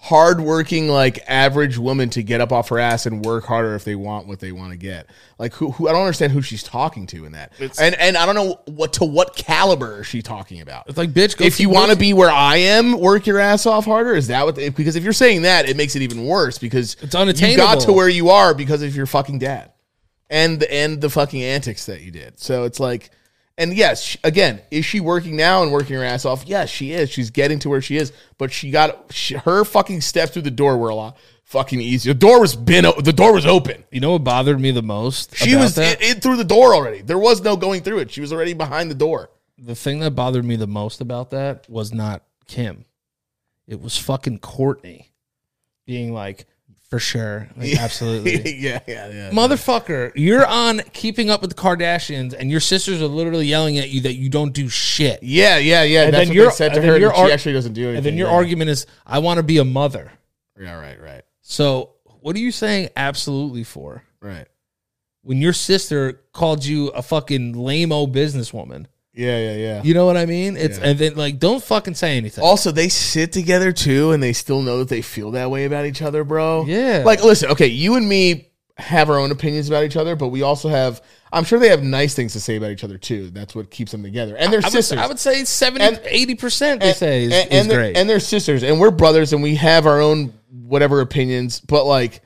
[SPEAKER 4] hardworking, like average woman, to get up off her ass and work harder if they want what they want to get. Like who? Who? I don't understand who she's talking to in that. and and I don't know what to what caliber is she talking about.
[SPEAKER 5] It's like bitch. Go
[SPEAKER 4] if you want to be where I am, work your ass off harder. Is that what? They, because if you're saying that, it makes it even worse because
[SPEAKER 5] It's
[SPEAKER 4] You got to
[SPEAKER 5] unattainable.
[SPEAKER 4] where you are because of your fucking dad, and the and the fucking antics that you did. So it's like, and yes, sh- again, is she working now and working her ass off? Yes, she is. She's getting to where she is, but she got she, her fucking steps through the door were a lot fucking easy. The door was been o- the door was open.
[SPEAKER 5] you know what bothered me the most?
[SPEAKER 4] She
[SPEAKER 5] about
[SPEAKER 4] was in,
[SPEAKER 5] that?
[SPEAKER 4] in through the door already. There was no going through it. She was already behind the door.
[SPEAKER 5] the thing that bothered me the most about that was not Kim. It was fucking Courtney being like, for sure, like, absolutely.
[SPEAKER 4] yeah, yeah, yeah.
[SPEAKER 5] Motherfucker, you're on Keeping Up with the Kardashians, and your sisters are literally yelling at you that you don't do shit.
[SPEAKER 4] Yeah, yeah, yeah.
[SPEAKER 5] And
[SPEAKER 4] That's
[SPEAKER 5] then
[SPEAKER 4] what
[SPEAKER 5] your-
[SPEAKER 4] they said to
[SPEAKER 5] and then
[SPEAKER 4] her. and
[SPEAKER 5] your
[SPEAKER 4] she
[SPEAKER 5] ar-
[SPEAKER 4] actually doesn't do anything.
[SPEAKER 5] And then your
[SPEAKER 4] yeah.
[SPEAKER 5] argument is, I want to be a mother.
[SPEAKER 4] Yeah, right, right,
[SPEAKER 5] So, what are you saying absolutely for
[SPEAKER 4] right.
[SPEAKER 5] when your sister called you a fucking lame o businesswoman?
[SPEAKER 4] Yeah, yeah, yeah.
[SPEAKER 5] You know what I mean? It's and then like, don't fucking say anything.
[SPEAKER 4] Also, they sit together too, and they still know that they feel that way about each other, bro.
[SPEAKER 5] Yeah.
[SPEAKER 4] Like, listen, okay, you and me have our own opinions about each other, but we also have. I'm sure they have nice things to say about each other too. That's what keeps them together, and they're
[SPEAKER 5] I would,
[SPEAKER 4] sisters.
[SPEAKER 5] I would say 70,
[SPEAKER 4] And-
[SPEAKER 5] 80% they say is,
[SPEAKER 4] and,
[SPEAKER 5] is
[SPEAKER 4] they're-
[SPEAKER 5] great.
[SPEAKER 4] and they're sisters, and we're brothers, and we have our own whatever opinions. But like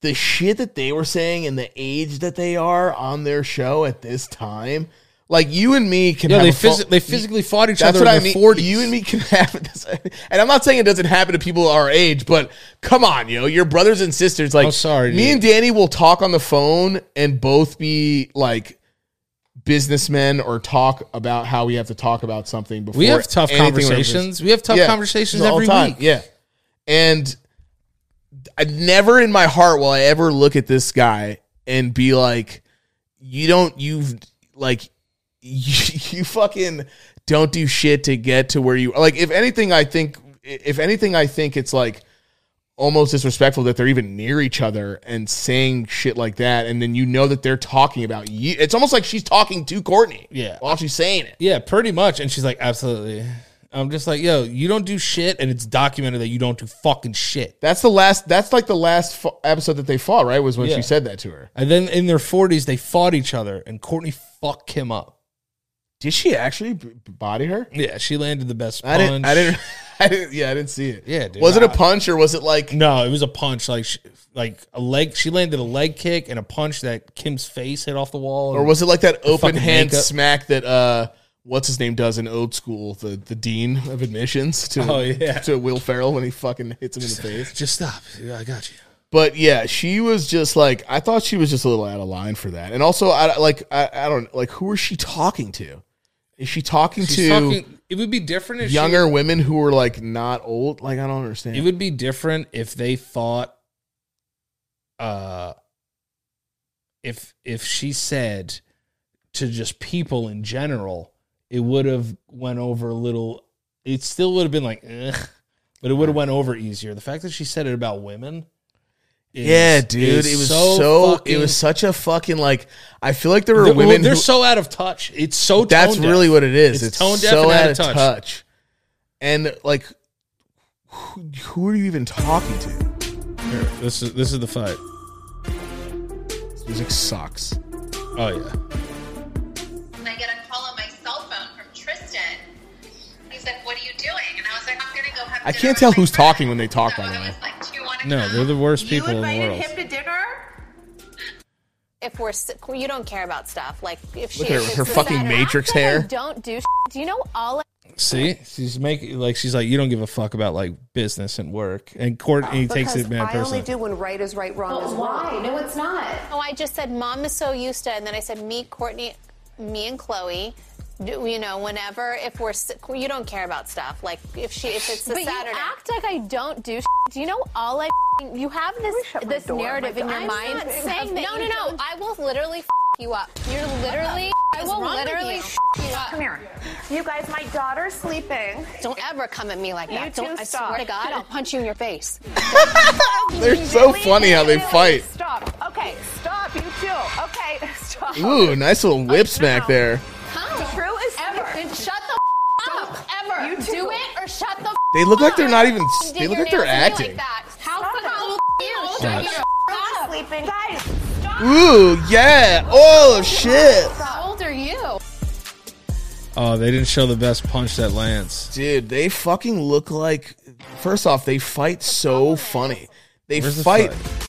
[SPEAKER 4] the shit that they were saying and the age that they are on their show at this time, like you and me can
[SPEAKER 5] yeah,
[SPEAKER 4] have
[SPEAKER 5] they,
[SPEAKER 4] a fu-
[SPEAKER 5] phys- they physically fought each
[SPEAKER 4] That's
[SPEAKER 5] other
[SPEAKER 4] what I
[SPEAKER 5] in
[SPEAKER 4] mean.
[SPEAKER 5] the 40s.
[SPEAKER 4] You and me can have this, and I'm not saying it doesn't happen to people our age, but come on, yo, your brothers and sisters. Like,
[SPEAKER 5] Oh, sorry,
[SPEAKER 4] me
[SPEAKER 5] dude.
[SPEAKER 4] and Danny will talk on the phone and both be like businessmen or talk about how we have to talk about something before
[SPEAKER 5] we have tough
[SPEAKER 4] anything
[SPEAKER 5] conversations. We have tough
[SPEAKER 4] Yeah,
[SPEAKER 5] conversations
[SPEAKER 4] all
[SPEAKER 5] every
[SPEAKER 4] the time.
[SPEAKER 5] week.
[SPEAKER 4] Yeah. And I never in my heart will I ever look at this guy and be like, you don't, you've like, you, you fucking don't do shit to get to where you like. If anything, I think, if anything, I think it's like almost disrespectful that they're even near each other and saying shit like that. And then you know that they're talking about you. It's almost like she's talking to Courtney.
[SPEAKER 5] Yeah.
[SPEAKER 4] While she's saying it.
[SPEAKER 5] Yeah, pretty much. And she's like, absolutely. I'm just like, yo, you don't do shit, and it's documented that you don't do fucking shit.
[SPEAKER 4] That's the last. That's like the last fo- episode that they fought. Right? Was when
[SPEAKER 5] Yeah.
[SPEAKER 4] she said that to her.
[SPEAKER 5] And then in their 40s, they fought each other, and Courtney fucked him up.
[SPEAKER 4] Did she actually b- body her?
[SPEAKER 5] Yeah, she landed the best
[SPEAKER 4] I
[SPEAKER 5] punch.
[SPEAKER 4] didn't. I didn't. I didn't. Yeah, I didn't see it.
[SPEAKER 5] Yeah, dude.
[SPEAKER 4] Was it a punch or was it like?
[SPEAKER 5] No, it was a punch, like sh- like a leg. She landed a leg kick and a punch that Kim's face hit off the wall.
[SPEAKER 4] Or was it like that open
[SPEAKER 5] fucking
[SPEAKER 4] hand
[SPEAKER 5] makeup.
[SPEAKER 4] smack that uh what's his name does in old school, the the dean of admissions to
[SPEAKER 5] Oh, yeah.
[SPEAKER 4] to Will Ferrell when he fucking hits him in the face.
[SPEAKER 5] just stop? Yeah, I got you.
[SPEAKER 4] But yeah, she was just like I thought she was just a little out of line for that. And also I like I, I don't like who is she talking to? Is she talking
[SPEAKER 5] She's
[SPEAKER 4] to
[SPEAKER 5] talking. It would be different if she-
[SPEAKER 4] younger women who are like not old? Like I don't
[SPEAKER 5] it
[SPEAKER 4] understand.
[SPEAKER 5] would be different if they thought, uh, if if she said to just people in general, it would have went over a little. It still would have been like, Ugh, but it would have went over easier. The fact that she said it about women. is-
[SPEAKER 4] yeah, dude,
[SPEAKER 5] is
[SPEAKER 4] it was so, it
[SPEAKER 5] fucking-
[SPEAKER 4] was such a fucking like I feel like there were
[SPEAKER 5] They're- well,
[SPEAKER 4] women
[SPEAKER 5] they're
[SPEAKER 4] who,
[SPEAKER 5] so out of touch. It's so
[SPEAKER 4] That's
[SPEAKER 5] tone deaf.
[SPEAKER 4] really what it is. It's, tone deaf so
[SPEAKER 5] and
[SPEAKER 4] out of touch. And like, who, who are you even talking to?
[SPEAKER 5] Here, this is this is the fight.
[SPEAKER 4] This music sucks.
[SPEAKER 5] Oh yeah.
[SPEAKER 11] And I get a call on my cell phone from Tristan. He's like, "What are you doing?" And I was like, "I'm gonna go have."
[SPEAKER 4] I
[SPEAKER 11] dinner
[SPEAKER 4] can't
[SPEAKER 11] with
[SPEAKER 4] tell
[SPEAKER 11] my
[SPEAKER 4] who's
[SPEAKER 11] friends."
[SPEAKER 4] talking when they talk,
[SPEAKER 11] So
[SPEAKER 4] by the
[SPEAKER 11] I
[SPEAKER 4] way.
[SPEAKER 11] was like, "Do you want to
[SPEAKER 5] No,
[SPEAKER 11] come?"
[SPEAKER 5] they're the worst
[SPEAKER 12] You
[SPEAKER 5] people in the
[SPEAKER 12] invited
[SPEAKER 5] world.
[SPEAKER 12] him to dinner?
[SPEAKER 13] if we're s- you don't care about stuff like if she
[SPEAKER 4] Look at her
[SPEAKER 13] if
[SPEAKER 4] with
[SPEAKER 13] it's
[SPEAKER 4] her
[SPEAKER 13] the
[SPEAKER 4] fucking
[SPEAKER 13] Saturday-
[SPEAKER 4] Matrix
[SPEAKER 13] Not that I
[SPEAKER 4] hair.
[SPEAKER 13] don't do sh- do you know all
[SPEAKER 5] See, she's making like she's like you don't give a fuck about like business and work. And Courtney takes it man personally.
[SPEAKER 12] when right is right, wrong is
[SPEAKER 14] Why? No, it's not.
[SPEAKER 13] oh I just said mom is so used to and then I said me Courtney me and Chloe do, you know whenever if we're s- you don't care about stuff like if she if it's the
[SPEAKER 14] But you
[SPEAKER 13] Saturday
[SPEAKER 14] act
[SPEAKER 13] like I don't do do you know all I you have this
[SPEAKER 14] this narrative in your
[SPEAKER 13] I'm
[SPEAKER 14] mind
[SPEAKER 13] not
[SPEAKER 14] of-
[SPEAKER 13] saying that
[SPEAKER 14] of that
[SPEAKER 13] no no
[SPEAKER 14] you
[SPEAKER 13] no
[SPEAKER 14] don't-
[SPEAKER 13] I will literally f- you up you're literally I
[SPEAKER 14] What's
[SPEAKER 13] will
[SPEAKER 14] wrong with
[SPEAKER 13] literally
[SPEAKER 14] you?
[SPEAKER 13] f- you up
[SPEAKER 14] Come here. You guys, my daughter's sleeping.
[SPEAKER 13] Don't ever come at me like
[SPEAKER 14] You
[SPEAKER 13] that. don't,
[SPEAKER 14] two
[SPEAKER 13] I
[SPEAKER 14] stop.
[SPEAKER 13] swear to God, I'll punch you in your face.
[SPEAKER 4] They're so funny how they
[SPEAKER 14] Really?
[SPEAKER 4] fight.
[SPEAKER 14] Stop. Okay, stop. You two. Okay, stop.
[SPEAKER 4] Ooh, nice little
[SPEAKER 13] Oh,
[SPEAKER 4] whip smack there.
[SPEAKER 13] Come.
[SPEAKER 14] True as
[SPEAKER 13] ever.
[SPEAKER 14] ever.
[SPEAKER 13] And shut the f- up. Ever.
[SPEAKER 14] You
[SPEAKER 13] do
[SPEAKER 14] too.
[SPEAKER 13] it or shut the. F-
[SPEAKER 4] They look like they're
[SPEAKER 13] up.
[SPEAKER 4] not even-
[SPEAKER 13] You
[SPEAKER 4] they
[SPEAKER 13] did
[SPEAKER 4] look
[SPEAKER 13] your
[SPEAKER 4] like they're
[SPEAKER 13] nails to
[SPEAKER 4] acting.
[SPEAKER 13] me Like that. How
[SPEAKER 14] Stop
[SPEAKER 13] fucking
[SPEAKER 14] it.
[SPEAKER 13] old are you? Shut
[SPEAKER 5] Shut
[SPEAKER 13] your
[SPEAKER 14] Girl's
[SPEAKER 13] f- up.
[SPEAKER 14] sleeping. Guys, stop.
[SPEAKER 4] Ooh, yeah. Oh shit,
[SPEAKER 13] How old are you?
[SPEAKER 5] Oh, they didn't show the best punch that lands.
[SPEAKER 4] dude. They fucking look like. First off, they fight so funny. They
[SPEAKER 5] Where's the
[SPEAKER 4] fight.
[SPEAKER 5] fight?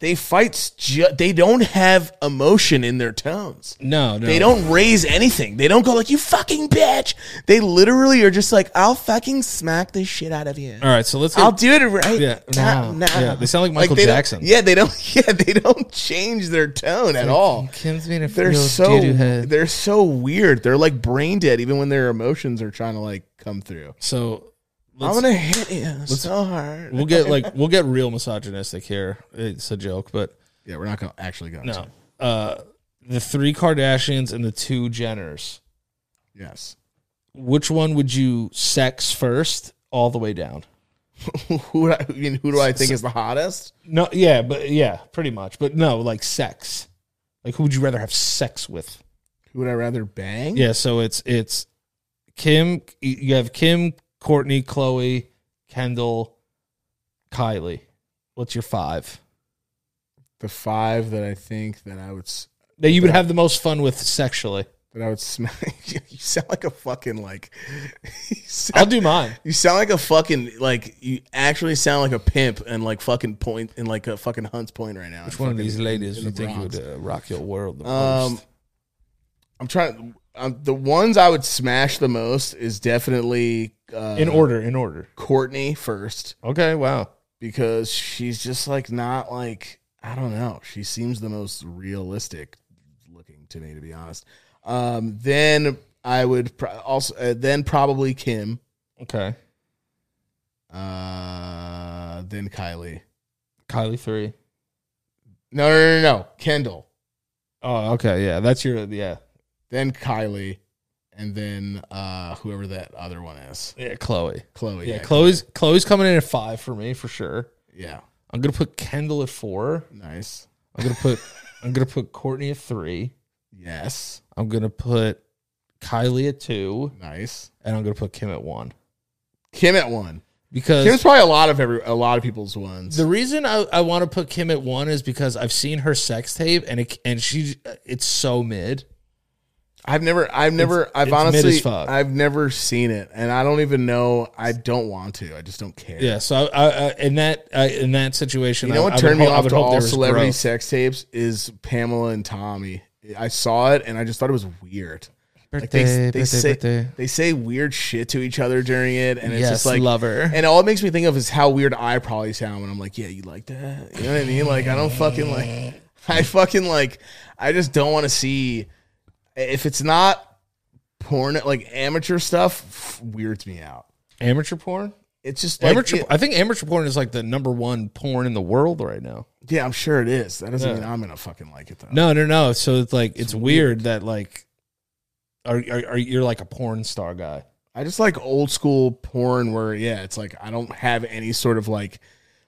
[SPEAKER 4] They fight. Ju- they don't have emotion in their tones.
[SPEAKER 5] No, no.
[SPEAKER 4] They don't raise anything. They don't go like you fucking bitch. They literally are just like I'll fucking smack the shit out of you.
[SPEAKER 5] All right, so let's.
[SPEAKER 4] I'll
[SPEAKER 5] get-
[SPEAKER 4] do it right.
[SPEAKER 5] Yeah,
[SPEAKER 4] now.
[SPEAKER 5] no. Yeah, they sound like Michael
[SPEAKER 4] they don't-
[SPEAKER 5] Jackson.
[SPEAKER 4] Yeah, they don't. Yeah, they don't change their tone at all.
[SPEAKER 5] Kim's being a
[SPEAKER 4] They're
[SPEAKER 5] real
[SPEAKER 4] so
[SPEAKER 5] doo-doo head.
[SPEAKER 4] they're so weird. They're like brain dead, even when their emotions are trying to like come through.
[SPEAKER 5] So
[SPEAKER 4] I'm
[SPEAKER 5] let's,
[SPEAKER 4] gonna hit you so hard.
[SPEAKER 5] we'll get like we'll get real misogynistic here. It's a joke, but
[SPEAKER 4] yeah, we're not gonna actually go.
[SPEAKER 5] no. Uh, the three Kardashians and the two Jenners.
[SPEAKER 4] Yes.
[SPEAKER 5] Which one would you sex first, all the way down?
[SPEAKER 4] who would I, I mean, who do I think is the hottest?
[SPEAKER 5] No, yeah, but yeah, pretty much. But no, like sex. Like who would you rather have sex with?
[SPEAKER 4] Who would I rather bang?
[SPEAKER 5] Yeah, so it's it's Kim. You have Kim, Courtney, Chloe, Kendall, Kylie. What's your five
[SPEAKER 4] The five that I think that I would s-
[SPEAKER 5] that you would have the most fun with sexually?
[SPEAKER 4] that I would smack. you sound like a fucking like. you sound-
[SPEAKER 5] I'll do mine.
[SPEAKER 4] You sound like a fucking like you actually sound like a pimp and like fucking point and like a fucking Hunt's Point right now.
[SPEAKER 5] Which one of these ladies
[SPEAKER 4] in
[SPEAKER 5] you
[SPEAKER 4] the
[SPEAKER 5] think
[SPEAKER 4] Bronx.
[SPEAKER 5] would uh, rock your world the
[SPEAKER 4] Um,
[SPEAKER 5] most?
[SPEAKER 4] I'm trying. Um, the ones I would smash the most is definitely uh,
[SPEAKER 5] In order, in order.
[SPEAKER 4] Courtney first
[SPEAKER 5] Okay, wow.
[SPEAKER 4] because she's just like not like I don't know. She seems the most realistic looking to me, to be honest. Um, then I would pro- also uh, then probably Kim,
[SPEAKER 5] Okay,
[SPEAKER 4] uh, then Kylie.
[SPEAKER 5] Kylie three.
[SPEAKER 4] No, no, no, no. Kendall,
[SPEAKER 5] Oh, okay, yeah, that's your yeah,
[SPEAKER 4] then Kylie, and then uh whoever that other one is.
[SPEAKER 5] yeah, Chloe.
[SPEAKER 4] Chloe.
[SPEAKER 5] yeah, Chloe's Chloe's coming in at five for me for sure.
[SPEAKER 4] Yeah.
[SPEAKER 5] I'm gonna put Kendall at four.
[SPEAKER 4] Nice.
[SPEAKER 5] I'm gonna put I'm gonna put Courtney at three.
[SPEAKER 4] Yes.
[SPEAKER 5] I'm gonna put Kylie at two,
[SPEAKER 4] Nice.
[SPEAKER 5] and I'm gonna put Kim at one
[SPEAKER 4] Kim at one.
[SPEAKER 5] because
[SPEAKER 4] Kim's probably a lot of every a lot of people's ones.
[SPEAKER 5] the reason I, I want to put Kim at one is because I've seen her sex tape and it, and she it's so mid.
[SPEAKER 4] I've never, I've never, I've
[SPEAKER 5] it's mid as
[SPEAKER 4] honestly,
[SPEAKER 5] fuck.
[SPEAKER 4] I've never seen it, and I don't even know. I don't want to. I just don't care.
[SPEAKER 5] Yeah, so I, I, I in that I, in that situation,
[SPEAKER 4] You know
[SPEAKER 5] I-
[SPEAKER 4] what
[SPEAKER 5] I would
[SPEAKER 4] turned me
[SPEAKER 5] ho- I
[SPEAKER 4] off
[SPEAKER 5] would
[SPEAKER 4] to
[SPEAKER 5] hope there
[SPEAKER 4] all
[SPEAKER 5] was
[SPEAKER 4] celebrity
[SPEAKER 5] growth.
[SPEAKER 4] sex tapes is Pamela and Tommy. I saw it and I just thought it was weird. Like they,
[SPEAKER 5] Birthday,
[SPEAKER 4] they
[SPEAKER 5] birthday,
[SPEAKER 4] say
[SPEAKER 5] birthday.
[SPEAKER 4] they say weird shit to each other during it, and it's
[SPEAKER 5] Yes,
[SPEAKER 4] just like
[SPEAKER 5] lover.
[SPEAKER 4] And all it makes me think of is how weird I probably sound when I'm like, yeah, you like that? You know what I mean? Like I don't fucking like. I fucking like. I just don't want to see if it's not porn like amateur stuff. f- Weirds me out.
[SPEAKER 5] Amateur porn.
[SPEAKER 4] It's just like,
[SPEAKER 5] amateur.
[SPEAKER 4] it-
[SPEAKER 5] I think amateur porn is like the number one porn in the world right now.
[SPEAKER 4] yeah, I'm sure it is. That doesn't mean I'm gonna fucking like it though.
[SPEAKER 5] No, no, no. So it's like it's, weird. that like, are, are are you're like a porn star guy?
[SPEAKER 4] I just like old school porn where yeah, it's like I don't have any sort of like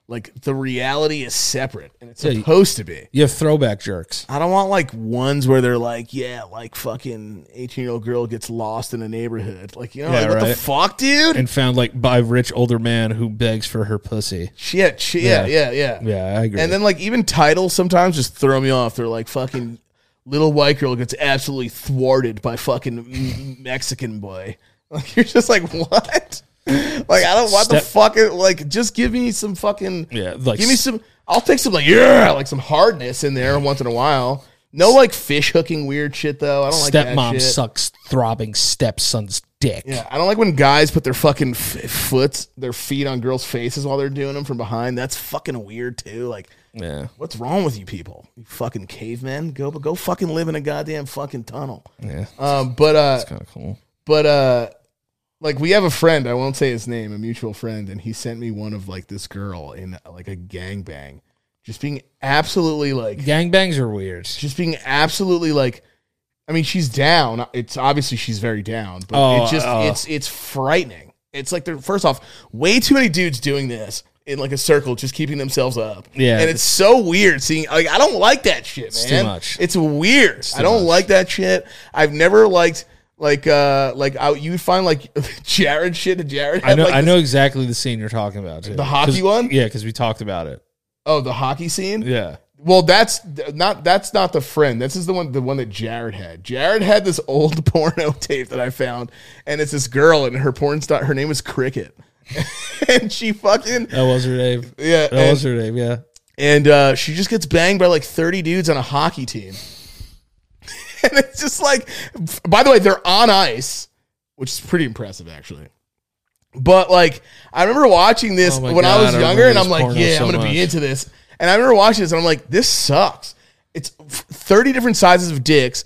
[SPEAKER 4] like the reality is separate and it's
[SPEAKER 5] Yeah, you-
[SPEAKER 4] supposed to be.
[SPEAKER 5] You have throwback jerks.
[SPEAKER 4] I don't want like ones where they're like, yeah, like fucking eighteen year old girl gets lost in a neighborhood. Like, you know,
[SPEAKER 5] Yeah,
[SPEAKER 4] like, what the
[SPEAKER 5] right.
[SPEAKER 4] fuck, dude?
[SPEAKER 5] and found like by a rich older man who begs for her pussy.
[SPEAKER 4] shit, shit, yeah, yeah, yeah.
[SPEAKER 5] Yeah, I agree.
[SPEAKER 4] And then like even titles sometimes just throw me off. They're like fucking little white girl gets absolutely thwarted by fucking m- Mexican boy. Like you're just like what? Like I don't want the
[SPEAKER 5] Step-
[SPEAKER 4] fucking like just give me some fucking
[SPEAKER 5] Yeah, like-
[SPEAKER 4] give me some. I'll take some like yeah like some hardness in there once in a while. No like fish hooking weird shit though. I don't like that
[SPEAKER 5] stepmom
[SPEAKER 4] shit.
[SPEAKER 5] sucks throbbing stepson's dick.
[SPEAKER 4] Yeah, I don't like when guys put their fucking f- foot, their feet on girls' faces while they're doing them from behind. That's fucking weird too. Like,
[SPEAKER 5] Yeah.
[SPEAKER 4] What's wrong with you people? You fucking cavemen. Go go fucking live in a goddamn fucking tunnel.
[SPEAKER 5] Yeah.
[SPEAKER 4] Um, but uh,
[SPEAKER 5] Kind of cool.
[SPEAKER 4] but uh, like we have a friend. I won't say his name. A mutual friend, and he sent me one of like this girl in uh, like a gangbang, just being absolutely like,
[SPEAKER 5] Gangbangs are weird.
[SPEAKER 4] just being absolutely like. I mean, she's down. It's obviously she's very down, but
[SPEAKER 5] Oh,
[SPEAKER 4] it's just
[SPEAKER 5] uh.
[SPEAKER 4] it's it's frightening. It's like they're first off, way too many dudes doing this in like a circle, just keeping themselves up.
[SPEAKER 5] Yeah.
[SPEAKER 4] and it's so weird seeing. Like, I don't like that shit,
[SPEAKER 5] It's too
[SPEAKER 4] man.
[SPEAKER 5] much.
[SPEAKER 4] It's weird. I don't like that shit. I've never liked like uh like I, you'd find like Jared shit. Did Jared?
[SPEAKER 5] I
[SPEAKER 4] have,
[SPEAKER 5] know.
[SPEAKER 4] like,
[SPEAKER 5] I
[SPEAKER 4] this-
[SPEAKER 5] know exactly the scene you're talking about. Too.
[SPEAKER 4] The hockey
[SPEAKER 5] 'Cause-
[SPEAKER 4] one?
[SPEAKER 5] Yeah, because we talked about it.
[SPEAKER 4] Oh, the hockey scene.
[SPEAKER 5] Yeah.
[SPEAKER 4] Well, that's th- not that's not the friend. This is the one the one that Jared had. Jared had this old porno tape that I found, and it's this girl, and her porn star. Her name is Cricket, and she fucking
[SPEAKER 5] That was her name.
[SPEAKER 4] yeah,
[SPEAKER 5] That was
[SPEAKER 4] and,
[SPEAKER 5] her name. Yeah.
[SPEAKER 4] and, uh, she just gets banged by like thirty dudes on a hockey team, and it's just like. By the way, they're on ice, which is pretty impressive actually. But like, I remember watching this
[SPEAKER 5] Oh my
[SPEAKER 4] when
[SPEAKER 5] God,
[SPEAKER 4] I was
[SPEAKER 5] I
[SPEAKER 4] younger,
[SPEAKER 5] remember
[SPEAKER 4] and
[SPEAKER 5] this
[SPEAKER 4] I'm like,
[SPEAKER 5] porno
[SPEAKER 4] yeah,
[SPEAKER 5] so
[SPEAKER 4] I'm gonna
[SPEAKER 5] much.
[SPEAKER 4] be into this. And I remember watching this, and I'm like, this sucks. It's f- 30 different sizes of dicks.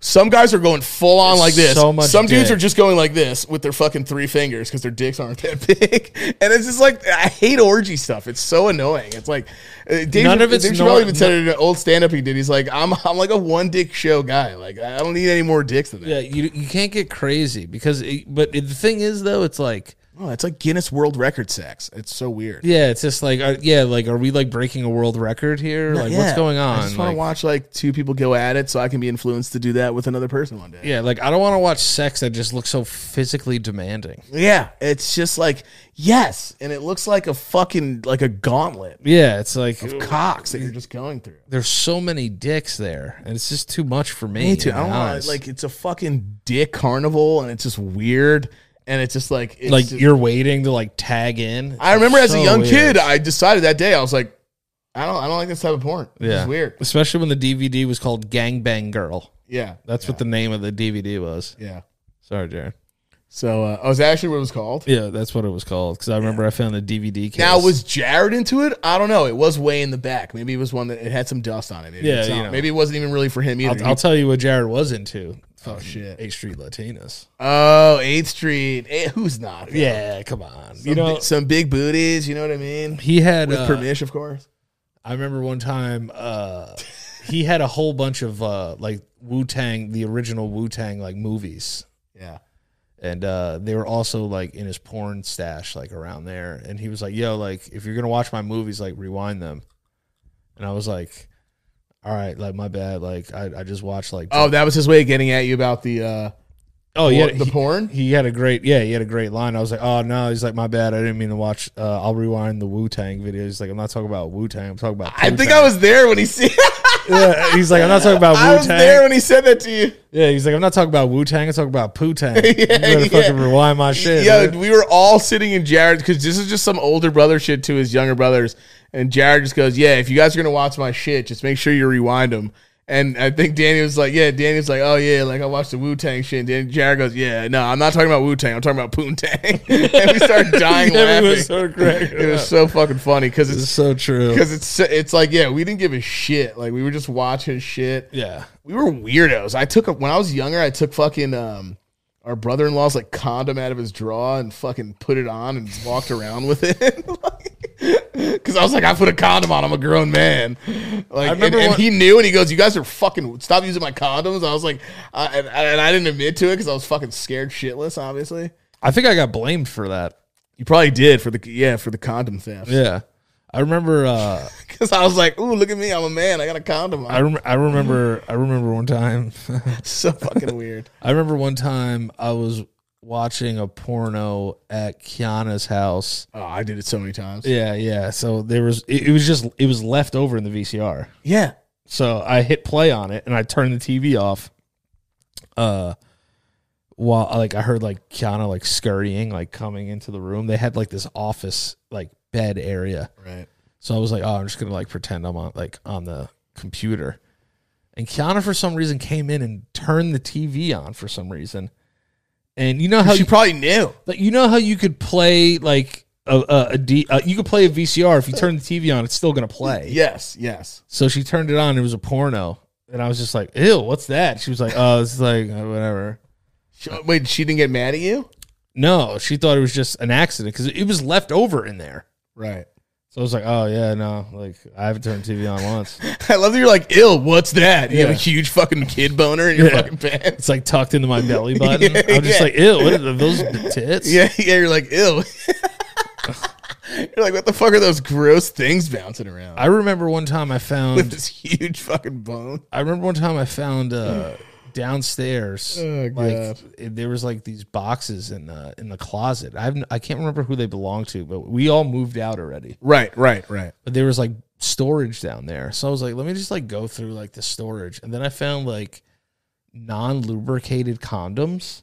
[SPEAKER 4] Some guys are going full on like this.
[SPEAKER 5] So much
[SPEAKER 4] Some dudes
[SPEAKER 5] dick.
[SPEAKER 4] are just going like this with their fucking three fingers because their dicks aren't that big. And it's just like I hate orgy stuff. It's so annoying. It's like uh, Dave,
[SPEAKER 5] None of
[SPEAKER 4] Dave
[SPEAKER 5] it's
[SPEAKER 4] Chappelle
[SPEAKER 5] nor-
[SPEAKER 4] even said it in an old stand up he did. He's like, I'm I'm like a one dick show guy. Like I don't need any more dicks than that.
[SPEAKER 5] Yeah. You you can't get crazy because it, but it, the thing is though it's like
[SPEAKER 4] Oh, it's like Guinness World Record sex. It's so weird.
[SPEAKER 5] yeah it's just like uh, yeah like are we like breaking a world record here like what's
[SPEAKER 4] Yeah.
[SPEAKER 5] going on
[SPEAKER 4] I just want
[SPEAKER 5] Like-
[SPEAKER 4] to watch like two people go at it, so I can be influenced to do that with another person one day.
[SPEAKER 5] Yeah, like I don't want to watch sex that just looks so physically demanding.
[SPEAKER 4] Yeah, it's just like yes, and it looks like a fucking like a gauntlet
[SPEAKER 5] Yeah, it's like
[SPEAKER 4] of cocks that you're just going through.
[SPEAKER 5] there's so many dicks there, and it's just too much for me.
[SPEAKER 4] Me too.
[SPEAKER 5] in
[SPEAKER 4] I don't
[SPEAKER 5] my
[SPEAKER 4] want
[SPEAKER 5] eyes.
[SPEAKER 4] to like it's a fucking dick carnival, and it's just weird, and it's just like it's
[SPEAKER 5] like
[SPEAKER 4] just-
[SPEAKER 5] you're waiting to like tag in.
[SPEAKER 4] I remember as a
[SPEAKER 5] So
[SPEAKER 4] young
[SPEAKER 5] weird.
[SPEAKER 4] kid, I decided that day I was like, I don't, I don't like this type of porn. Yeah,
[SPEAKER 5] yeah,
[SPEAKER 4] it's weird.
[SPEAKER 5] especially when the DVD was called Gang Bang Girl.
[SPEAKER 4] Yeah,
[SPEAKER 5] That's what the name of the DVD was.
[SPEAKER 4] yeah.
[SPEAKER 5] Sorry, Jared.
[SPEAKER 4] So, uh, oh, is that actually what it was called?
[SPEAKER 5] Yeah, that's what it was called because I remember I found the DVD. Case.
[SPEAKER 4] Now was Jared into it? I don't know. It was way in the back. Maybe it was one that it had some dust on it. Maybe
[SPEAKER 5] Yeah,
[SPEAKER 4] it's
[SPEAKER 5] you
[SPEAKER 4] not.
[SPEAKER 5] know.
[SPEAKER 4] maybe it wasn't even really for him either.
[SPEAKER 5] I'll, I'll tell you what Jared was into.
[SPEAKER 4] oh shit!
[SPEAKER 5] Eighth Street Latinas.
[SPEAKER 4] Oh, Eighth Street. Eh, who's not?
[SPEAKER 5] Yeah, come on.
[SPEAKER 4] you know some big booties. You know what I mean?
[SPEAKER 5] he had
[SPEAKER 4] With
[SPEAKER 5] uh,
[SPEAKER 4] permission, of course.
[SPEAKER 5] I remember one time uh, he had a whole bunch of uh, like Wu Tang, the original Wu Tang like movies,
[SPEAKER 4] Yeah.
[SPEAKER 5] and uh, they were also like in his porn stash, like around there. And he was like, "Yo, like if you're gonna watch my movies, like rewind them." And I was like, "All right, like my bad, like I, I just watched like
[SPEAKER 4] Oh, that was his way of getting at you about the uh
[SPEAKER 5] Oh yeah,
[SPEAKER 4] the
[SPEAKER 5] he-
[SPEAKER 4] porn?
[SPEAKER 5] He had a great yeah, he had a great line. I was like, oh no, he's like, my bad, I didn't mean to watch. Uh, I'll rewind the Wu Tang video. He's like, I'm not talking about Wu Tang. I'm talking about.
[SPEAKER 4] I think I was there when he said.
[SPEAKER 5] Yeah, he's like, I'm not talking about
[SPEAKER 4] I
[SPEAKER 5] Wu
[SPEAKER 4] was there
[SPEAKER 5] Tang.
[SPEAKER 4] when he said that to you.
[SPEAKER 5] Yeah, he's like, I'm not talking about Wu Tang. I'm talking about Poo Tang. you better
[SPEAKER 4] yeah.
[SPEAKER 5] fucking rewind my shit.
[SPEAKER 4] Yo,
[SPEAKER 5] dude.
[SPEAKER 4] we were all sitting in Jared because this is just some older brother shit to his younger brothers, and Jared just goes, "Yeah, if you guys are gonna watch my shit, just make sure you rewind them." And I think Danny was like, "Yeah." Danny was like, "Oh yeah," like I watched the Wu Tang shit. And Danny, Jared goes, "Yeah, no, I'm not talking about Wu Tang. I'm talking about Poontang." and we started dying laughing.
[SPEAKER 5] Everyone's so great.
[SPEAKER 4] it was so fucking funny because
[SPEAKER 5] It's
[SPEAKER 4] it's
[SPEAKER 5] so true.
[SPEAKER 4] because it's it's like yeah, we didn't give a shit. Like we were just watching shit
[SPEAKER 5] Yeah.
[SPEAKER 4] we were weirdos. I took a, when I was younger, I took fucking um our brother in law's like condom out of his drawer and fucking put it on and walked around with it. Because I was like, I put a condom on. I'm a grown man. Like, and,
[SPEAKER 5] remember
[SPEAKER 4] and
[SPEAKER 5] one-
[SPEAKER 4] he knew, and he goes, "You guys are fucking stop using my condoms." I was like, I, and, and I didn't admit to it because I was fucking scared shitless. Obviously,
[SPEAKER 5] I think I got blamed for that.
[SPEAKER 4] you probably did for the yeah for the condom theft.
[SPEAKER 5] Yeah. I remember uh
[SPEAKER 4] Because I was like, "Ooh, look at me, I'm a man. I got a condom on."
[SPEAKER 5] I rem- I remember I remember one time
[SPEAKER 4] so fucking weird.
[SPEAKER 5] I remember one time I was watching a porno at Kiana's house.
[SPEAKER 4] Oh, I did it so many times.
[SPEAKER 5] Yeah, yeah. So there was it, it was just it was left over in the VCR.
[SPEAKER 4] yeah.
[SPEAKER 5] So I hit play on it and I turned the TV off. Uh while like I heard like Kiana like scurrying, like coming into the room. They had like this office like bed area.
[SPEAKER 4] Right.
[SPEAKER 5] So I was like, oh, I'm just gonna like pretend I'm on like on the computer. And Kiana for some reason came in and turned the TV on for some reason. And you know how
[SPEAKER 4] She
[SPEAKER 5] you,
[SPEAKER 4] Oh, probably knew.
[SPEAKER 5] like, you know how you could play like a, a, a D, uh, you could play a VCR if you turn the TV on, it's still gonna play.
[SPEAKER 4] Yes, yes.
[SPEAKER 5] So she turned it on. It was a porno, and I was just like, "Ew, what's that?" She was like, "Oh, it's like uh, whatever."
[SPEAKER 4] She- Wait, she didn't get mad at you?
[SPEAKER 5] No, she thought it was just an accident because it was left over in there.
[SPEAKER 4] Right.
[SPEAKER 5] So I was like, "Oh yeah, no, like I haven't turned TV on once.
[SPEAKER 4] I love that you're like, ill, what's that? You have
[SPEAKER 5] Yeah.
[SPEAKER 4] a huge fucking kid boner in your
[SPEAKER 5] Yeah.
[SPEAKER 4] fucking pants.
[SPEAKER 5] It's like tucked into my belly button."
[SPEAKER 4] Yeah,
[SPEAKER 5] I'm just
[SPEAKER 4] yeah.
[SPEAKER 5] like, "Ew, what are those tits?"
[SPEAKER 4] Yeah, yeah, you're like, ill. you're like, what the fuck are those gross things bouncing around?
[SPEAKER 5] I remember one time I
[SPEAKER 4] with
[SPEAKER 5] found.
[SPEAKER 4] this huge fucking bone.
[SPEAKER 5] I remember one time I found uh, downstairs.
[SPEAKER 4] Oh,
[SPEAKER 5] like
[SPEAKER 4] God.
[SPEAKER 5] it- there was like these boxes in the in the closet. I've n- I can't remember who they belonged to, but we all moved out already.
[SPEAKER 4] Right, right, right.
[SPEAKER 5] but there was like storage down there. So I was like, let me just like go through like the storage. And then I found like non lubricated condoms.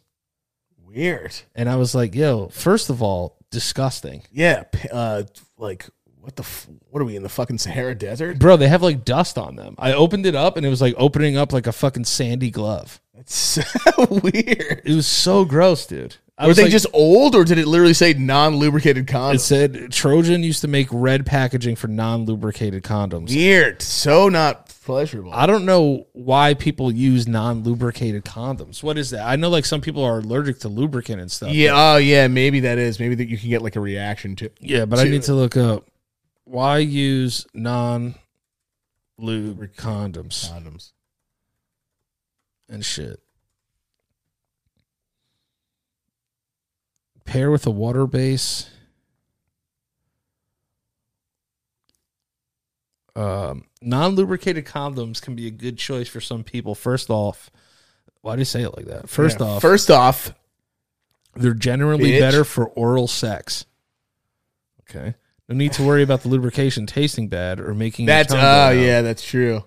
[SPEAKER 4] Weird.
[SPEAKER 5] And I was like, yo, first of all, disgusting.
[SPEAKER 4] Yeah, p- uh, like, what the, f- what are we in the fucking Sahara Desert?
[SPEAKER 5] Bro, they have like dust on them. I opened it up and it was like opening up like a fucking sandy glove.
[SPEAKER 4] That's so weird.
[SPEAKER 5] It was so gross, dude. I
[SPEAKER 4] Were
[SPEAKER 5] was
[SPEAKER 4] they
[SPEAKER 5] like-
[SPEAKER 4] just old or did it literally say non lubricated
[SPEAKER 5] It
[SPEAKER 4] condoms?
[SPEAKER 5] said Trojan used to make red packaging for non lubricated condoms.
[SPEAKER 4] Weird. So not pleasurable.
[SPEAKER 5] I don't know why people use non lubricated condoms. What is that? I know like some people are allergic to lubricant and stuff.
[SPEAKER 4] Yeah. Oh, yeah. Maybe that is. Maybe that you can get like a reaction to.
[SPEAKER 5] Yeah, but I need to look up why use non lube condoms
[SPEAKER 4] Condoms.
[SPEAKER 5] and shit. Pair with a water base. Um, non lubricated condoms can be a good choice for some people. First off, why do you say it like that? First
[SPEAKER 4] Yeah.
[SPEAKER 5] off,
[SPEAKER 4] First off,
[SPEAKER 5] They're generally
[SPEAKER 4] Bitch.
[SPEAKER 5] better for oral sex. Okay. No need to worry about the lubrication tasting bad or making your
[SPEAKER 4] that's
[SPEAKER 5] tongue
[SPEAKER 4] oh
[SPEAKER 5] go out.
[SPEAKER 4] yeah, that's true.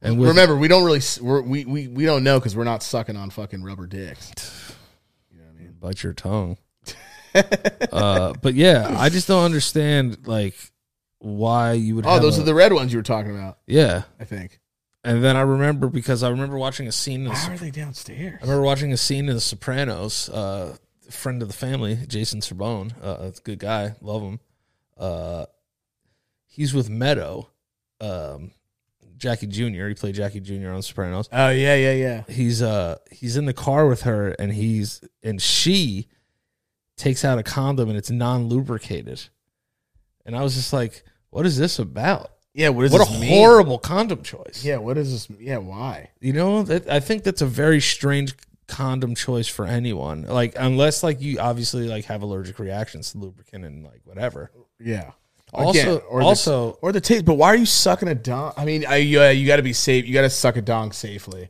[SPEAKER 5] And with-
[SPEAKER 4] Remember, we don't really s- we're, we we we don't know because we're not sucking on fucking rubber dicks.
[SPEAKER 5] bite your tongue. uh, but yeah, I just don't understand like why you would.
[SPEAKER 4] Oh,
[SPEAKER 5] have
[SPEAKER 4] those
[SPEAKER 5] a-
[SPEAKER 4] are the red ones you were talking about.
[SPEAKER 5] yeah.
[SPEAKER 4] I think.
[SPEAKER 5] And then I remember because I remember watching a scene. In the,
[SPEAKER 4] How are they downstairs?
[SPEAKER 5] I remember watching a scene in The Sopranos. Uh, a friend of the family, Jason Serbone, uh, that's a good guy, love him. Uh, he's with Meadow, um, Jackie Jr. He played Jackie Jr. on Sopranos.
[SPEAKER 4] Oh yeah, yeah, yeah.
[SPEAKER 5] He's uh he's in the car with her, and he's and she takes out a condom, and it's non lubricated. And I was just like, "What is this about?
[SPEAKER 4] Yeah. What is
[SPEAKER 5] what a
[SPEAKER 4] this mean?
[SPEAKER 5] horrible condom choice!"
[SPEAKER 4] Yeah. What is this? Yeah. Why?
[SPEAKER 5] You know, that, I think that's a very strange condom choice for anyone. Like, unless like you obviously like have allergic reactions to lubricant and like whatever.
[SPEAKER 4] Yeah.
[SPEAKER 5] Also-
[SPEAKER 4] the-
[SPEAKER 5] also-
[SPEAKER 4] uh, or the taste. But why are you sucking a donk? I mean, I, yeah, you got to be safe. You got to suck a donk safely.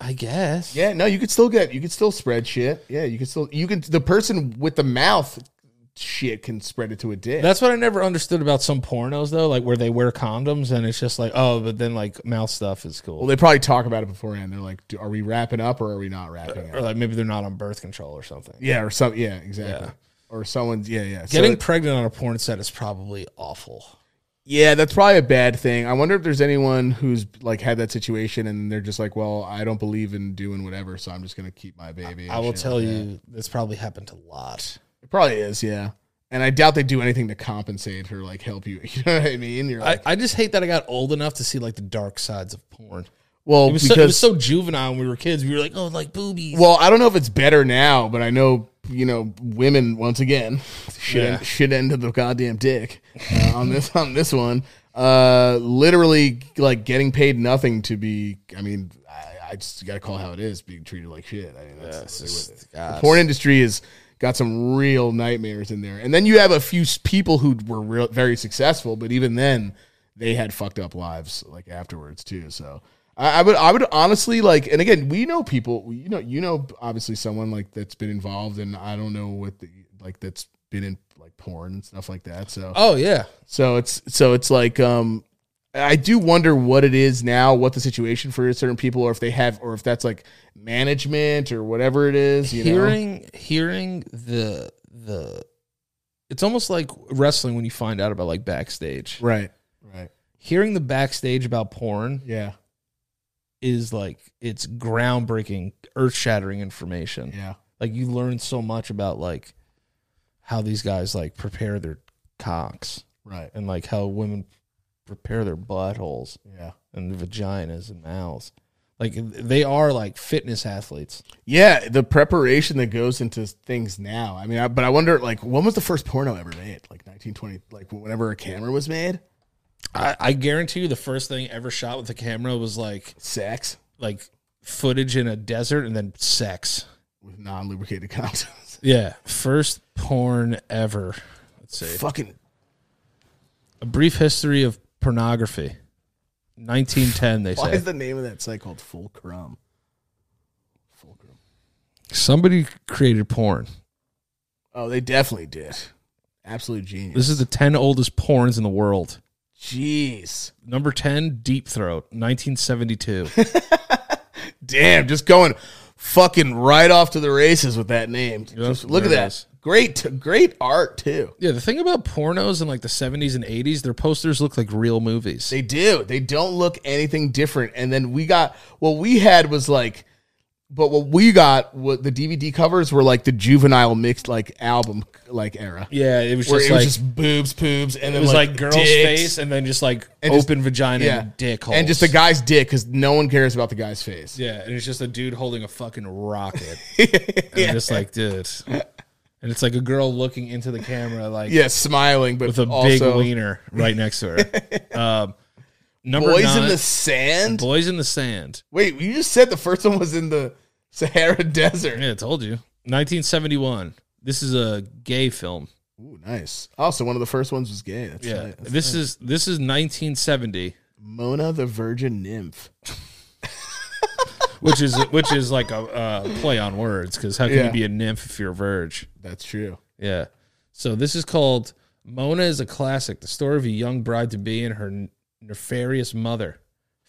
[SPEAKER 5] I guess.
[SPEAKER 4] Yeah, no, you could still get you could still spread shit. Yeah, you can still you can the person with the mouth shit can spread it to a dick.
[SPEAKER 5] That's what I never understood about some pornos though, like where they wear condoms and it's just like, oh, but then like mouth stuff is cool.
[SPEAKER 4] well, they probably talk about it beforehand. They're like, "Do- "Are we wrapping up or are we not wrapping
[SPEAKER 5] or
[SPEAKER 4] up?"
[SPEAKER 5] like maybe they're not on birth control or something.
[SPEAKER 4] Yeah, or some. Yeah, exactly. Or someone's. Yeah, yeah. So
[SPEAKER 5] Getting
[SPEAKER 4] it-
[SPEAKER 5] pregnant on a porn set is probably awful.
[SPEAKER 4] yeah, that's probably a bad thing. I wonder if there's anyone who's like had that situation and they're just like, "Well, I don't believe in doing whatever, so I'm just gonna keep my baby." and
[SPEAKER 5] I will
[SPEAKER 4] shit
[SPEAKER 5] tell
[SPEAKER 4] like that.
[SPEAKER 5] you, this probably happened a lot.
[SPEAKER 4] It probably is. Yeah, and I doubt they do anything to compensate or like help you. You know what I mean? You're
[SPEAKER 5] I,
[SPEAKER 4] like,
[SPEAKER 5] I just hate that I got old enough to see like the dark sides of porn.
[SPEAKER 4] well,
[SPEAKER 5] It was, so, it was so juvenile when we were kids. We were like, oh, like boobies.
[SPEAKER 4] Well, I don't know if it's better now, but I know you know women once again should
[SPEAKER 5] Yeah.
[SPEAKER 4] should end up the goddamn dick uh, on this on this one. Uh, literally like getting paid nothing to be. I mean, I, I just got to call how it is being treated like shit. I mean, that's the porn industry is got some real nightmares in there. And then you have a few s- people who were real, very successful, but even then they had fucked up lives like afterwards too. So I, I would, I would honestly like, and again, we know people, you know, you know, obviously someone like that's been involved and I don't know what the, like that's been in like porn and stuff like that. So,
[SPEAKER 5] oh yeah,
[SPEAKER 4] so it's, so it's like, um, I do wonder what it is now, what the situation for certain people, or if they have, or if that's like management or whatever it is. You know?
[SPEAKER 5] hearing hearing the the. It's almost like wrestling when you find out about like backstage.
[SPEAKER 4] Right. Right.
[SPEAKER 5] Hearing the backstage about porn
[SPEAKER 4] Yeah.
[SPEAKER 5] is like it's groundbreaking, earth shattering information.
[SPEAKER 4] Yeah.
[SPEAKER 5] Like you learn so much about like how these guys like prepare their cocks
[SPEAKER 4] Right.
[SPEAKER 5] and like how women prepare their buttholes
[SPEAKER 4] Yeah.
[SPEAKER 5] and vaginas and mouths. Like they are like fitness athletes.
[SPEAKER 4] Yeah. The preparation that goes into things now. I mean, I, but I wonder, like, when was the first porno ever made? Like 1920, like whenever a camera was made?
[SPEAKER 5] I, I guarantee you the first thing ever shot with a camera was like
[SPEAKER 4] Sex
[SPEAKER 5] like footage in a desert and then sex.
[SPEAKER 4] with non lubricated condoms.
[SPEAKER 5] Yeah. First porn ever. Let's see.
[SPEAKER 4] Fucking,
[SPEAKER 5] A brief history of pornography. 1910 they
[SPEAKER 4] why
[SPEAKER 5] say.
[SPEAKER 4] is the name of that site called Fulcrum? Fulcrum.
[SPEAKER 5] Somebody created porn.
[SPEAKER 4] Oh, they definitely did. Absolute genius.
[SPEAKER 5] This is the 10 oldest porns in the world.
[SPEAKER 4] Jeez.
[SPEAKER 5] Number 10 Deep Throat 1972.
[SPEAKER 4] Damn, just going fucking right off to the races with that name. Just look at
[SPEAKER 5] there it
[SPEAKER 4] that.
[SPEAKER 5] is.
[SPEAKER 4] Great, great art, too.
[SPEAKER 5] Yeah, the thing about pornos in like the 70s and 80s, their posters look like real movies.
[SPEAKER 4] They do. They don't look anything different. And then we got what we had was like, but what we got what the DVD covers were like the juvenile mixed like album like era.
[SPEAKER 5] yeah, it was
[SPEAKER 4] Where
[SPEAKER 5] just
[SPEAKER 4] it
[SPEAKER 5] like
[SPEAKER 4] was just boobs, poops, and
[SPEAKER 5] it
[SPEAKER 4] then
[SPEAKER 5] was like,
[SPEAKER 4] like
[SPEAKER 5] girl's
[SPEAKER 4] dicks.
[SPEAKER 5] face and then just like
[SPEAKER 4] And just-
[SPEAKER 5] open vagina
[SPEAKER 4] yeah,
[SPEAKER 5] and dick holes.
[SPEAKER 4] and just the guy's dick because no one cares about the guy's face.
[SPEAKER 5] Yeah, and it's just a dude holding a fucking rocket. and I'm just like, dude. And it's like a girl looking into the camera like
[SPEAKER 4] Yeah, smiling, but
[SPEAKER 5] with a big
[SPEAKER 4] also,
[SPEAKER 5] wiener right next to her. um number
[SPEAKER 4] Boys
[SPEAKER 5] nine,
[SPEAKER 4] in the sand.
[SPEAKER 5] Boys in the Sand.
[SPEAKER 4] Wait, you just said the first one was in the Sahara Desert.
[SPEAKER 5] Yeah, I told you. 1971. This is a gay film.
[SPEAKER 4] Ooh, nice. Also, one of the first ones was gay. That's
[SPEAKER 5] Yeah.
[SPEAKER 4] right. That's
[SPEAKER 5] This is this is 1970,
[SPEAKER 4] Mona the Virgin Nymph.
[SPEAKER 5] which is which is like a uh, play on words cuz how can
[SPEAKER 4] Yeah.
[SPEAKER 5] you be a nymph if you're a verge?
[SPEAKER 4] That's true.
[SPEAKER 5] Yeah. So this is called Mona is a classic, the story of a young bride to be and her n- nefarious mother,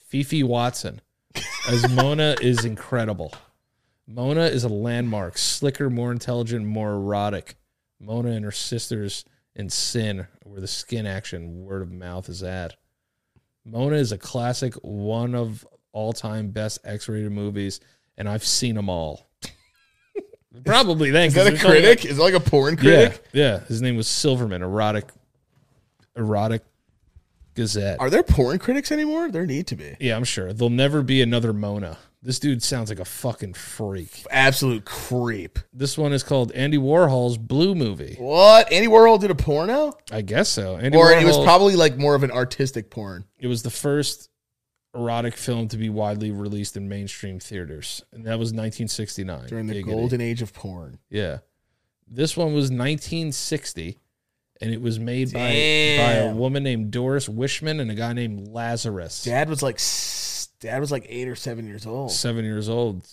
[SPEAKER 5] Fifi Watson, as Mona is incredible. Mona is a landmark, slicker, more intelligent, more erotic. Mona and her sisters in sin, where the skin action word of mouth is at. Mona is a classic, one of all time best X rated movies, and I've seen them all. Probably then.
[SPEAKER 4] Is that a critic? Is it like a porn critic?
[SPEAKER 5] Yeah, yeah. His name was Silverman, erotic, erotic Gazette.
[SPEAKER 4] Are there porn critics anymore? There need to be.
[SPEAKER 5] yeah, I'm sure there'll never be another Mona. This dude sounds like a fucking freak.
[SPEAKER 4] Absolute creep.
[SPEAKER 5] This one is called Andy Warhol's Blue Movie.
[SPEAKER 4] What? Andy Warhol did a porno?
[SPEAKER 5] I guess so. Andy
[SPEAKER 4] Or
[SPEAKER 5] Warhol,
[SPEAKER 4] it was probably like more of an artistic porn.
[SPEAKER 5] it was the first erotic film to be widely released in mainstream theaters, and that was 1969.
[SPEAKER 4] During the
[SPEAKER 5] Giggity.
[SPEAKER 4] golden age of porn.
[SPEAKER 5] Yeah. This one was 1960, and it was made by by a
[SPEAKER 4] Damn.
[SPEAKER 5] woman named Doris Wishman and a guy named Lazarus.
[SPEAKER 4] Dad was like s-
[SPEAKER 1] Dad was like eight or seven years old.
[SPEAKER 5] Seven years old,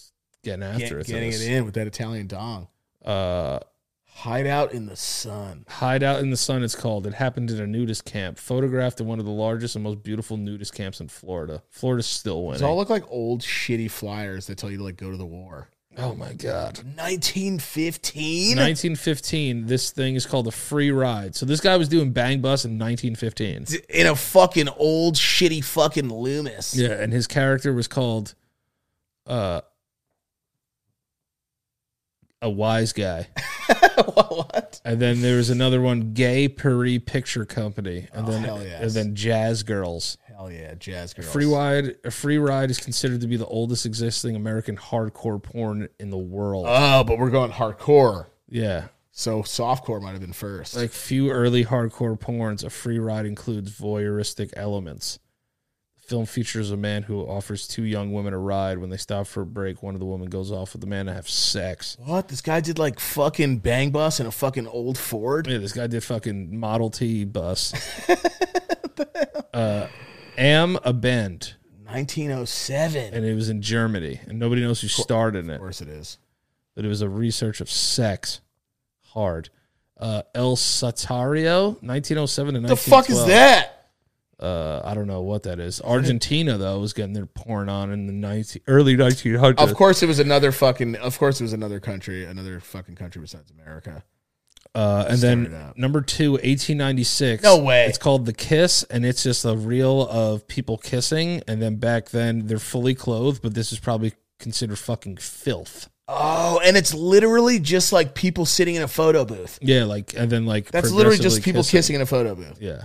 [SPEAKER 5] getting
[SPEAKER 4] Get-
[SPEAKER 5] after it.
[SPEAKER 4] getting it in with that Italian dong.
[SPEAKER 5] Uh,
[SPEAKER 1] Hide out in the sun.
[SPEAKER 5] Hideout in the Sun, it's called. It happened at a nudist camp, photographed in one of the largest and most beautiful nudist camps in Florida. Florida's still
[SPEAKER 4] Does
[SPEAKER 5] winning.
[SPEAKER 4] it all look like old shitty flyers that tell you to like go to the war?
[SPEAKER 5] oh my god.
[SPEAKER 1] 1915.
[SPEAKER 5] 1915, this thing is called the free ride. So this guy was doing bang bus in 1915.
[SPEAKER 1] in a fucking old shitty fucking Loomis.
[SPEAKER 5] Yeah, and his character was called uh a wise guy.
[SPEAKER 4] what?
[SPEAKER 5] And then there was another one, Gay Paris Picture Company, and
[SPEAKER 4] Oh,
[SPEAKER 5] then
[SPEAKER 4] hell yes.
[SPEAKER 5] and then Jazz Girls.
[SPEAKER 4] Hell yeah, jazz girls.
[SPEAKER 5] Free ride, a free ride is considered to be the oldest existing American hardcore porn in the world.
[SPEAKER 4] Oh, but we're going hardcore.
[SPEAKER 5] yeah,
[SPEAKER 4] So softcore might have been first.
[SPEAKER 5] like few early hardcore porns, a free ride includes voyeuristic elements. The film features a man who offers two young women a ride. When they stop for a break, one of the women goes off with the man to have sex.
[SPEAKER 1] What? This guy did like fucking bang bus in a fucking old Ford.
[SPEAKER 5] Yeah, this guy did fucking Model T bus. uh, am a bend,
[SPEAKER 1] 1907.
[SPEAKER 5] and it was in Germany, and nobody knows who starred in
[SPEAKER 4] of
[SPEAKER 5] it.
[SPEAKER 4] course it is.
[SPEAKER 5] but it was a research of sex. Hard. Uh, El Satario, 1907 to
[SPEAKER 4] The fuck is that?
[SPEAKER 5] Uh, I don't know what that is. Argentina, though, was getting their porn on in the 19, early 1900s.
[SPEAKER 4] Of course it was another fucking of course it was another country, another fucking country besides America.
[SPEAKER 5] Uh, and
[SPEAKER 4] Started
[SPEAKER 5] then
[SPEAKER 4] out.
[SPEAKER 5] number two, 1896.
[SPEAKER 1] No way.
[SPEAKER 5] It's called The Kiss, and it's just a reel of people kissing. And then back then, they're fully clothed, but this is probably considered fucking filth.
[SPEAKER 1] Oh, and it's literally just like people sitting in a photo booth.
[SPEAKER 5] Yeah, like, and then, like,
[SPEAKER 4] That's literally just
[SPEAKER 5] progressively
[SPEAKER 4] people kissing. in a photo booth.
[SPEAKER 5] Yeah.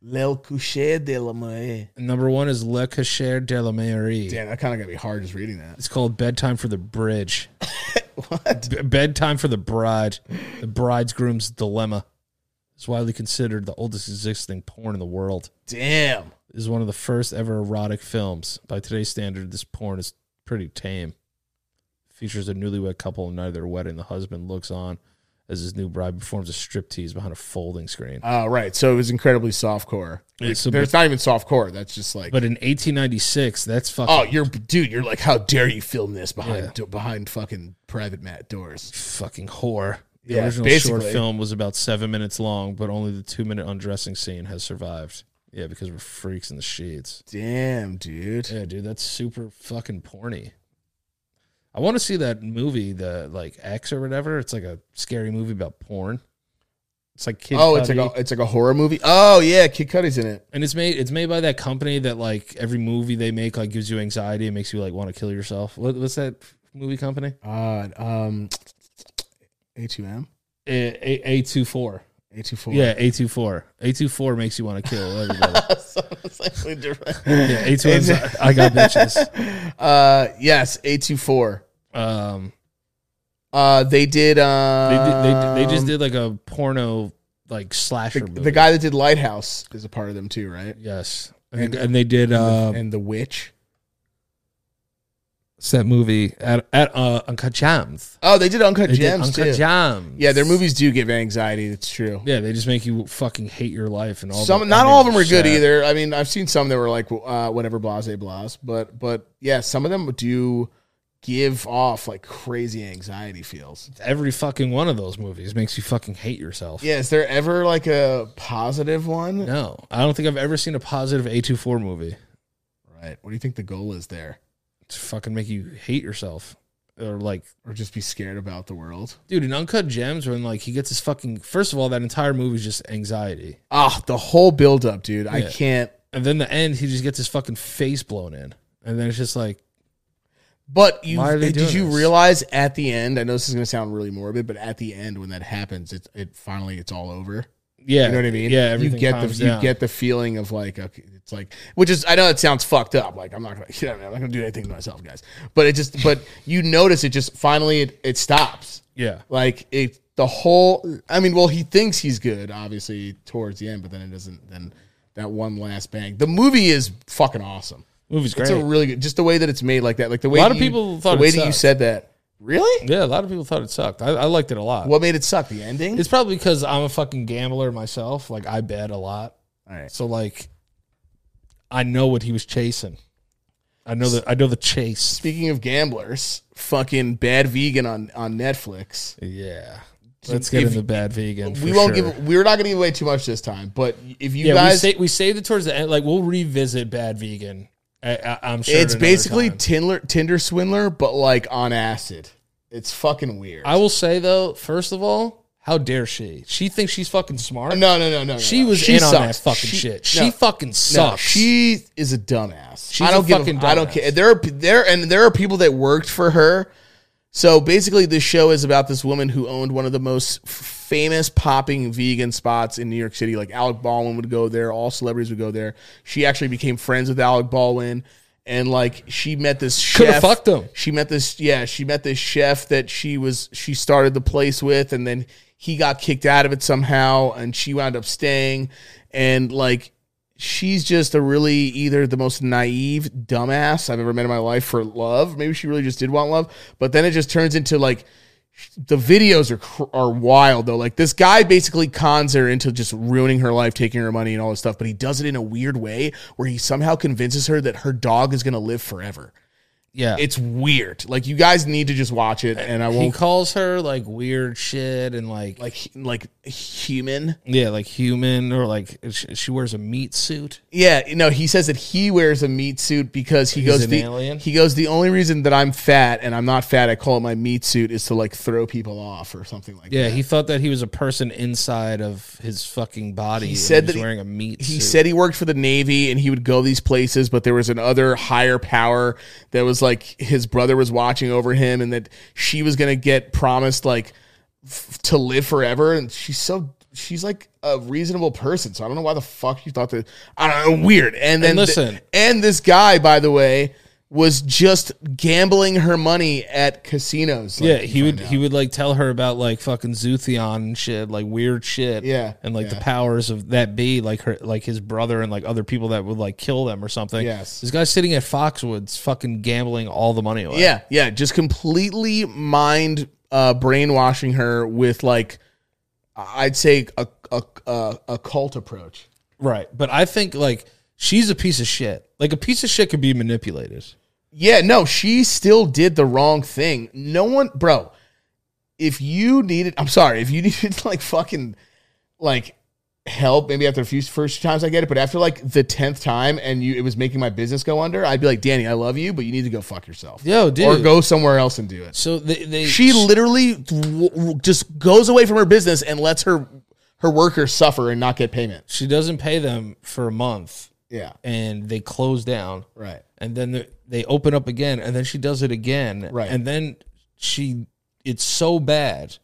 [SPEAKER 1] L'el coucher de la mer.
[SPEAKER 5] Number one is Le Cachere de la Mairie.
[SPEAKER 4] Damn, that kind of got me hard just reading that.
[SPEAKER 5] It's called Bedtime for the Bridge.
[SPEAKER 4] What?
[SPEAKER 5] B- bedtime for the Bride. The Bridegroom's Dilemma. It's widely considered the oldest existing porn in the world.
[SPEAKER 1] Damn.
[SPEAKER 5] It is one of the first ever erotic films. By today's standard, this porn is pretty tame. Features a newlywed couple on the night of their wedding. The husband looks on as his new bride performs a striptease behind a folding screen.
[SPEAKER 4] Oh, right. So it was incredibly softcore.
[SPEAKER 5] Yeah, so-
[SPEAKER 4] There's not even softcore. That's just like
[SPEAKER 5] But in 1896, that's fucking
[SPEAKER 4] Oh, you're dude. You're like, how dare you film this behind
[SPEAKER 5] Yeah.
[SPEAKER 4] do- behind fucking private mat doors?
[SPEAKER 5] fucking whore. The
[SPEAKER 4] Yeah,
[SPEAKER 5] original
[SPEAKER 4] basically.
[SPEAKER 5] short film was about seven minutes long, but only the two minute undressing scene has survived. Yeah, because we're freaks in the sheets.
[SPEAKER 4] Damn, dude.
[SPEAKER 5] Yeah, dude, that's super fucking porny. I want to see that movie, the like X or whatever. It's like a scary movie about porn. It's like kids.
[SPEAKER 4] oh, it's like a it's like a horror movie. Oh yeah, Kid Cudi's in it.
[SPEAKER 5] and it's made it's made by that company that like every movie they make like gives you anxiety and makes you like want to kill yourself. What, what's that movie company?
[SPEAKER 4] Uh, um, A two M,
[SPEAKER 5] A A two four.
[SPEAKER 4] A two four.
[SPEAKER 5] Yeah, A two four. A two four makes you want to kill everybody.
[SPEAKER 4] slightly different.
[SPEAKER 5] Yeah, eight to one's- I got bitches.
[SPEAKER 4] Uh, yes, A two four.
[SPEAKER 5] Um,
[SPEAKER 4] Uh, they did.
[SPEAKER 5] they, did, they,
[SPEAKER 4] Uh,
[SPEAKER 5] did- they just did like a porno like slasher
[SPEAKER 4] the,
[SPEAKER 5] movie.
[SPEAKER 4] the guy that did Lighthouse is a part of them too, right?
[SPEAKER 5] yes, and, and they did uh,
[SPEAKER 4] and the witch.
[SPEAKER 5] it's that movie at at uh, Uncut Gems.
[SPEAKER 4] Oh, they did Uncut
[SPEAKER 5] They did
[SPEAKER 4] Gems
[SPEAKER 5] Uncut
[SPEAKER 4] too.
[SPEAKER 5] Gems.
[SPEAKER 4] Yeah, their movies do give anxiety. It's true.
[SPEAKER 5] Yeah, they just make you fucking hate your life and all.
[SPEAKER 4] some
[SPEAKER 5] the
[SPEAKER 4] not all of them are
[SPEAKER 5] endings
[SPEAKER 4] good
[SPEAKER 5] sad.
[SPEAKER 4] either. I mean, I've seen some that were like uh, whatever blase blase, but but yeah, some of them do give off like crazy anxiety feels.
[SPEAKER 5] Every fucking one of those movies makes you fucking hate yourself.
[SPEAKER 4] Yeah, is there ever like a positive one?
[SPEAKER 5] No, I don't think I've ever seen a positive A24 movie.
[SPEAKER 4] Right. What do you think the goal is there?
[SPEAKER 5] To fucking make you hate yourself or like
[SPEAKER 4] Or just be scared about the world?
[SPEAKER 5] Dude, in Uncut Gems, when like he gets his fucking first of all, that entire movie is just anxiety,
[SPEAKER 4] Ah, the whole build up, dude. I
[SPEAKER 5] Yeah.
[SPEAKER 4] can't.
[SPEAKER 5] and then the end, he just gets his fucking face blown in, and then it's just like,
[SPEAKER 4] But you
[SPEAKER 5] Why are they
[SPEAKER 4] did
[SPEAKER 5] doing
[SPEAKER 4] you
[SPEAKER 5] this?
[SPEAKER 4] realize at the end? I know this is going to sound really morbid, but at the end when that happens, it it finally it's all over.
[SPEAKER 5] yeah,
[SPEAKER 4] You know what I mean?
[SPEAKER 5] Yeah, everything
[SPEAKER 4] you get the
[SPEAKER 5] calms
[SPEAKER 4] you
[SPEAKER 5] down.
[SPEAKER 4] get the feeling of like okay, it's like which is I know it sounds fucked up. Like I'm not gonna you know, what I mean? I'm not gonna do anything to myself, guys. But it just but you notice it just finally it, it stops.
[SPEAKER 5] yeah,
[SPEAKER 4] Like it the whole I mean, well he thinks he's good obviously towards the end, but then it doesn't then that one last bang. The movie is fucking awesome.
[SPEAKER 5] movie's
[SPEAKER 4] It's
[SPEAKER 5] great.
[SPEAKER 4] a really good just the way that it's made like that. Like the way
[SPEAKER 5] lot
[SPEAKER 4] that
[SPEAKER 5] of
[SPEAKER 4] you-
[SPEAKER 5] people thought
[SPEAKER 4] the
[SPEAKER 5] it
[SPEAKER 4] way that you
[SPEAKER 5] sucked.
[SPEAKER 4] said that. Really?
[SPEAKER 5] yeah, a lot of people thought it sucked. I, I liked it a lot.
[SPEAKER 4] What made it suck? The ending?
[SPEAKER 5] it's probably because I'm a fucking gambler myself. Like I bet a lot,
[SPEAKER 4] All right.
[SPEAKER 5] so like, I know what he was chasing. I know the I know the chase.
[SPEAKER 4] Speaking of gamblers, fucking Bad Vegan on on Netflix.
[SPEAKER 5] Yeah. Let's get
[SPEAKER 4] If-
[SPEAKER 5] into bad vegan.
[SPEAKER 4] we
[SPEAKER 5] for
[SPEAKER 4] won't
[SPEAKER 5] sure.
[SPEAKER 4] give. We're not going to give away too much this time. But if you
[SPEAKER 5] yeah,
[SPEAKER 4] guys,
[SPEAKER 5] we, sa- we saved it towards the end. Like we'll revisit Bad Vegan. I, I, am sure at
[SPEAKER 4] it's
[SPEAKER 5] another
[SPEAKER 4] basically
[SPEAKER 5] time.
[SPEAKER 4] Tinder Tinder swindler, but like on acid. It's fucking weird.
[SPEAKER 5] I will say though, first of all, how dare she? She thinks she's fucking smart.
[SPEAKER 4] no, no, no, no.
[SPEAKER 5] she
[SPEAKER 4] no, no.
[SPEAKER 5] was in on that
[SPEAKER 4] sucks.
[SPEAKER 5] fucking
[SPEAKER 4] She-
[SPEAKER 5] shit.
[SPEAKER 4] no,
[SPEAKER 5] She fucking
[SPEAKER 4] no,
[SPEAKER 5] sucks.
[SPEAKER 4] she is a dumbass.
[SPEAKER 5] She's
[SPEAKER 4] I don't
[SPEAKER 5] a
[SPEAKER 4] give.
[SPEAKER 5] fucking
[SPEAKER 4] I don't
[SPEAKER 5] dumbass.
[SPEAKER 4] care. There are p- there and there are people that worked for her. So basically, this show is about this woman who owned one of the most f- famous popping vegan spots in New York City. Like Alec Baldwin would go there, all celebrities would go there. She actually became friends with Alec Baldwin, and like she met this
[SPEAKER 5] Coulda
[SPEAKER 4] chef.
[SPEAKER 5] fucked him.
[SPEAKER 4] She met this yeah. She met this chef that she was she started the place with, and then he got kicked out of it somehow, and she wound up staying, and like she's just a really either the most naive dumbass I've ever met in my life for love. Maybe she really just did want love, but then it just turns into like the videos are cr- are wild though. Like this guy basically cons her into just ruining her life, taking her money and all this stuff, but he does it in a weird way where he somehow convinces her that her dog is going to live forever.
[SPEAKER 5] yeah,
[SPEAKER 4] It's weird. Like you guys need to just watch it and I
[SPEAKER 5] he
[SPEAKER 4] won't
[SPEAKER 5] calls her like weird shit and like
[SPEAKER 4] like hu- like human.
[SPEAKER 5] yeah, like human or like she, she wears a meat suit.
[SPEAKER 4] Yeah, no, he says that he wears a meat suit because he
[SPEAKER 5] He's
[SPEAKER 4] goes
[SPEAKER 5] an
[SPEAKER 4] the
[SPEAKER 5] alien?
[SPEAKER 4] he goes the only reason that I'm fat and I'm not fat I call it my meat suit is to like throw people off or something like
[SPEAKER 5] Yeah,
[SPEAKER 4] that.
[SPEAKER 5] he thought that he was a person inside of his fucking body.
[SPEAKER 4] He
[SPEAKER 5] and
[SPEAKER 4] said
[SPEAKER 5] was
[SPEAKER 4] that he-
[SPEAKER 5] wearing a meat.
[SPEAKER 4] He
[SPEAKER 5] suit.
[SPEAKER 4] said he worked for the Navy and he would go these places, but there was another higher power that was like his brother was watching over him and that she was going to get promised like f- to live forever. And she's so, she's like a reasonable person. So I don't know why the fuck you thought that. I don't know, weird. And then, th-
[SPEAKER 5] listen.
[SPEAKER 4] and this guy, by the way, was just gambling her money at casinos. like
[SPEAKER 5] Yeah,
[SPEAKER 4] you
[SPEAKER 5] he would
[SPEAKER 4] find out.
[SPEAKER 5] he would like tell her about like fucking Zootheon and shit, like weird shit.
[SPEAKER 4] Yeah,
[SPEAKER 5] And like the
[SPEAKER 4] yeah.
[SPEAKER 5] powers of that bee, like her like his brother and like other people that would like kill them or something.
[SPEAKER 4] Yes.
[SPEAKER 5] This guy's sitting at Foxwoods fucking gambling all the money away.
[SPEAKER 4] Yeah, yeah, just completely mind uh, brainwashing her with like I'd say a a a, a cult approach.
[SPEAKER 5] Right. But I think like she's a piece of shit. Like a piece of shit could be manipulated.
[SPEAKER 4] Yeah, no, she still did the wrong thing. No one, bro. If you needed, I'm sorry, if you needed like fucking like help, maybe after a few first times I get it, but after like the tenth time and you it was making my business go under, I'd be like, Danny, I love you, but you need to go fuck yourself.
[SPEAKER 5] Yo, dude.
[SPEAKER 4] or go somewhere else and do it.
[SPEAKER 5] So they, they
[SPEAKER 4] she literally w- w- just goes away from her business and lets her her workers suffer and not get payment.
[SPEAKER 5] she doesn't pay them for a month
[SPEAKER 4] Yeah,
[SPEAKER 5] and they close down.
[SPEAKER 4] right.
[SPEAKER 5] and then the- they open up again and then she does it again
[SPEAKER 4] Right.
[SPEAKER 5] and then she it's so bad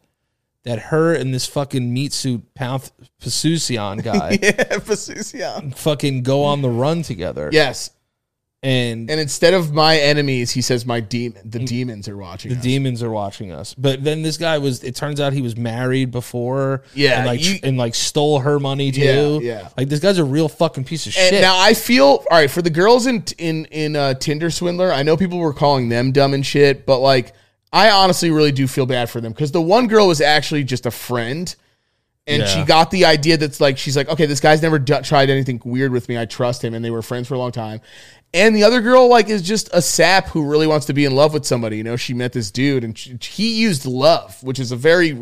[SPEAKER 5] that her and this fucking meat suit Panth Pasusion guy fucking go on the run together.
[SPEAKER 4] Yes,
[SPEAKER 5] And,
[SPEAKER 4] and instead of my enemies, he says my demon. The demons are watching.
[SPEAKER 5] the
[SPEAKER 4] us.
[SPEAKER 5] demons are watching us. But then this guy was it turns out he was married before
[SPEAKER 4] Yeah,
[SPEAKER 5] and like
[SPEAKER 4] you-
[SPEAKER 5] and like stole her money
[SPEAKER 4] Yeah,
[SPEAKER 5] too.
[SPEAKER 4] yeah.
[SPEAKER 5] Like this guy's a real fucking piece of
[SPEAKER 4] And
[SPEAKER 5] shit.
[SPEAKER 4] now I feel all right for the girls in in in uh, Tinder Swindler. I know people were calling them dumb and shit, but like I honestly really do feel bad for them because the one girl was actually just a friend, and she
[SPEAKER 5] Yeah.
[SPEAKER 4] got the idea that's like she's like, okay, this guy's never d- tried anything weird with me. I trust him, and they were friends for a long time. And the other girl like is just a sap who really wants to be in love with somebody. You know, she met this dude, and she, he used love, which is a very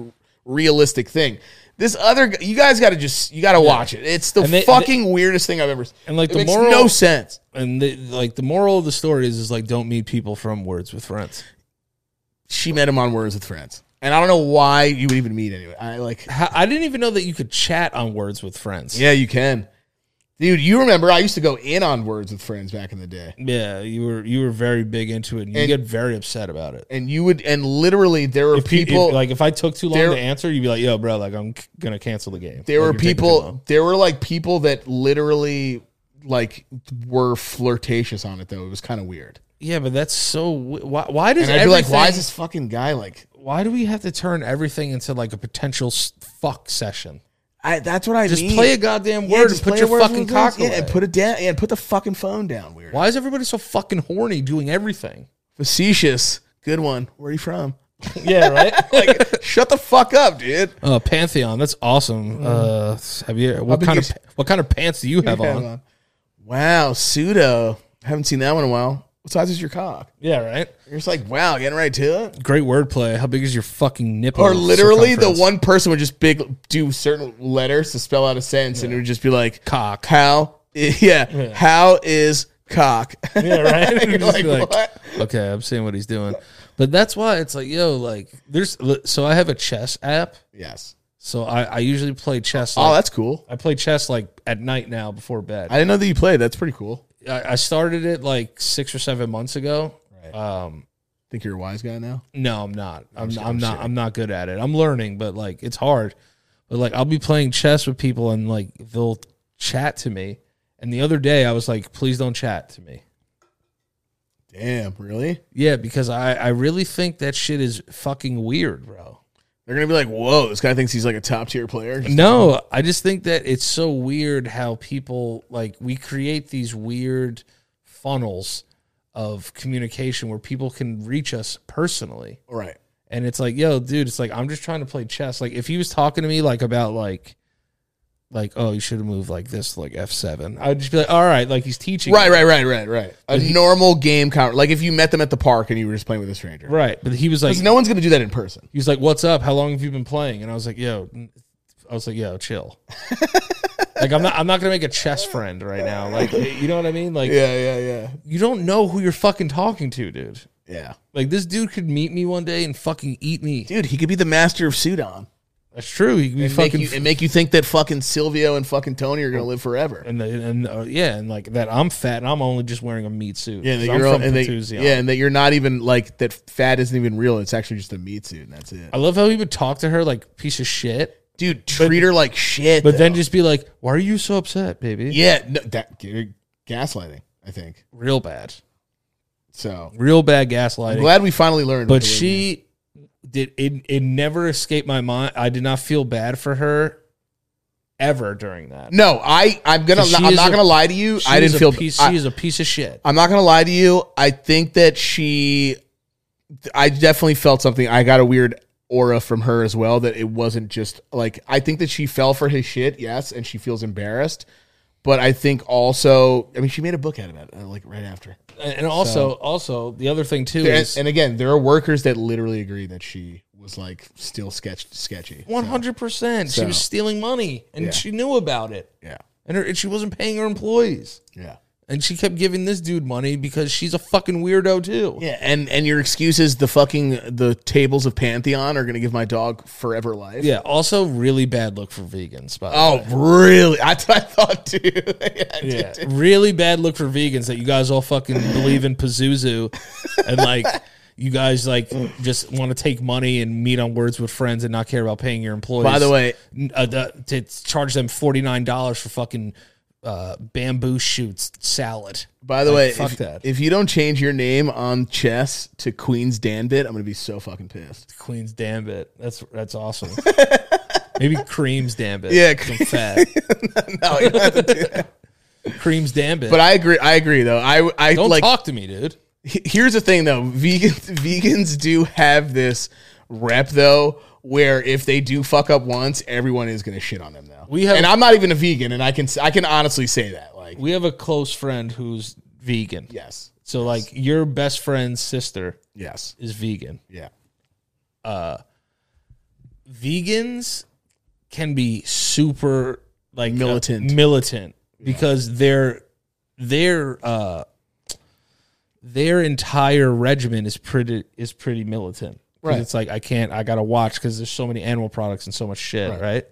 [SPEAKER 4] realistic thing. This other, g- you guys got to just you got to watch it. It's the
[SPEAKER 5] And they-
[SPEAKER 4] fucking weirdest thing I've ever. s-
[SPEAKER 5] And, like,
[SPEAKER 4] it
[SPEAKER 5] the
[SPEAKER 4] makes
[SPEAKER 5] moral-
[SPEAKER 4] no sense.
[SPEAKER 5] and the, like the moral of the story is is like don't meet people from words with friends.
[SPEAKER 4] She met him on Words with Friends, and I don't know why you would even meet anyway. I like,
[SPEAKER 5] How, I didn't even know that you could chat on Words with Friends.
[SPEAKER 4] yeah, you can, dude. You remember I used to go in on Words with Friends back in the day,
[SPEAKER 5] Yeah, you were you were very big into it, and you
[SPEAKER 4] And-
[SPEAKER 5] get very upset about it.
[SPEAKER 4] and you would, and literally there were
[SPEAKER 5] If you- if-
[SPEAKER 4] people
[SPEAKER 5] like if I took too long
[SPEAKER 4] there-
[SPEAKER 5] to answer, you'd be like, "Yo, bro, like I'm c- gonna cancel the game."
[SPEAKER 4] there
[SPEAKER 5] Like,
[SPEAKER 4] were
[SPEAKER 5] you're taking too
[SPEAKER 4] people
[SPEAKER 5] long.
[SPEAKER 4] there were like people that literally like were flirtatious on it though. It was kind of weird,
[SPEAKER 5] Yeah, but that's so. w- Why, why does
[SPEAKER 4] and I'd be like, why is
[SPEAKER 5] everything-
[SPEAKER 4] this fucking guy like?
[SPEAKER 5] Why do we have to turn everything into like a potential s- fuck session?
[SPEAKER 4] I, that's what I
[SPEAKER 5] Just
[SPEAKER 4] mean.
[SPEAKER 5] play a goddamn
[SPEAKER 4] Yeah,
[SPEAKER 5] word
[SPEAKER 4] just
[SPEAKER 5] and put
[SPEAKER 4] play
[SPEAKER 5] your
[SPEAKER 4] words
[SPEAKER 5] fucking
[SPEAKER 4] with
[SPEAKER 5] cock
[SPEAKER 4] friends.
[SPEAKER 5] away.
[SPEAKER 4] yeah, and put it down. Yeah, and put the fucking phone down. Weird.
[SPEAKER 5] why is everybody so fucking horny doing everything?
[SPEAKER 4] Facetious. Good one. Where are you from?
[SPEAKER 5] yeah, right.
[SPEAKER 4] Like, shut the fuck up, dude.
[SPEAKER 5] uh, Pantheon, that's awesome.
[SPEAKER 4] Mm.
[SPEAKER 5] Uh, have you? What
[SPEAKER 4] big
[SPEAKER 5] kind
[SPEAKER 4] you
[SPEAKER 5] of
[SPEAKER 4] s-
[SPEAKER 5] pa- what kind of pants do you have on?
[SPEAKER 4] Wow, pseudo. Haven't seen that one in a while. What size is your cock?
[SPEAKER 5] Yeah, right.
[SPEAKER 4] You're just like, wow, getting right to it.
[SPEAKER 5] Great wordplay. How big is your fucking nipple?
[SPEAKER 4] Or literally, the
[SPEAKER 5] circumference?
[SPEAKER 4] one person would just big do certain letters to spell out a sentence, and it would just be like
[SPEAKER 5] Cock.
[SPEAKER 4] How? i- Yeah, How is cock?
[SPEAKER 5] Yeah, right. You're
[SPEAKER 4] You're
[SPEAKER 5] just
[SPEAKER 4] like,
[SPEAKER 5] like,
[SPEAKER 4] what?
[SPEAKER 5] okay, I'm seeing what he's doing, but that's why it's like, yo, like there's. So I have a chess app.
[SPEAKER 4] Yes.
[SPEAKER 5] So I, I usually play chess.
[SPEAKER 4] Oh,
[SPEAKER 5] like-
[SPEAKER 4] that's cool.
[SPEAKER 5] I play chess like at night now before bed.
[SPEAKER 4] I didn't know that you played. That's pretty cool. I
[SPEAKER 5] I, I started it like six or seven months ago. Um,
[SPEAKER 4] think you're a wise guy now.
[SPEAKER 5] no, I'm not.
[SPEAKER 4] Oh,
[SPEAKER 5] I'm, I'm, not. I'm not good at it. I'm learning, but like it's hard. But like I'll be playing chess with people, and like they'll chat to me. And the other day, I was like, "Please don't chat to me."
[SPEAKER 4] Damn, really?
[SPEAKER 5] Yeah, because I I really think that shit is fucking weird, bro.
[SPEAKER 4] They're gonna be like, whoa, this guy thinks he's like a top tier player. Just-
[SPEAKER 5] No, I just think that it's so weird how people like we create these weird funnels of communication where people can reach us personally.
[SPEAKER 4] All right.
[SPEAKER 5] And it's like, yo, dude, it's like I'm just trying to play chess. Like if he was talking to me like about like like, oh, you should have moved like this, like F seven. I would just be like, all right, like he's teaching.
[SPEAKER 4] Right,
[SPEAKER 5] me.
[SPEAKER 4] right, right, right, right. A normal game count. Like if you met them at the park and you were just playing with a stranger.
[SPEAKER 5] Right. But he was like
[SPEAKER 4] Because no one's gonna do that in person.
[SPEAKER 5] he was like, What's up? How long have you been playing? And I was like, yo, I was like, yo, chill. like I'm not I'm not gonna make a chess friend right now. Like you know what I mean? Like
[SPEAKER 4] Yeah, yeah, yeah.
[SPEAKER 5] you don't know who you're fucking talking to, dude.
[SPEAKER 4] Yeah.
[SPEAKER 5] Like this dude could meet me one day and fucking eat me.
[SPEAKER 4] Dude, he could be the master of Sudan.
[SPEAKER 5] That's true. He could be
[SPEAKER 4] And make,
[SPEAKER 5] fucking
[SPEAKER 4] you, and make you think that fucking Silvio and fucking Tony are gonna live forever.
[SPEAKER 5] and the, and uh, yeah, and like that I'm fat and I'm only just wearing a meat suit.
[SPEAKER 4] Yeah,
[SPEAKER 5] 'Cause
[SPEAKER 4] that
[SPEAKER 5] I'm
[SPEAKER 4] you're
[SPEAKER 5] from
[SPEAKER 4] and that-
[SPEAKER 5] Petusium.
[SPEAKER 4] yeah, and that you're not even like that fat isn't even real. It's actually just a meat suit and that's it.
[SPEAKER 5] I love how he would talk to her like piece of shit,
[SPEAKER 4] Dude, treat her like shit.
[SPEAKER 5] but then
[SPEAKER 4] though.
[SPEAKER 5] just be like, "Why are you so upset, baby?"
[SPEAKER 4] Yeah, no, that you're gaslighting, I think.
[SPEAKER 5] real bad,
[SPEAKER 4] So
[SPEAKER 5] real bad
[SPEAKER 4] I'm
[SPEAKER 5] gaslighting.
[SPEAKER 4] glad we finally learned. what
[SPEAKER 5] but
[SPEAKER 4] the word means.
[SPEAKER 5] she did it. It never escaped my mind. I did not feel bad for her ever during that.
[SPEAKER 4] No, I I'm gonna
[SPEAKER 5] She
[SPEAKER 4] I'm
[SPEAKER 5] is
[SPEAKER 4] not
[SPEAKER 5] a-
[SPEAKER 4] gonna lie to you.
[SPEAKER 5] She
[SPEAKER 4] I
[SPEAKER 5] is
[SPEAKER 4] didn't
[SPEAKER 5] a
[SPEAKER 4] feel
[SPEAKER 5] Piece,
[SPEAKER 4] I,
[SPEAKER 5] she is a piece of shit.
[SPEAKER 4] I'm not gonna lie to you. I think that she, I definitely felt something. I got a weird aura from her as well. That it wasn't just like I think that she fell for his shit. Yes, and she feels embarrassed. But I think also, I mean, she made a book out of it, uh, like right after.
[SPEAKER 5] And and also, also the other thing too
[SPEAKER 4] And,
[SPEAKER 5] is
[SPEAKER 4] and again, there are workers that literally agree that she was like still sketch sketchy.
[SPEAKER 5] one hundred percent. She
[SPEAKER 4] So.
[SPEAKER 5] was stealing money, and
[SPEAKER 4] Yeah.
[SPEAKER 5] she knew about it,
[SPEAKER 4] Yeah,
[SPEAKER 5] and her and she wasn't paying her employees,
[SPEAKER 4] yeah,
[SPEAKER 5] and she kept giving this dude money because she's a fucking weirdo too.
[SPEAKER 4] yeah. And and your excuse is the fucking the tables of Pantheon are gonna give my dog forever life.
[SPEAKER 5] Yeah, Also, really bad look for vegans. By the way.
[SPEAKER 4] Oh, really? I, I thought too. yeah,
[SPEAKER 5] Yeah, really bad look for vegans that you guys all fucking believe in Pazuzu, and like you guys like just want to take money and meet on words with friends and not care about paying your employees.
[SPEAKER 4] By the way-
[SPEAKER 5] N- uh, the- to charge them forty nine dollars for fucking uh, bamboo shoots salad.
[SPEAKER 4] By the
[SPEAKER 5] Like,
[SPEAKER 4] way,
[SPEAKER 5] fuck
[SPEAKER 4] if,
[SPEAKER 5] that.
[SPEAKER 4] if you don't change your name on chess to Queen's Danbit, I'm gonna be so fucking pissed.
[SPEAKER 5] Queen's Dambit. That's that's awesome. Maybe Cream's Dambit.
[SPEAKER 4] Yeah,
[SPEAKER 5] 'cause I'm fat. Oh,
[SPEAKER 4] No, you don't have to do that.
[SPEAKER 5] Cream's Dambit.
[SPEAKER 4] but I agree. I agree though. I I
[SPEAKER 5] don't
[SPEAKER 4] like.
[SPEAKER 5] talk to me, dude.
[SPEAKER 4] he- Here's the thing though. Vegans vegans do have this rep though, where if they do fuck up once, everyone is gonna shit on them though.
[SPEAKER 5] We have-
[SPEAKER 4] and I'm not even a vegan, and I can s- I can honestly say that. Like,
[SPEAKER 5] We have a close friend who's vegan.
[SPEAKER 4] yes,
[SPEAKER 5] So like your best friend's sister
[SPEAKER 4] yes,
[SPEAKER 5] is vegan.
[SPEAKER 4] yeah,
[SPEAKER 5] Vegans can be super like uh,
[SPEAKER 4] Militant.
[SPEAKER 5] militant because their their uh their entire regimen is pretty is pretty militant. 'Cause
[SPEAKER 4] Right.
[SPEAKER 5] It's like I can't I got to watch cuz there's so many animal products and so much shit, right?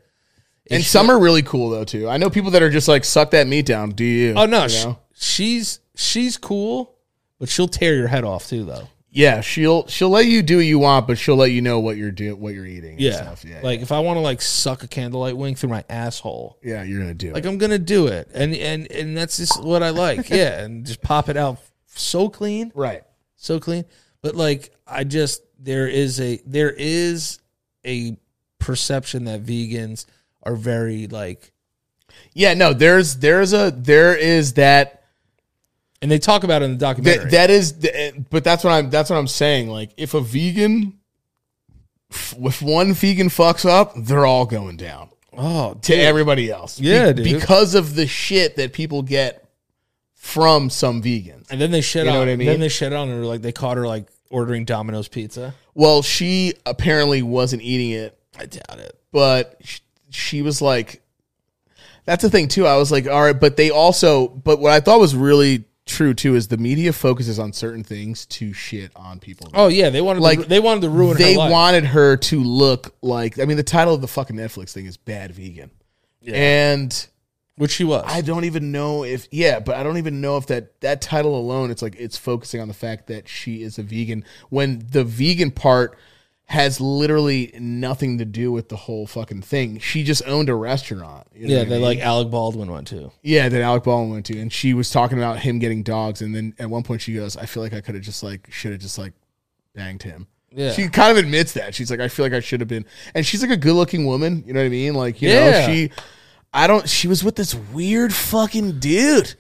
[SPEAKER 4] and some are really cool though too. I know people that are just like suck that meat down. Do you?
[SPEAKER 5] Oh no,
[SPEAKER 4] you
[SPEAKER 5] sh
[SPEAKER 4] know?
[SPEAKER 5] she's she's cool, but she'll tear your head off too though.
[SPEAKER 4] Yeah, she'll she'll let you do what you want, but she'll let you know what you're do what you're eating. and
[SPEAKER 5] Yeah.
[SPEAKER 4] stuff. yeah,
[SPEAKER 5] like if I want to like suck a candlelight wing through my asshole,
[SPEAKER 4] yeah, you're gonna do
[SPEAKER 5] like
[SPEAKER 4] it.
[SPEAKER 5] I'm gonna do it, and and and that's just what I like. yeah, and just pop it out so clean,
[SPEAKER 4] right.
[SPEAKER 5] so clean. But like I just there is a there is a perception that vegans are very like,
[SPEAKER 4] Yeah, no, there's there's a there is that
[SPEAKER 5] and they talk about it in the documentary.
[SPEAKER 4] that, that is, the- but that's what I'm that's what I'm saying. Like if a vegan, f- if one vegan fucks up, they're all going down
[SPEAKER 5] oh,
[SPEAKER 4] to everybody else.
[SPEAKER 5] Yeah, dude.
[SPEAKER 4] because of the shit that people get from some vegans.
[SPEAKER 5] And then they shit
[SPEAKER 4] You know
[SPEAKER 5] on.
[SPEAKER 4] what I mean?
[SPEAKER 5] Then they shit on her like they caught her like ordering Domino's pizza.
[SPEAKER 4] Well, she apparently wasn't eating it,
[SPEAKER 5] I doubt it.
[SPEAKER 4] but sh- she was like, that's the thing too. I was like, all right, but they also, but what I thought was really true too is the media focuses on certain things to shit on people.
[SPEAKER 5] Oh yeah, they wanted like
[SPEAKER 4] Like,
[SPEAKER 5] to, they wanted to ruin.
[SPEAKER 4] they
[SPEAKER 5] her life.
[SPEAKER 4] wanted her to look like, I mean, the title of the fucking Netflix thing is Bad Vegan. And
[SPEAKER 5] which she was.
[SPEAKER 4] I don't even know if, yeah, but I don't even know if that, that title alone, it's like, it's focusing on the fact that she is a vegan when the vegan part has literally nothing to do with the whole fucking thing. She just owned a restaurant. you know
[SPEAKER 5] yeah,
[SPEAKER 4] what I
[SPEAKER 5] they
[SPEAKER 4] mean?
[SPEAKER 5] like Alec Baldwin went too.
[SPEAKER 4] Yeah, that Alec Baldwin went to, and she was talking about him getting dogs, and then at one point she goes, "I feel like I could have just like should have just like banged him."
[SPEAKER 5] Yeah.
[SPEAKER 4] she kind of admits that she's like, "I feel like I should have been," and she's like a good-looking woman, you know what I mean? Like, you
[SPEAKER 5] Yeah.
[SPEAKER 4] know, she, I don't. She was with this weird fucking dude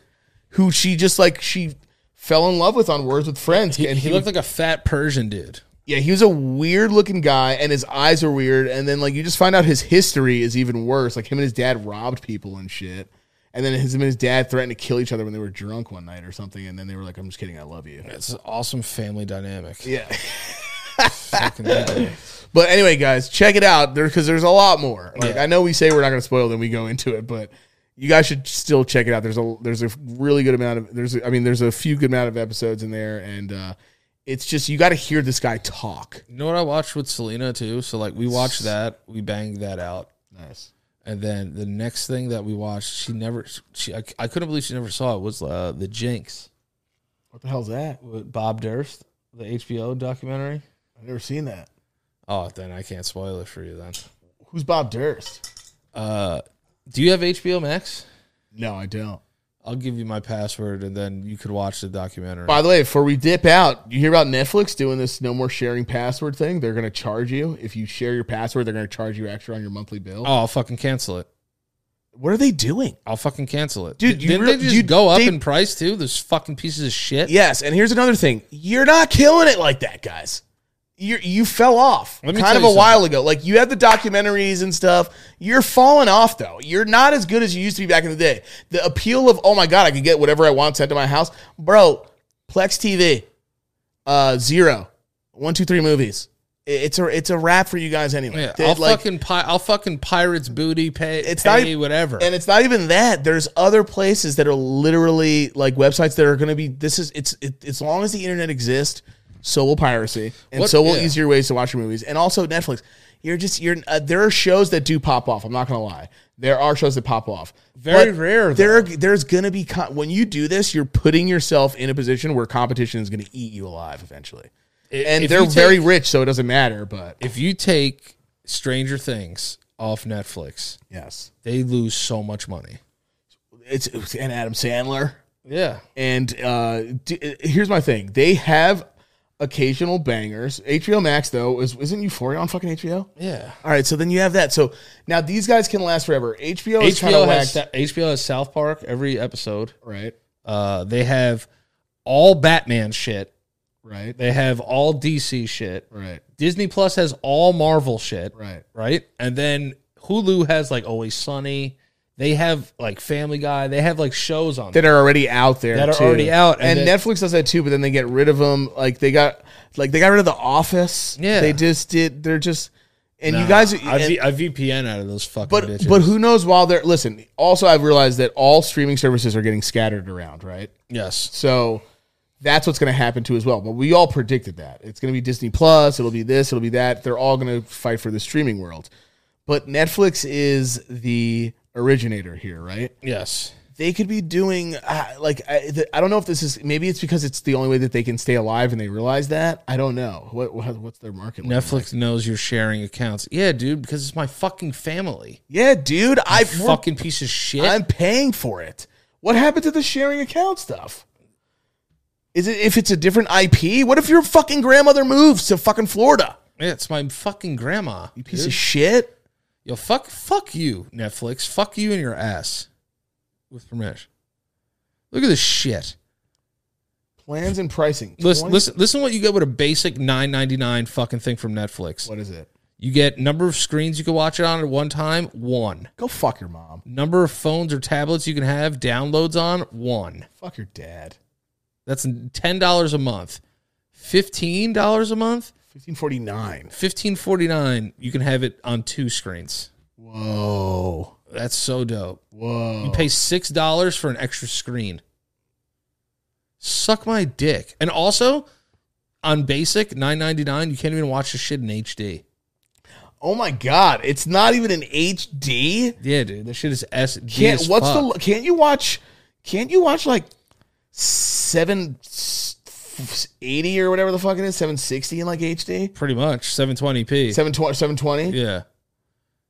[SPEAKER 4] who she just like she fell in love with on Words with Friends,
[SPEAKER 5] He,
[SPEAKER 4] and
[SPEAKER 5] he looked like a fat Persian dude.
[SPEAKER 4] yeah, he was a weird looking guy, and his eyes are weird. And then like you just find out his history is even worse. Like him and his dad robbed people and shit. And then his him and his dad threatened to kill each other when they were drunk one night or something. And then they were like, "I'm just kidding, I love you."
[SPEAKER 5] It's an awesome family dynamic.
[SPEAKER 4] Yeah.
[SPEAKER 5] Fucking lovely.
[SPEAKER 4] But anyway, guys, check it out there because there's a lot more. Like I know we say we're not going to spoil, then we go into it, but you guys should still check it out. There's a there's a really good amount of there's a, I mean there's a few good amount of episodes in there, and uh, it's just you got to hear this guy talk.
[SPEAKER 5] you know what I watched with Selena too? So like we watched that, we banged that out,
[SPEAKER 4] Nice.
[SPEAKER 5] and then the next thing that we watched, she never, she I, I couldn't believe she never saw it was uh, the Jinx
[SPEAKER 4] What the hell's that?
[SPEAKER 5] with Bob Durst, the HBO documentary.
[SPEAKER 4] I've never seen that.
[SPEAKER 5] Oh, then I can't spoil it for you. Then,
[SPEAKER 4] Who's Bob Durst?
[SPEAKER 5] uh, do you have HBO Max?
[SPEAKER 4] No, I don't.
[SPEAKER 5] I'll give you my password, and then you could watch the documentary.
[SPEAKER 4] By the way, before we dip out, you hear about Netflix doing this no more sharing password thing? They're going to charge you. If you share your password, they're going to charge you extra on your monthly bill.
[SPEAKER 5] Oh, I'll fucking cancel it.
[SPEAKER 4] What are they doing?
[SPEAKER 5] I'll fucking cancel it.
[SPEAKER 4] Dude,
[SPEAKER 5] Did-
[SPEAKER 4] you
[SPEAKER 5] Didn't
[SPEAKER 4] real-
[SPEAKER 5] they just
[SPEAKER 4] you-
[SPEAKER 5] go up
[SPEAKER 4] they-
[SPEAKER 5] in price too? Those fucking pieces of shit.
[SPEAKER 4] Yes, and here's another thing. You're not killing it like that, guys. You you fell off kind
[SPEAKER 5] Let
[SPEAKER 4] of
[SPEAKER 5] me
[SPEAKER 4] a
[SPEAKER 5] tell you something.
[SPEAKER 4] while ago. Like you have the documentaries and stuff. You're falling off though. You're not as good as you used to be back in the day. The appeal of oh my god, I could get whatever I want sent to my house, bro. Plex TV, uh, zero, one, two, three movies. I- It's a it's a wrap for you guys anyway.
[SPEAKER 5] Yeah,
[SPEAKER 4] They-
[SPEAKER 5] I'll
[SPEAKER 4] like-
[SPEAKER 5] fucking pi- I'll fucking pirates booty pay.
[SPEAKER 4] It's
[SPEAKER 5] It's
[SPEAKER 4] not
[SPEAKER 5] pay
[SPEAKER 4] even-
[SPEAKER 5] whatever.
[SPEAKER 4] And it's not even that. There's other places that are literally like websites that are going to be. This is it's it, as long as the internet exists, so will piracy, and
[SPEAKER 5] What-
[SPEAKER 4] so will
[SPEAKER 5] yeah.
[SPEAKER 4] easier ways to watch your movies, and also Netflix. You're just you're. Uh, there are shows that do pop off. I'm not going to lie. There are shows that pop off.
[SPEAKER 5] Very rare,
[SPEAKER 4] There are, there's going to be con- when you do this, you're putting yourself in a position where competition is going to eat you alive eventually. and
[SPEAKER 5] if
[SPEAKER 4] they're
[SPEAKER 5] you take-
[SPEAKER 4] very rich, so it doesn't matter. But
[SPEAKER 5] if you take Stranger Things off Netflix,
[SPEAKER 4] yes,
[SPEAKER 5] they lose so much money.
[SPEAKER 4] it's it's- and Adam Sandler.
[SPEAKER 5] Yeah,
[SPEAKER 4] And uh, d- here's my thing: they have occasional bangers. HBO Max though is isn't Euphoria on fucking HBO?
[SPEAKER 5] yeah.
[SPEAKER 4] All right, so then you have that. So now these guys can last forever. HBO is kind
[SPEAKER 5] HBO
[SPEAKER 4] of
[SPEAKER 5] has
[SPEAKER 4] whacked,
[SPEAKER 5] Sa- HBO has South Park every episode.
[SPEAKER 4] right?
[SPEAKER 5] Uh, they have all Batman shit.
[SPEAKER 4] Right,
[SPEAKER 5] They have all DC shit.
[SPEAKER 4] right,
[SPEAKER 5] Disney Plus has all Marvel shit.
[SPEAKER 4] right.
[SPEAKER 5] right? And then Hulu has like Always Sunny. They have like Family Guy. They have like shows on
[SPEAKER 4] That are already out there.
[SPEAKER 5] That are
[SPEAKER 4] too.
[SPEAKER 5] already out,
[SPEAKER 4] and,
[SPEAKER 5] and then-
[SPEAKER 4] Netflix does that too. But then they get rid of them. Like they got, like they got rid of The Office.
[SPEAKER 5] Yeah.
[SPEAKER 4] they just did. They're just, and
[SPEAKER 5] there.
[SPEAKER 4] you guys,
[SPEAKER 5] I,
[SPEAKER 4] and-
[SPEAKER 5] V- I VPN out of those fucking
[SPEAKER 4] But
[SPEAKER 5] bitches.
[SPEAKER 4] but who knows? While they're listen, also I've realized that all streaming services are getting scattered around, right?
[SPEAKER 5] yes,
[SPEAKER 4] So that's what's going to happen too as well. But we all predicted that it's going to be Disney Plus. It'll be this. It'll be that. They're all going to fight for the streaming world. But Netflix is the originator here, right?
[SPEAKER 5] yes,
[SPEAKER 4] They could be doing uh, like I, the, I don't know if this is maybe it's because it's the only way that they can stay alive and they realize that. I don't know what, what what's their market. looking like?
[SPEAKER 5] Netflix knows you're sharing accounts. Yeah, dude, because it's my fucking family.
[SPEAKER 4] Yeah, dude, I
[SPEAKER 5] fucking piece of shit.
[SPEAKER 4] I'm paying for it. What happened to the sharing account stuff? Is it if it's a different IP? What if your fucking grandmother moves to fucking Florida?
[SPEAKER 5] yeah, it's my fucking grandma.
[SPEAKER 4] You piece
[SPEAKER 5] dude.
[SPEAKER 4] of shit.
[SPEAKER 5] Yo, fuck, fuck you, Netflix. Fuck you and your ass. With permission. Look at this shit.
[SPEAKER 4] Plans and pricing.
[SPEAKER 5] Listen,
[SPEAKER 4] 20
[SPEAKER 5] listen, listen. What you get with a basic nine ninety nine fucking thing from Netflix?
[SPEAKER 4] What is it?
[SPEAKER 5] You get number of screens you can watch it on at one time, one.
[SPEAKER 4] Go fuck your mom.
[SPEAKER 5] Number of phones or tablets you can have downloads on, one.
[SPEAKER 4] Fuck your dad.
[SPEAKER 5] That's $10 a month. $15 a month,
[SPEAKER 4] 1549.
[SPEAKER 5] $15.49, you can have it on two screens.
[SPEAKER 4] Whoa.
[SPEAKER 5] That's so dope.
[SPEAKER 4] Whoa.
[SPEAKER 5] You pay $6 for an extra screen. Suck my dick. And also, on basic, nine ninety nine, you can't even watch the shit in HD.
[SPEAKER 4] Oh my god, it's not even an HD.
[SPEAKER 5] Yeah, dude, that shit is SD.
[SPEAKER 4] Can't
[SPEAKER 5] as
[SPEAKER 4] what's
[SPEAKER 5] fuck.
[SPEAKER 4] the can't you watch can't you watch like 780 or whatever the fuck it is, 760 in like HD?
[SPEAKER 5] pretty much 720p?
[SPEAKER 4] 720 720?
[SPEAKER 5] yeah,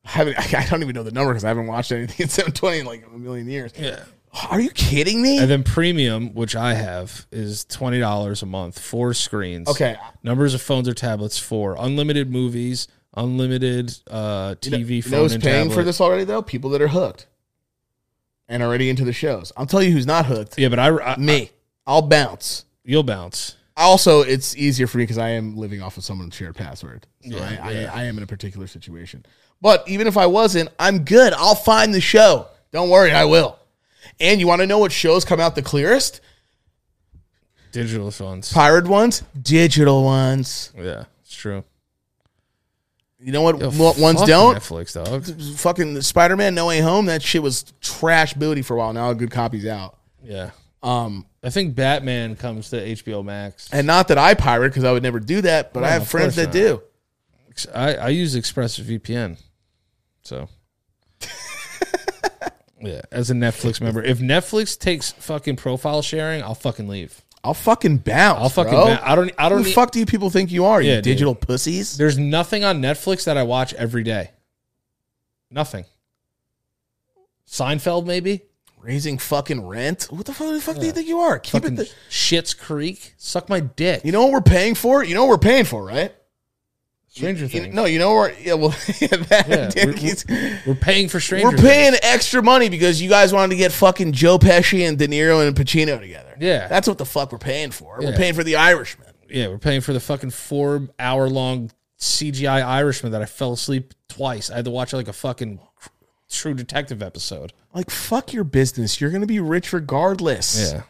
[SPEAKER 4] I, haven't, I don't even know the number because I haven't watched anything at 720 in like a million years.
[SPEAKER 5] yeah.
[SPEAKER 4] Are you kidding me?
[SPEAKER 5] And then premium, which I have, is twenty dollars a month, four screens.
[SPEAKER 4] Okay.
[SPEAKER 5] numbers of phones or tablets, four unlimited movies, unlimited uh, TV,
[SPEAKER 4] You
[SPEAKER 5] phone,
[SPEAKER 4] know who's
[SPEAKER 5] and
[SPEAKER 4] paying
[SPEAKER 5] tablet.
[SPEAKER 4] for this already though? People that are hooked and already into the shows. I'll tell you who's not hooked.
[SPEAKER 5] Yeah, but I, I-
[SPEAKER 4] Me. I'll bounce.
[SPEAKER 5] you'll bounce.
[SPEAKER 4] Also, it's easier for me because I am living off of someone's shared password. So
[SPEAKER 5] Yeah,
[SPEAKER 4] I,
[SPEAKER 5] yeah.
[SPEAKER 4] I, I am in a particular situation. But even if I wasn't, I'm good. I'll find the show. Don't worry, I will. And you want to know what shows come out the clearest?
[SPEAKER 5] Digital phones.
[SPEAKER 4] Pirate ones, digital ones.
[SPEAKER 5] Yeah, it's true.
[SPEAKER 4] You know what?
[SPEAKER 5] Yo,
[SPEAKER 4] what ones
[SPEAKER 5] fuck
[SPEAKER 4] don't?
[SPEAKER 5] Netflix dog.
[SPEAKER 4] Fucking Spider Man No Way Home. That shit was trash booty for a while. Now a good copy's out.
[SPEAKER 5] Yeah,
[SPEAKER 4] Um,
[SPEAKER 5] I think Batman comes to HBO Max.
[SPEAKER 4] and not that I pirate because I would never do that, but I
[SPEAKER 5] No,
[SPEAKER 4] have
[SPEAKER 5] of
[SPEAKER 4] friends
[SPEAKER 5] course
[SPEAKER 4] that
[SPEAKER 5] not.
[SPEAKER 4] do.
[SPEAKER 5] I, I use ExpressVPN. So Yeah, as a Netflix member. If Netflix takes fucking profile sharing, I'll fucking leave.
[SPEAKER 4] I'll fucking bounce.
[SPEAKER 5] I'll fucking
[SPEAKER 4] bro.
[SPEAKER 5] ba- I don't I
[SPEAKER 4] Who
[SPEAKER 5] don't
[SPEAKER 4] the
[SPEAKER 5] need-
[SPEAKER 4] fuck do you people think you are?
[SPEAKER 5] Yeah,
[SPEAKER 4] you
[SPEAKER 5] dude.
[SPEAKER 4] digital pussies.
[SPEAKER 5] There's nothing on Netflix that I watch every day. Nothing. Seinfeld maybe?
[SPEAKER 4] raising fucking rent. What the fuck, the fuck do you think you are? Keep
[SPEAKER 5] Fucking
[SPEAKER 4] it. The,
[SPEAKER 5] Shits Creek. Suck my dick.
[SPEAKER 4] you know what we're paying for? You know what we're paying for, right?
[SPEAKER 5] Stranger
[SPEAKER 4] You-
[SPEAKER 5] Things.
[SPEAKER 4] no, you know where? Yeah, well, yeah, that,
[SPEAKER 5] Yeah,
[SPEAKER 4] dude,
[SPEAKER 5] we're-
[SPEAKER 4] he's- we're,
[SPEAKER 5] We're paying for Stranger
[SPEAKER 4] paying
[SPEAKER 5] Things.
[SPEAKER 4] extra money because you guys wanted to get fucking Joe Pesci and De Niro and Pacino together.
[SPEAKER 5] Yeah.
[SPEAKER 4] that's what the fuck we're paying for. We're
[SPEAKER 5] Yeah.
[SPEAKER 4] paying for the Irishman.
[SPEAKER 5] Yeah, we're paying for the fucking four hour long CGI Irishman that I fell asleep twice. I had to watch like a fucking True Detective episode.
[SPEAKER 4] Like fuck your business. You're gonna be rich regardless.
[SPEAKER 5] Yeah.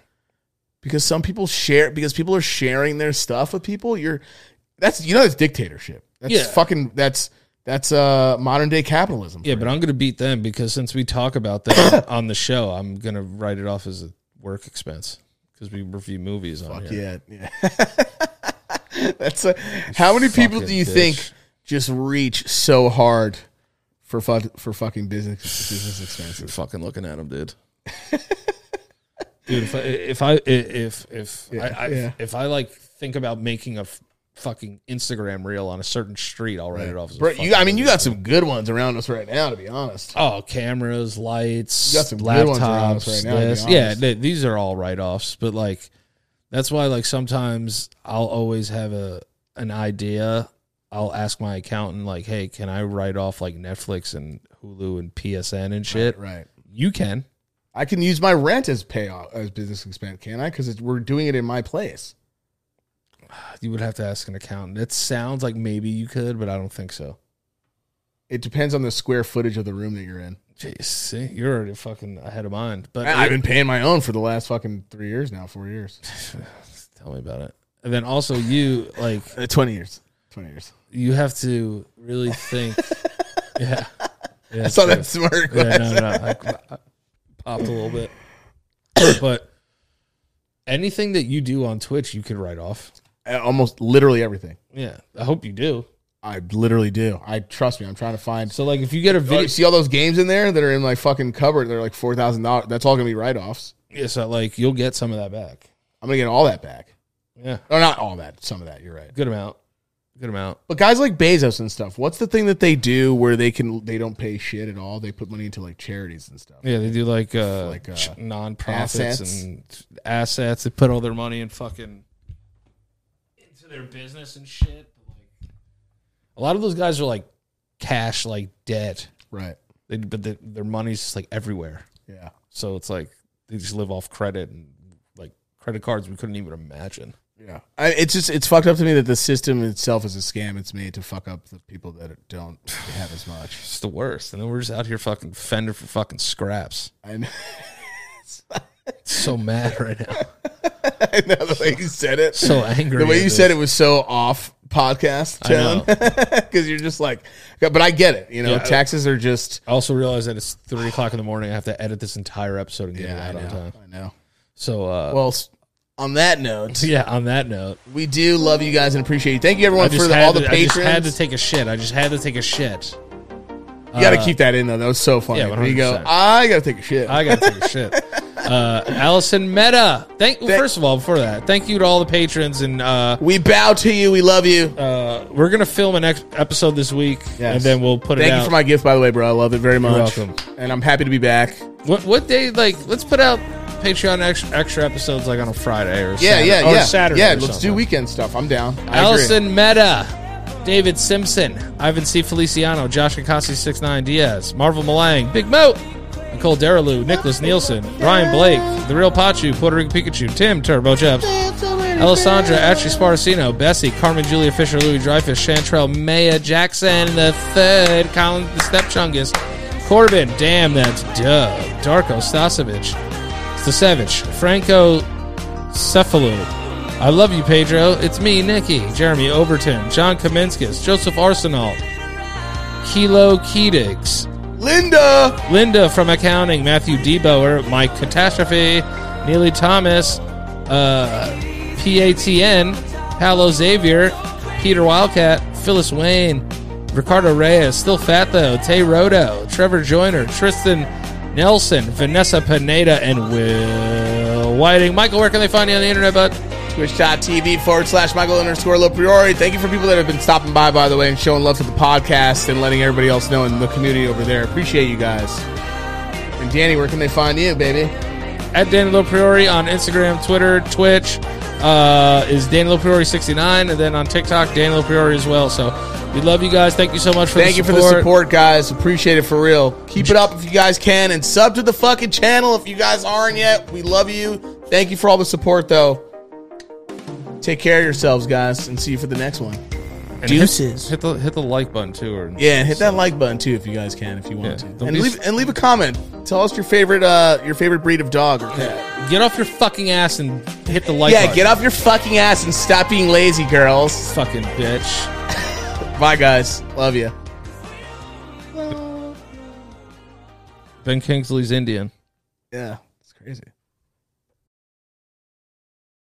[SPEAKER 4] Because some people share because people are sharing their stuff with people. You're that's you know that's dictatorship. That's
[SPEAKER 5] Yeah.
[SPEAKER 4] fucking that's that's uh modern day capitalism.
[SPEAKER 5] Yeah, but I'm going to beat them because since we talk about that on the show, I'm going to write it off as a work expense because we review movies on here.
[SPEAKER 4] Yeah, yeah. That's a, how many people
[SPEAKER 5] fucking
[SPEAKER 4] do you
[SPEAKER 5] bitch.
[SPEAKER 4] think just reach so hard for fu- for fucking business business expenses?
[SPEAKER 5] Fucking looking at them, dude. dude, if I if I if if I, I
[SPEAKER 4] yeah.
[SPEAKER 5] if I like think about making a f- fucking Instagram reel on a certain street, I'll write it off as.
[SPEAKER 4] Bro,
[SPEAKER 5] a fucking
[SPEAKER 4] you, I mean, you got some good ones around us right now, to be honest.
[SPEAKER 5] Oh, cameras, lights,
[SPEAKER 4] You got some good ones around us
[SPEAKER 5] laptops.
[SPEAKER 4] right now, to be
[SPEAKER 5] this. Yeah,
[SPEAKER 4] honest.
[SPEAKER 5] th- these are all write offs, but like that's why like sometimes I'll always have a an idea. I'll ask my accountant like, "Hey, can I write off like Netflix and Hulu and PSN and shit?"
[SPEAKER 4] Right.
[SPEAKER 5] You can.
[SPEAKER 4] I can use my rent as payoff as business expense, can I? Because we're doing it in my place.
[SPEAKER 5] You would have to ask an accountant. It sounds like maybe you could, but I don't think so.
[SPEAKER 4] It depends on the square footage of the room that you're in.
[SPEAKER 5] Jeez, see, you're already fucking ahead of mine. But
[SPEAKER 4] I- I've been paying my own for the last fucking three years now, four years,
[SPEAKER 5] tell me about it. And then also you like
[SPEAKER 4] Uh, twenty years, twenty years.
[SPEAKER 5] you have to really think. yeah. yeah.
[SPEAKER 4] I saw
[SPEAKER 5] true.
[SPEAKER 4] that smirk.
[SPEAKER 5] Yeah, no, no. I, I popped a little bit. but anything that you do on Twitch, you could write off.
[SPEAKER 4] Uh, Almost literally everything.
[SPEAKER 5] Yeah. I hope you do.
[SPEAKER 4] I literally do. I trust me. I'm trying to find.
[SPEAKER 5] So, like, if you get a
[SPEAKER 4] Oh,
[SPEAKER 5] video,
[SPEAKER 4] you see all those games in there that are in my fucking cupboard. They're like four thousand dollars. That's all gonna be write offs.
[SPEAKER 5] yeah, so, like, you'll get some of that back.
[SPEAKER 4] I'm gonna get all that back.
[SPEAKER 5] Yeah.
[SPEAKER 4] Or not all that. Some of that. You're right.
[SPEAKER 5] Good amount. Good amount.
[SPEAKER 4] But guys like Bezos and stuff. What's the thing that they do where they can they don't pay shit at all? They put money into like charities and stuff.
[SPEAKER 5] Yeah, they do like uh,
[SPEAKER 4] Like, uh,
[SPEAKER 5] ch- nonprofits
[SPEAKER 4] assets.
[SPEAKER 5] and assets. They put all their money in fucking into their business and shit. Like, a lot of those guys are like cash, like debt.
[SPEAKER 4] Right.
[SPEAKER 5] They, but the, their money's just like everywhere.
[SPEAKER 4] Yeah.
[SPEAKER 5] So it's like they just live off credit and like credit cards we couldn't even imagine.
[SPEAKER 4] Yeah, I, it's just it's fucked up to me that the system itself is a scam. It's made to fuck up the people that don't have as much.
[SPEAKER 5] It's the worst. And then we're just out here fucking fender for fucking scraps.
[SPEAKER 4] I know.
[SPEAKER 5] so mad right now.
[SPEAKER 4] I know the way you said it.
[SPEAKER 5] So angry
[SPEAKER 4] The way
[SPEAKER 5] at
[SPEAKER 4] you
[SPEAKER 5] this.
[SPEAKER 4] said it was so off podcast
[SPEAKER 5] I know.
[SPEAKER 4] tone because you're just like, but I get it. You know,
[SPEAKER 5] Yeah.
[SPEAKER 4] taxes are just.
[SPEAKER 5] I also realize that it's three o'clock in the morning. I have to edit this entire episode and get
[SPEAKER 4] Yeah, I
[SPEAKER 5] it out on
[SPEAKER 4] know.
[SPEAKER 5] time.
[SPEAKER 4] I know.
[SPEAKER 5] So, uh,
[SPEAKER 4] Well, s- on that note,
[SPEAKER 5] yeah, on that note,
[SPEAKER 4] we do love you guys and appreciate you. Thank you
[SPEAKER 5] I
[SPEAKER 4] everyone
[SPEAKER 5] just,
[SPEAKER 4] for the,
[SPEAKER 5] had
[SPEAKER 4] all the
[SPEAKER 5] to, I just had to
[SPEAKER 4] patrons.
[SPEAKER 5] take a shit. I just had to take a shit.
[SPEAKER 4] you got to keep that in though. That was so funny.
[SPEAKER 5] yeah,
[SPEAKER 4] There you go.
[SPEAKER 5] 100%.
[SPEAKER 4] I got to take a shit.
[SPEAKER 5] I gotta take a shit. Uh, Allison Meta. Thank well, first of all before that. Thank you to all the patrons, and uh,
[SPEAKER 4] we bow to you. We love you.
[SPEAKER 5] uh, we're gonna film an ex- episode this week,
[SPEAKER 4] Yes.
[SPEAKER 5] and then we'll put it
[SPEAKER 4] Thank
[SPEAKER 5] out.
[SPEAKER 4] you for my gift, by the way, bro. I love it very much.
[SPEAKER 5] welcome.
[SPEAKER 4] And I'm happy to be back.
[SPEAKER 5] what, what day? Like, let's put out Patreon extra, extra episodes like on a Friday or
[SPEAKER 4] Yeah,
[SPEAKER 5] Saturday,
[SPEAKER 4] yeah,
[SPEAKER 5] or
[SPEAKER 4] yeah.
[SPEAKER 5] Saturday.
[SPEAKER 4] yeah,
[SPEAKER 5] or
[SPEAKER 4] let's
[SPEAKER 5] something.
[SPEAKER 4] do weekend stuff. I'm down. I agree.
[SPEAKER 5] Allison Meta, David Simpson, Ivan C. Feliciano, Josh Acasi 69 Diaz, Marvel Malang, Big Mo, Nicole Derelou, Nicholas Nielsen, Ryan Blake, The Real Pachu, Puerto Rican Pikachu, Tim Turbo Jeffs, Alessandra, Ashley Sparacino, Bessie, Carmen Julia Fisher, Louis Dreyfus, Chantrell, Maya Jackson the Third, Colin the Step Chungus, Corbin, damn that's Doug, Darko Stasevich, Stasevich, Franco Cephalu. I love you, Pedro. It's me, Nikki, Jeremy Overton, John Kaminskis, Joseph Arsenal, Kilo Keedigs,
[SPEAKER 4] Linda.
[SPEAKER 5] Linda from Accounting, Matthew Deboer, Mike Catastrophe, Neely Thomas, uh, PATN, Paolo Xavier, Peter Wildcat, Phyllis Wayne, Ricardo Reyes, Still Fat Though, Tay Rodo, Trevor Joyner, Tristan Nelson, Vanessa Pineda, and Will Whiting. Michael, where can they find you on the internet, bud?
[SPEAKER 4] Twitch.tv forward slash Michael underscore Lopriori. Thank you for people that have been stopping by, by the way, and showing love to the podcast and letting everybody else know in the community over there. Appreciate you guys. And Danny, where can they find you, baby?
[SPEAKER 5] at Danny Priori on Instagram, Twitter, Twitch uh, is Danny Priori 69 and then on TikTok Danny Priori as well. So we love you guys. Thank you so much for
[SPEAKER 4] Thank
[SPEAKER 5] the
[SPEAKER 4] you for
[SPEAKER 5] support.
[SPEAKER 4] the support, guys. Appreciate it for real. Keep it up if you guys can, and sub to the fucking channel if you guys aren't yet. We love you. Thank you for all the support, though. Take care of yourselves, guys, and see you for the next one.
[SPEAKER 1] Deuces.
[SPEAKER 5] Hit the hit the like button too or
[SPEAKER 4] Yeah, and hit that like button too if you guys can, if you want
[SPEAKER 5] Yeah,
[SPEAKER 4] to,
[SPEAKER 5] don't
[SPEAKER 4] and
[SPEAKER 5] be-
[SPEAKER 4] leave and leave a comment. Tell us your favorite uh your favorite breed of dog or cat.
[SPEAKER 5] get off your fucking ass and hit the like
[SPEAKER 4] yeah,
[SPEAKER 5] button.
[SPEAKER 4] get off your fucking ass and stop being lazy, girls.
[SPEAKER 5] fucking bitch.
[SPEAKER 4] Bye, guys. Love you.
[SPEAKER 5] Ben Kingsley's Indian.
[SPEAKER 4] Yeah, it's crazy.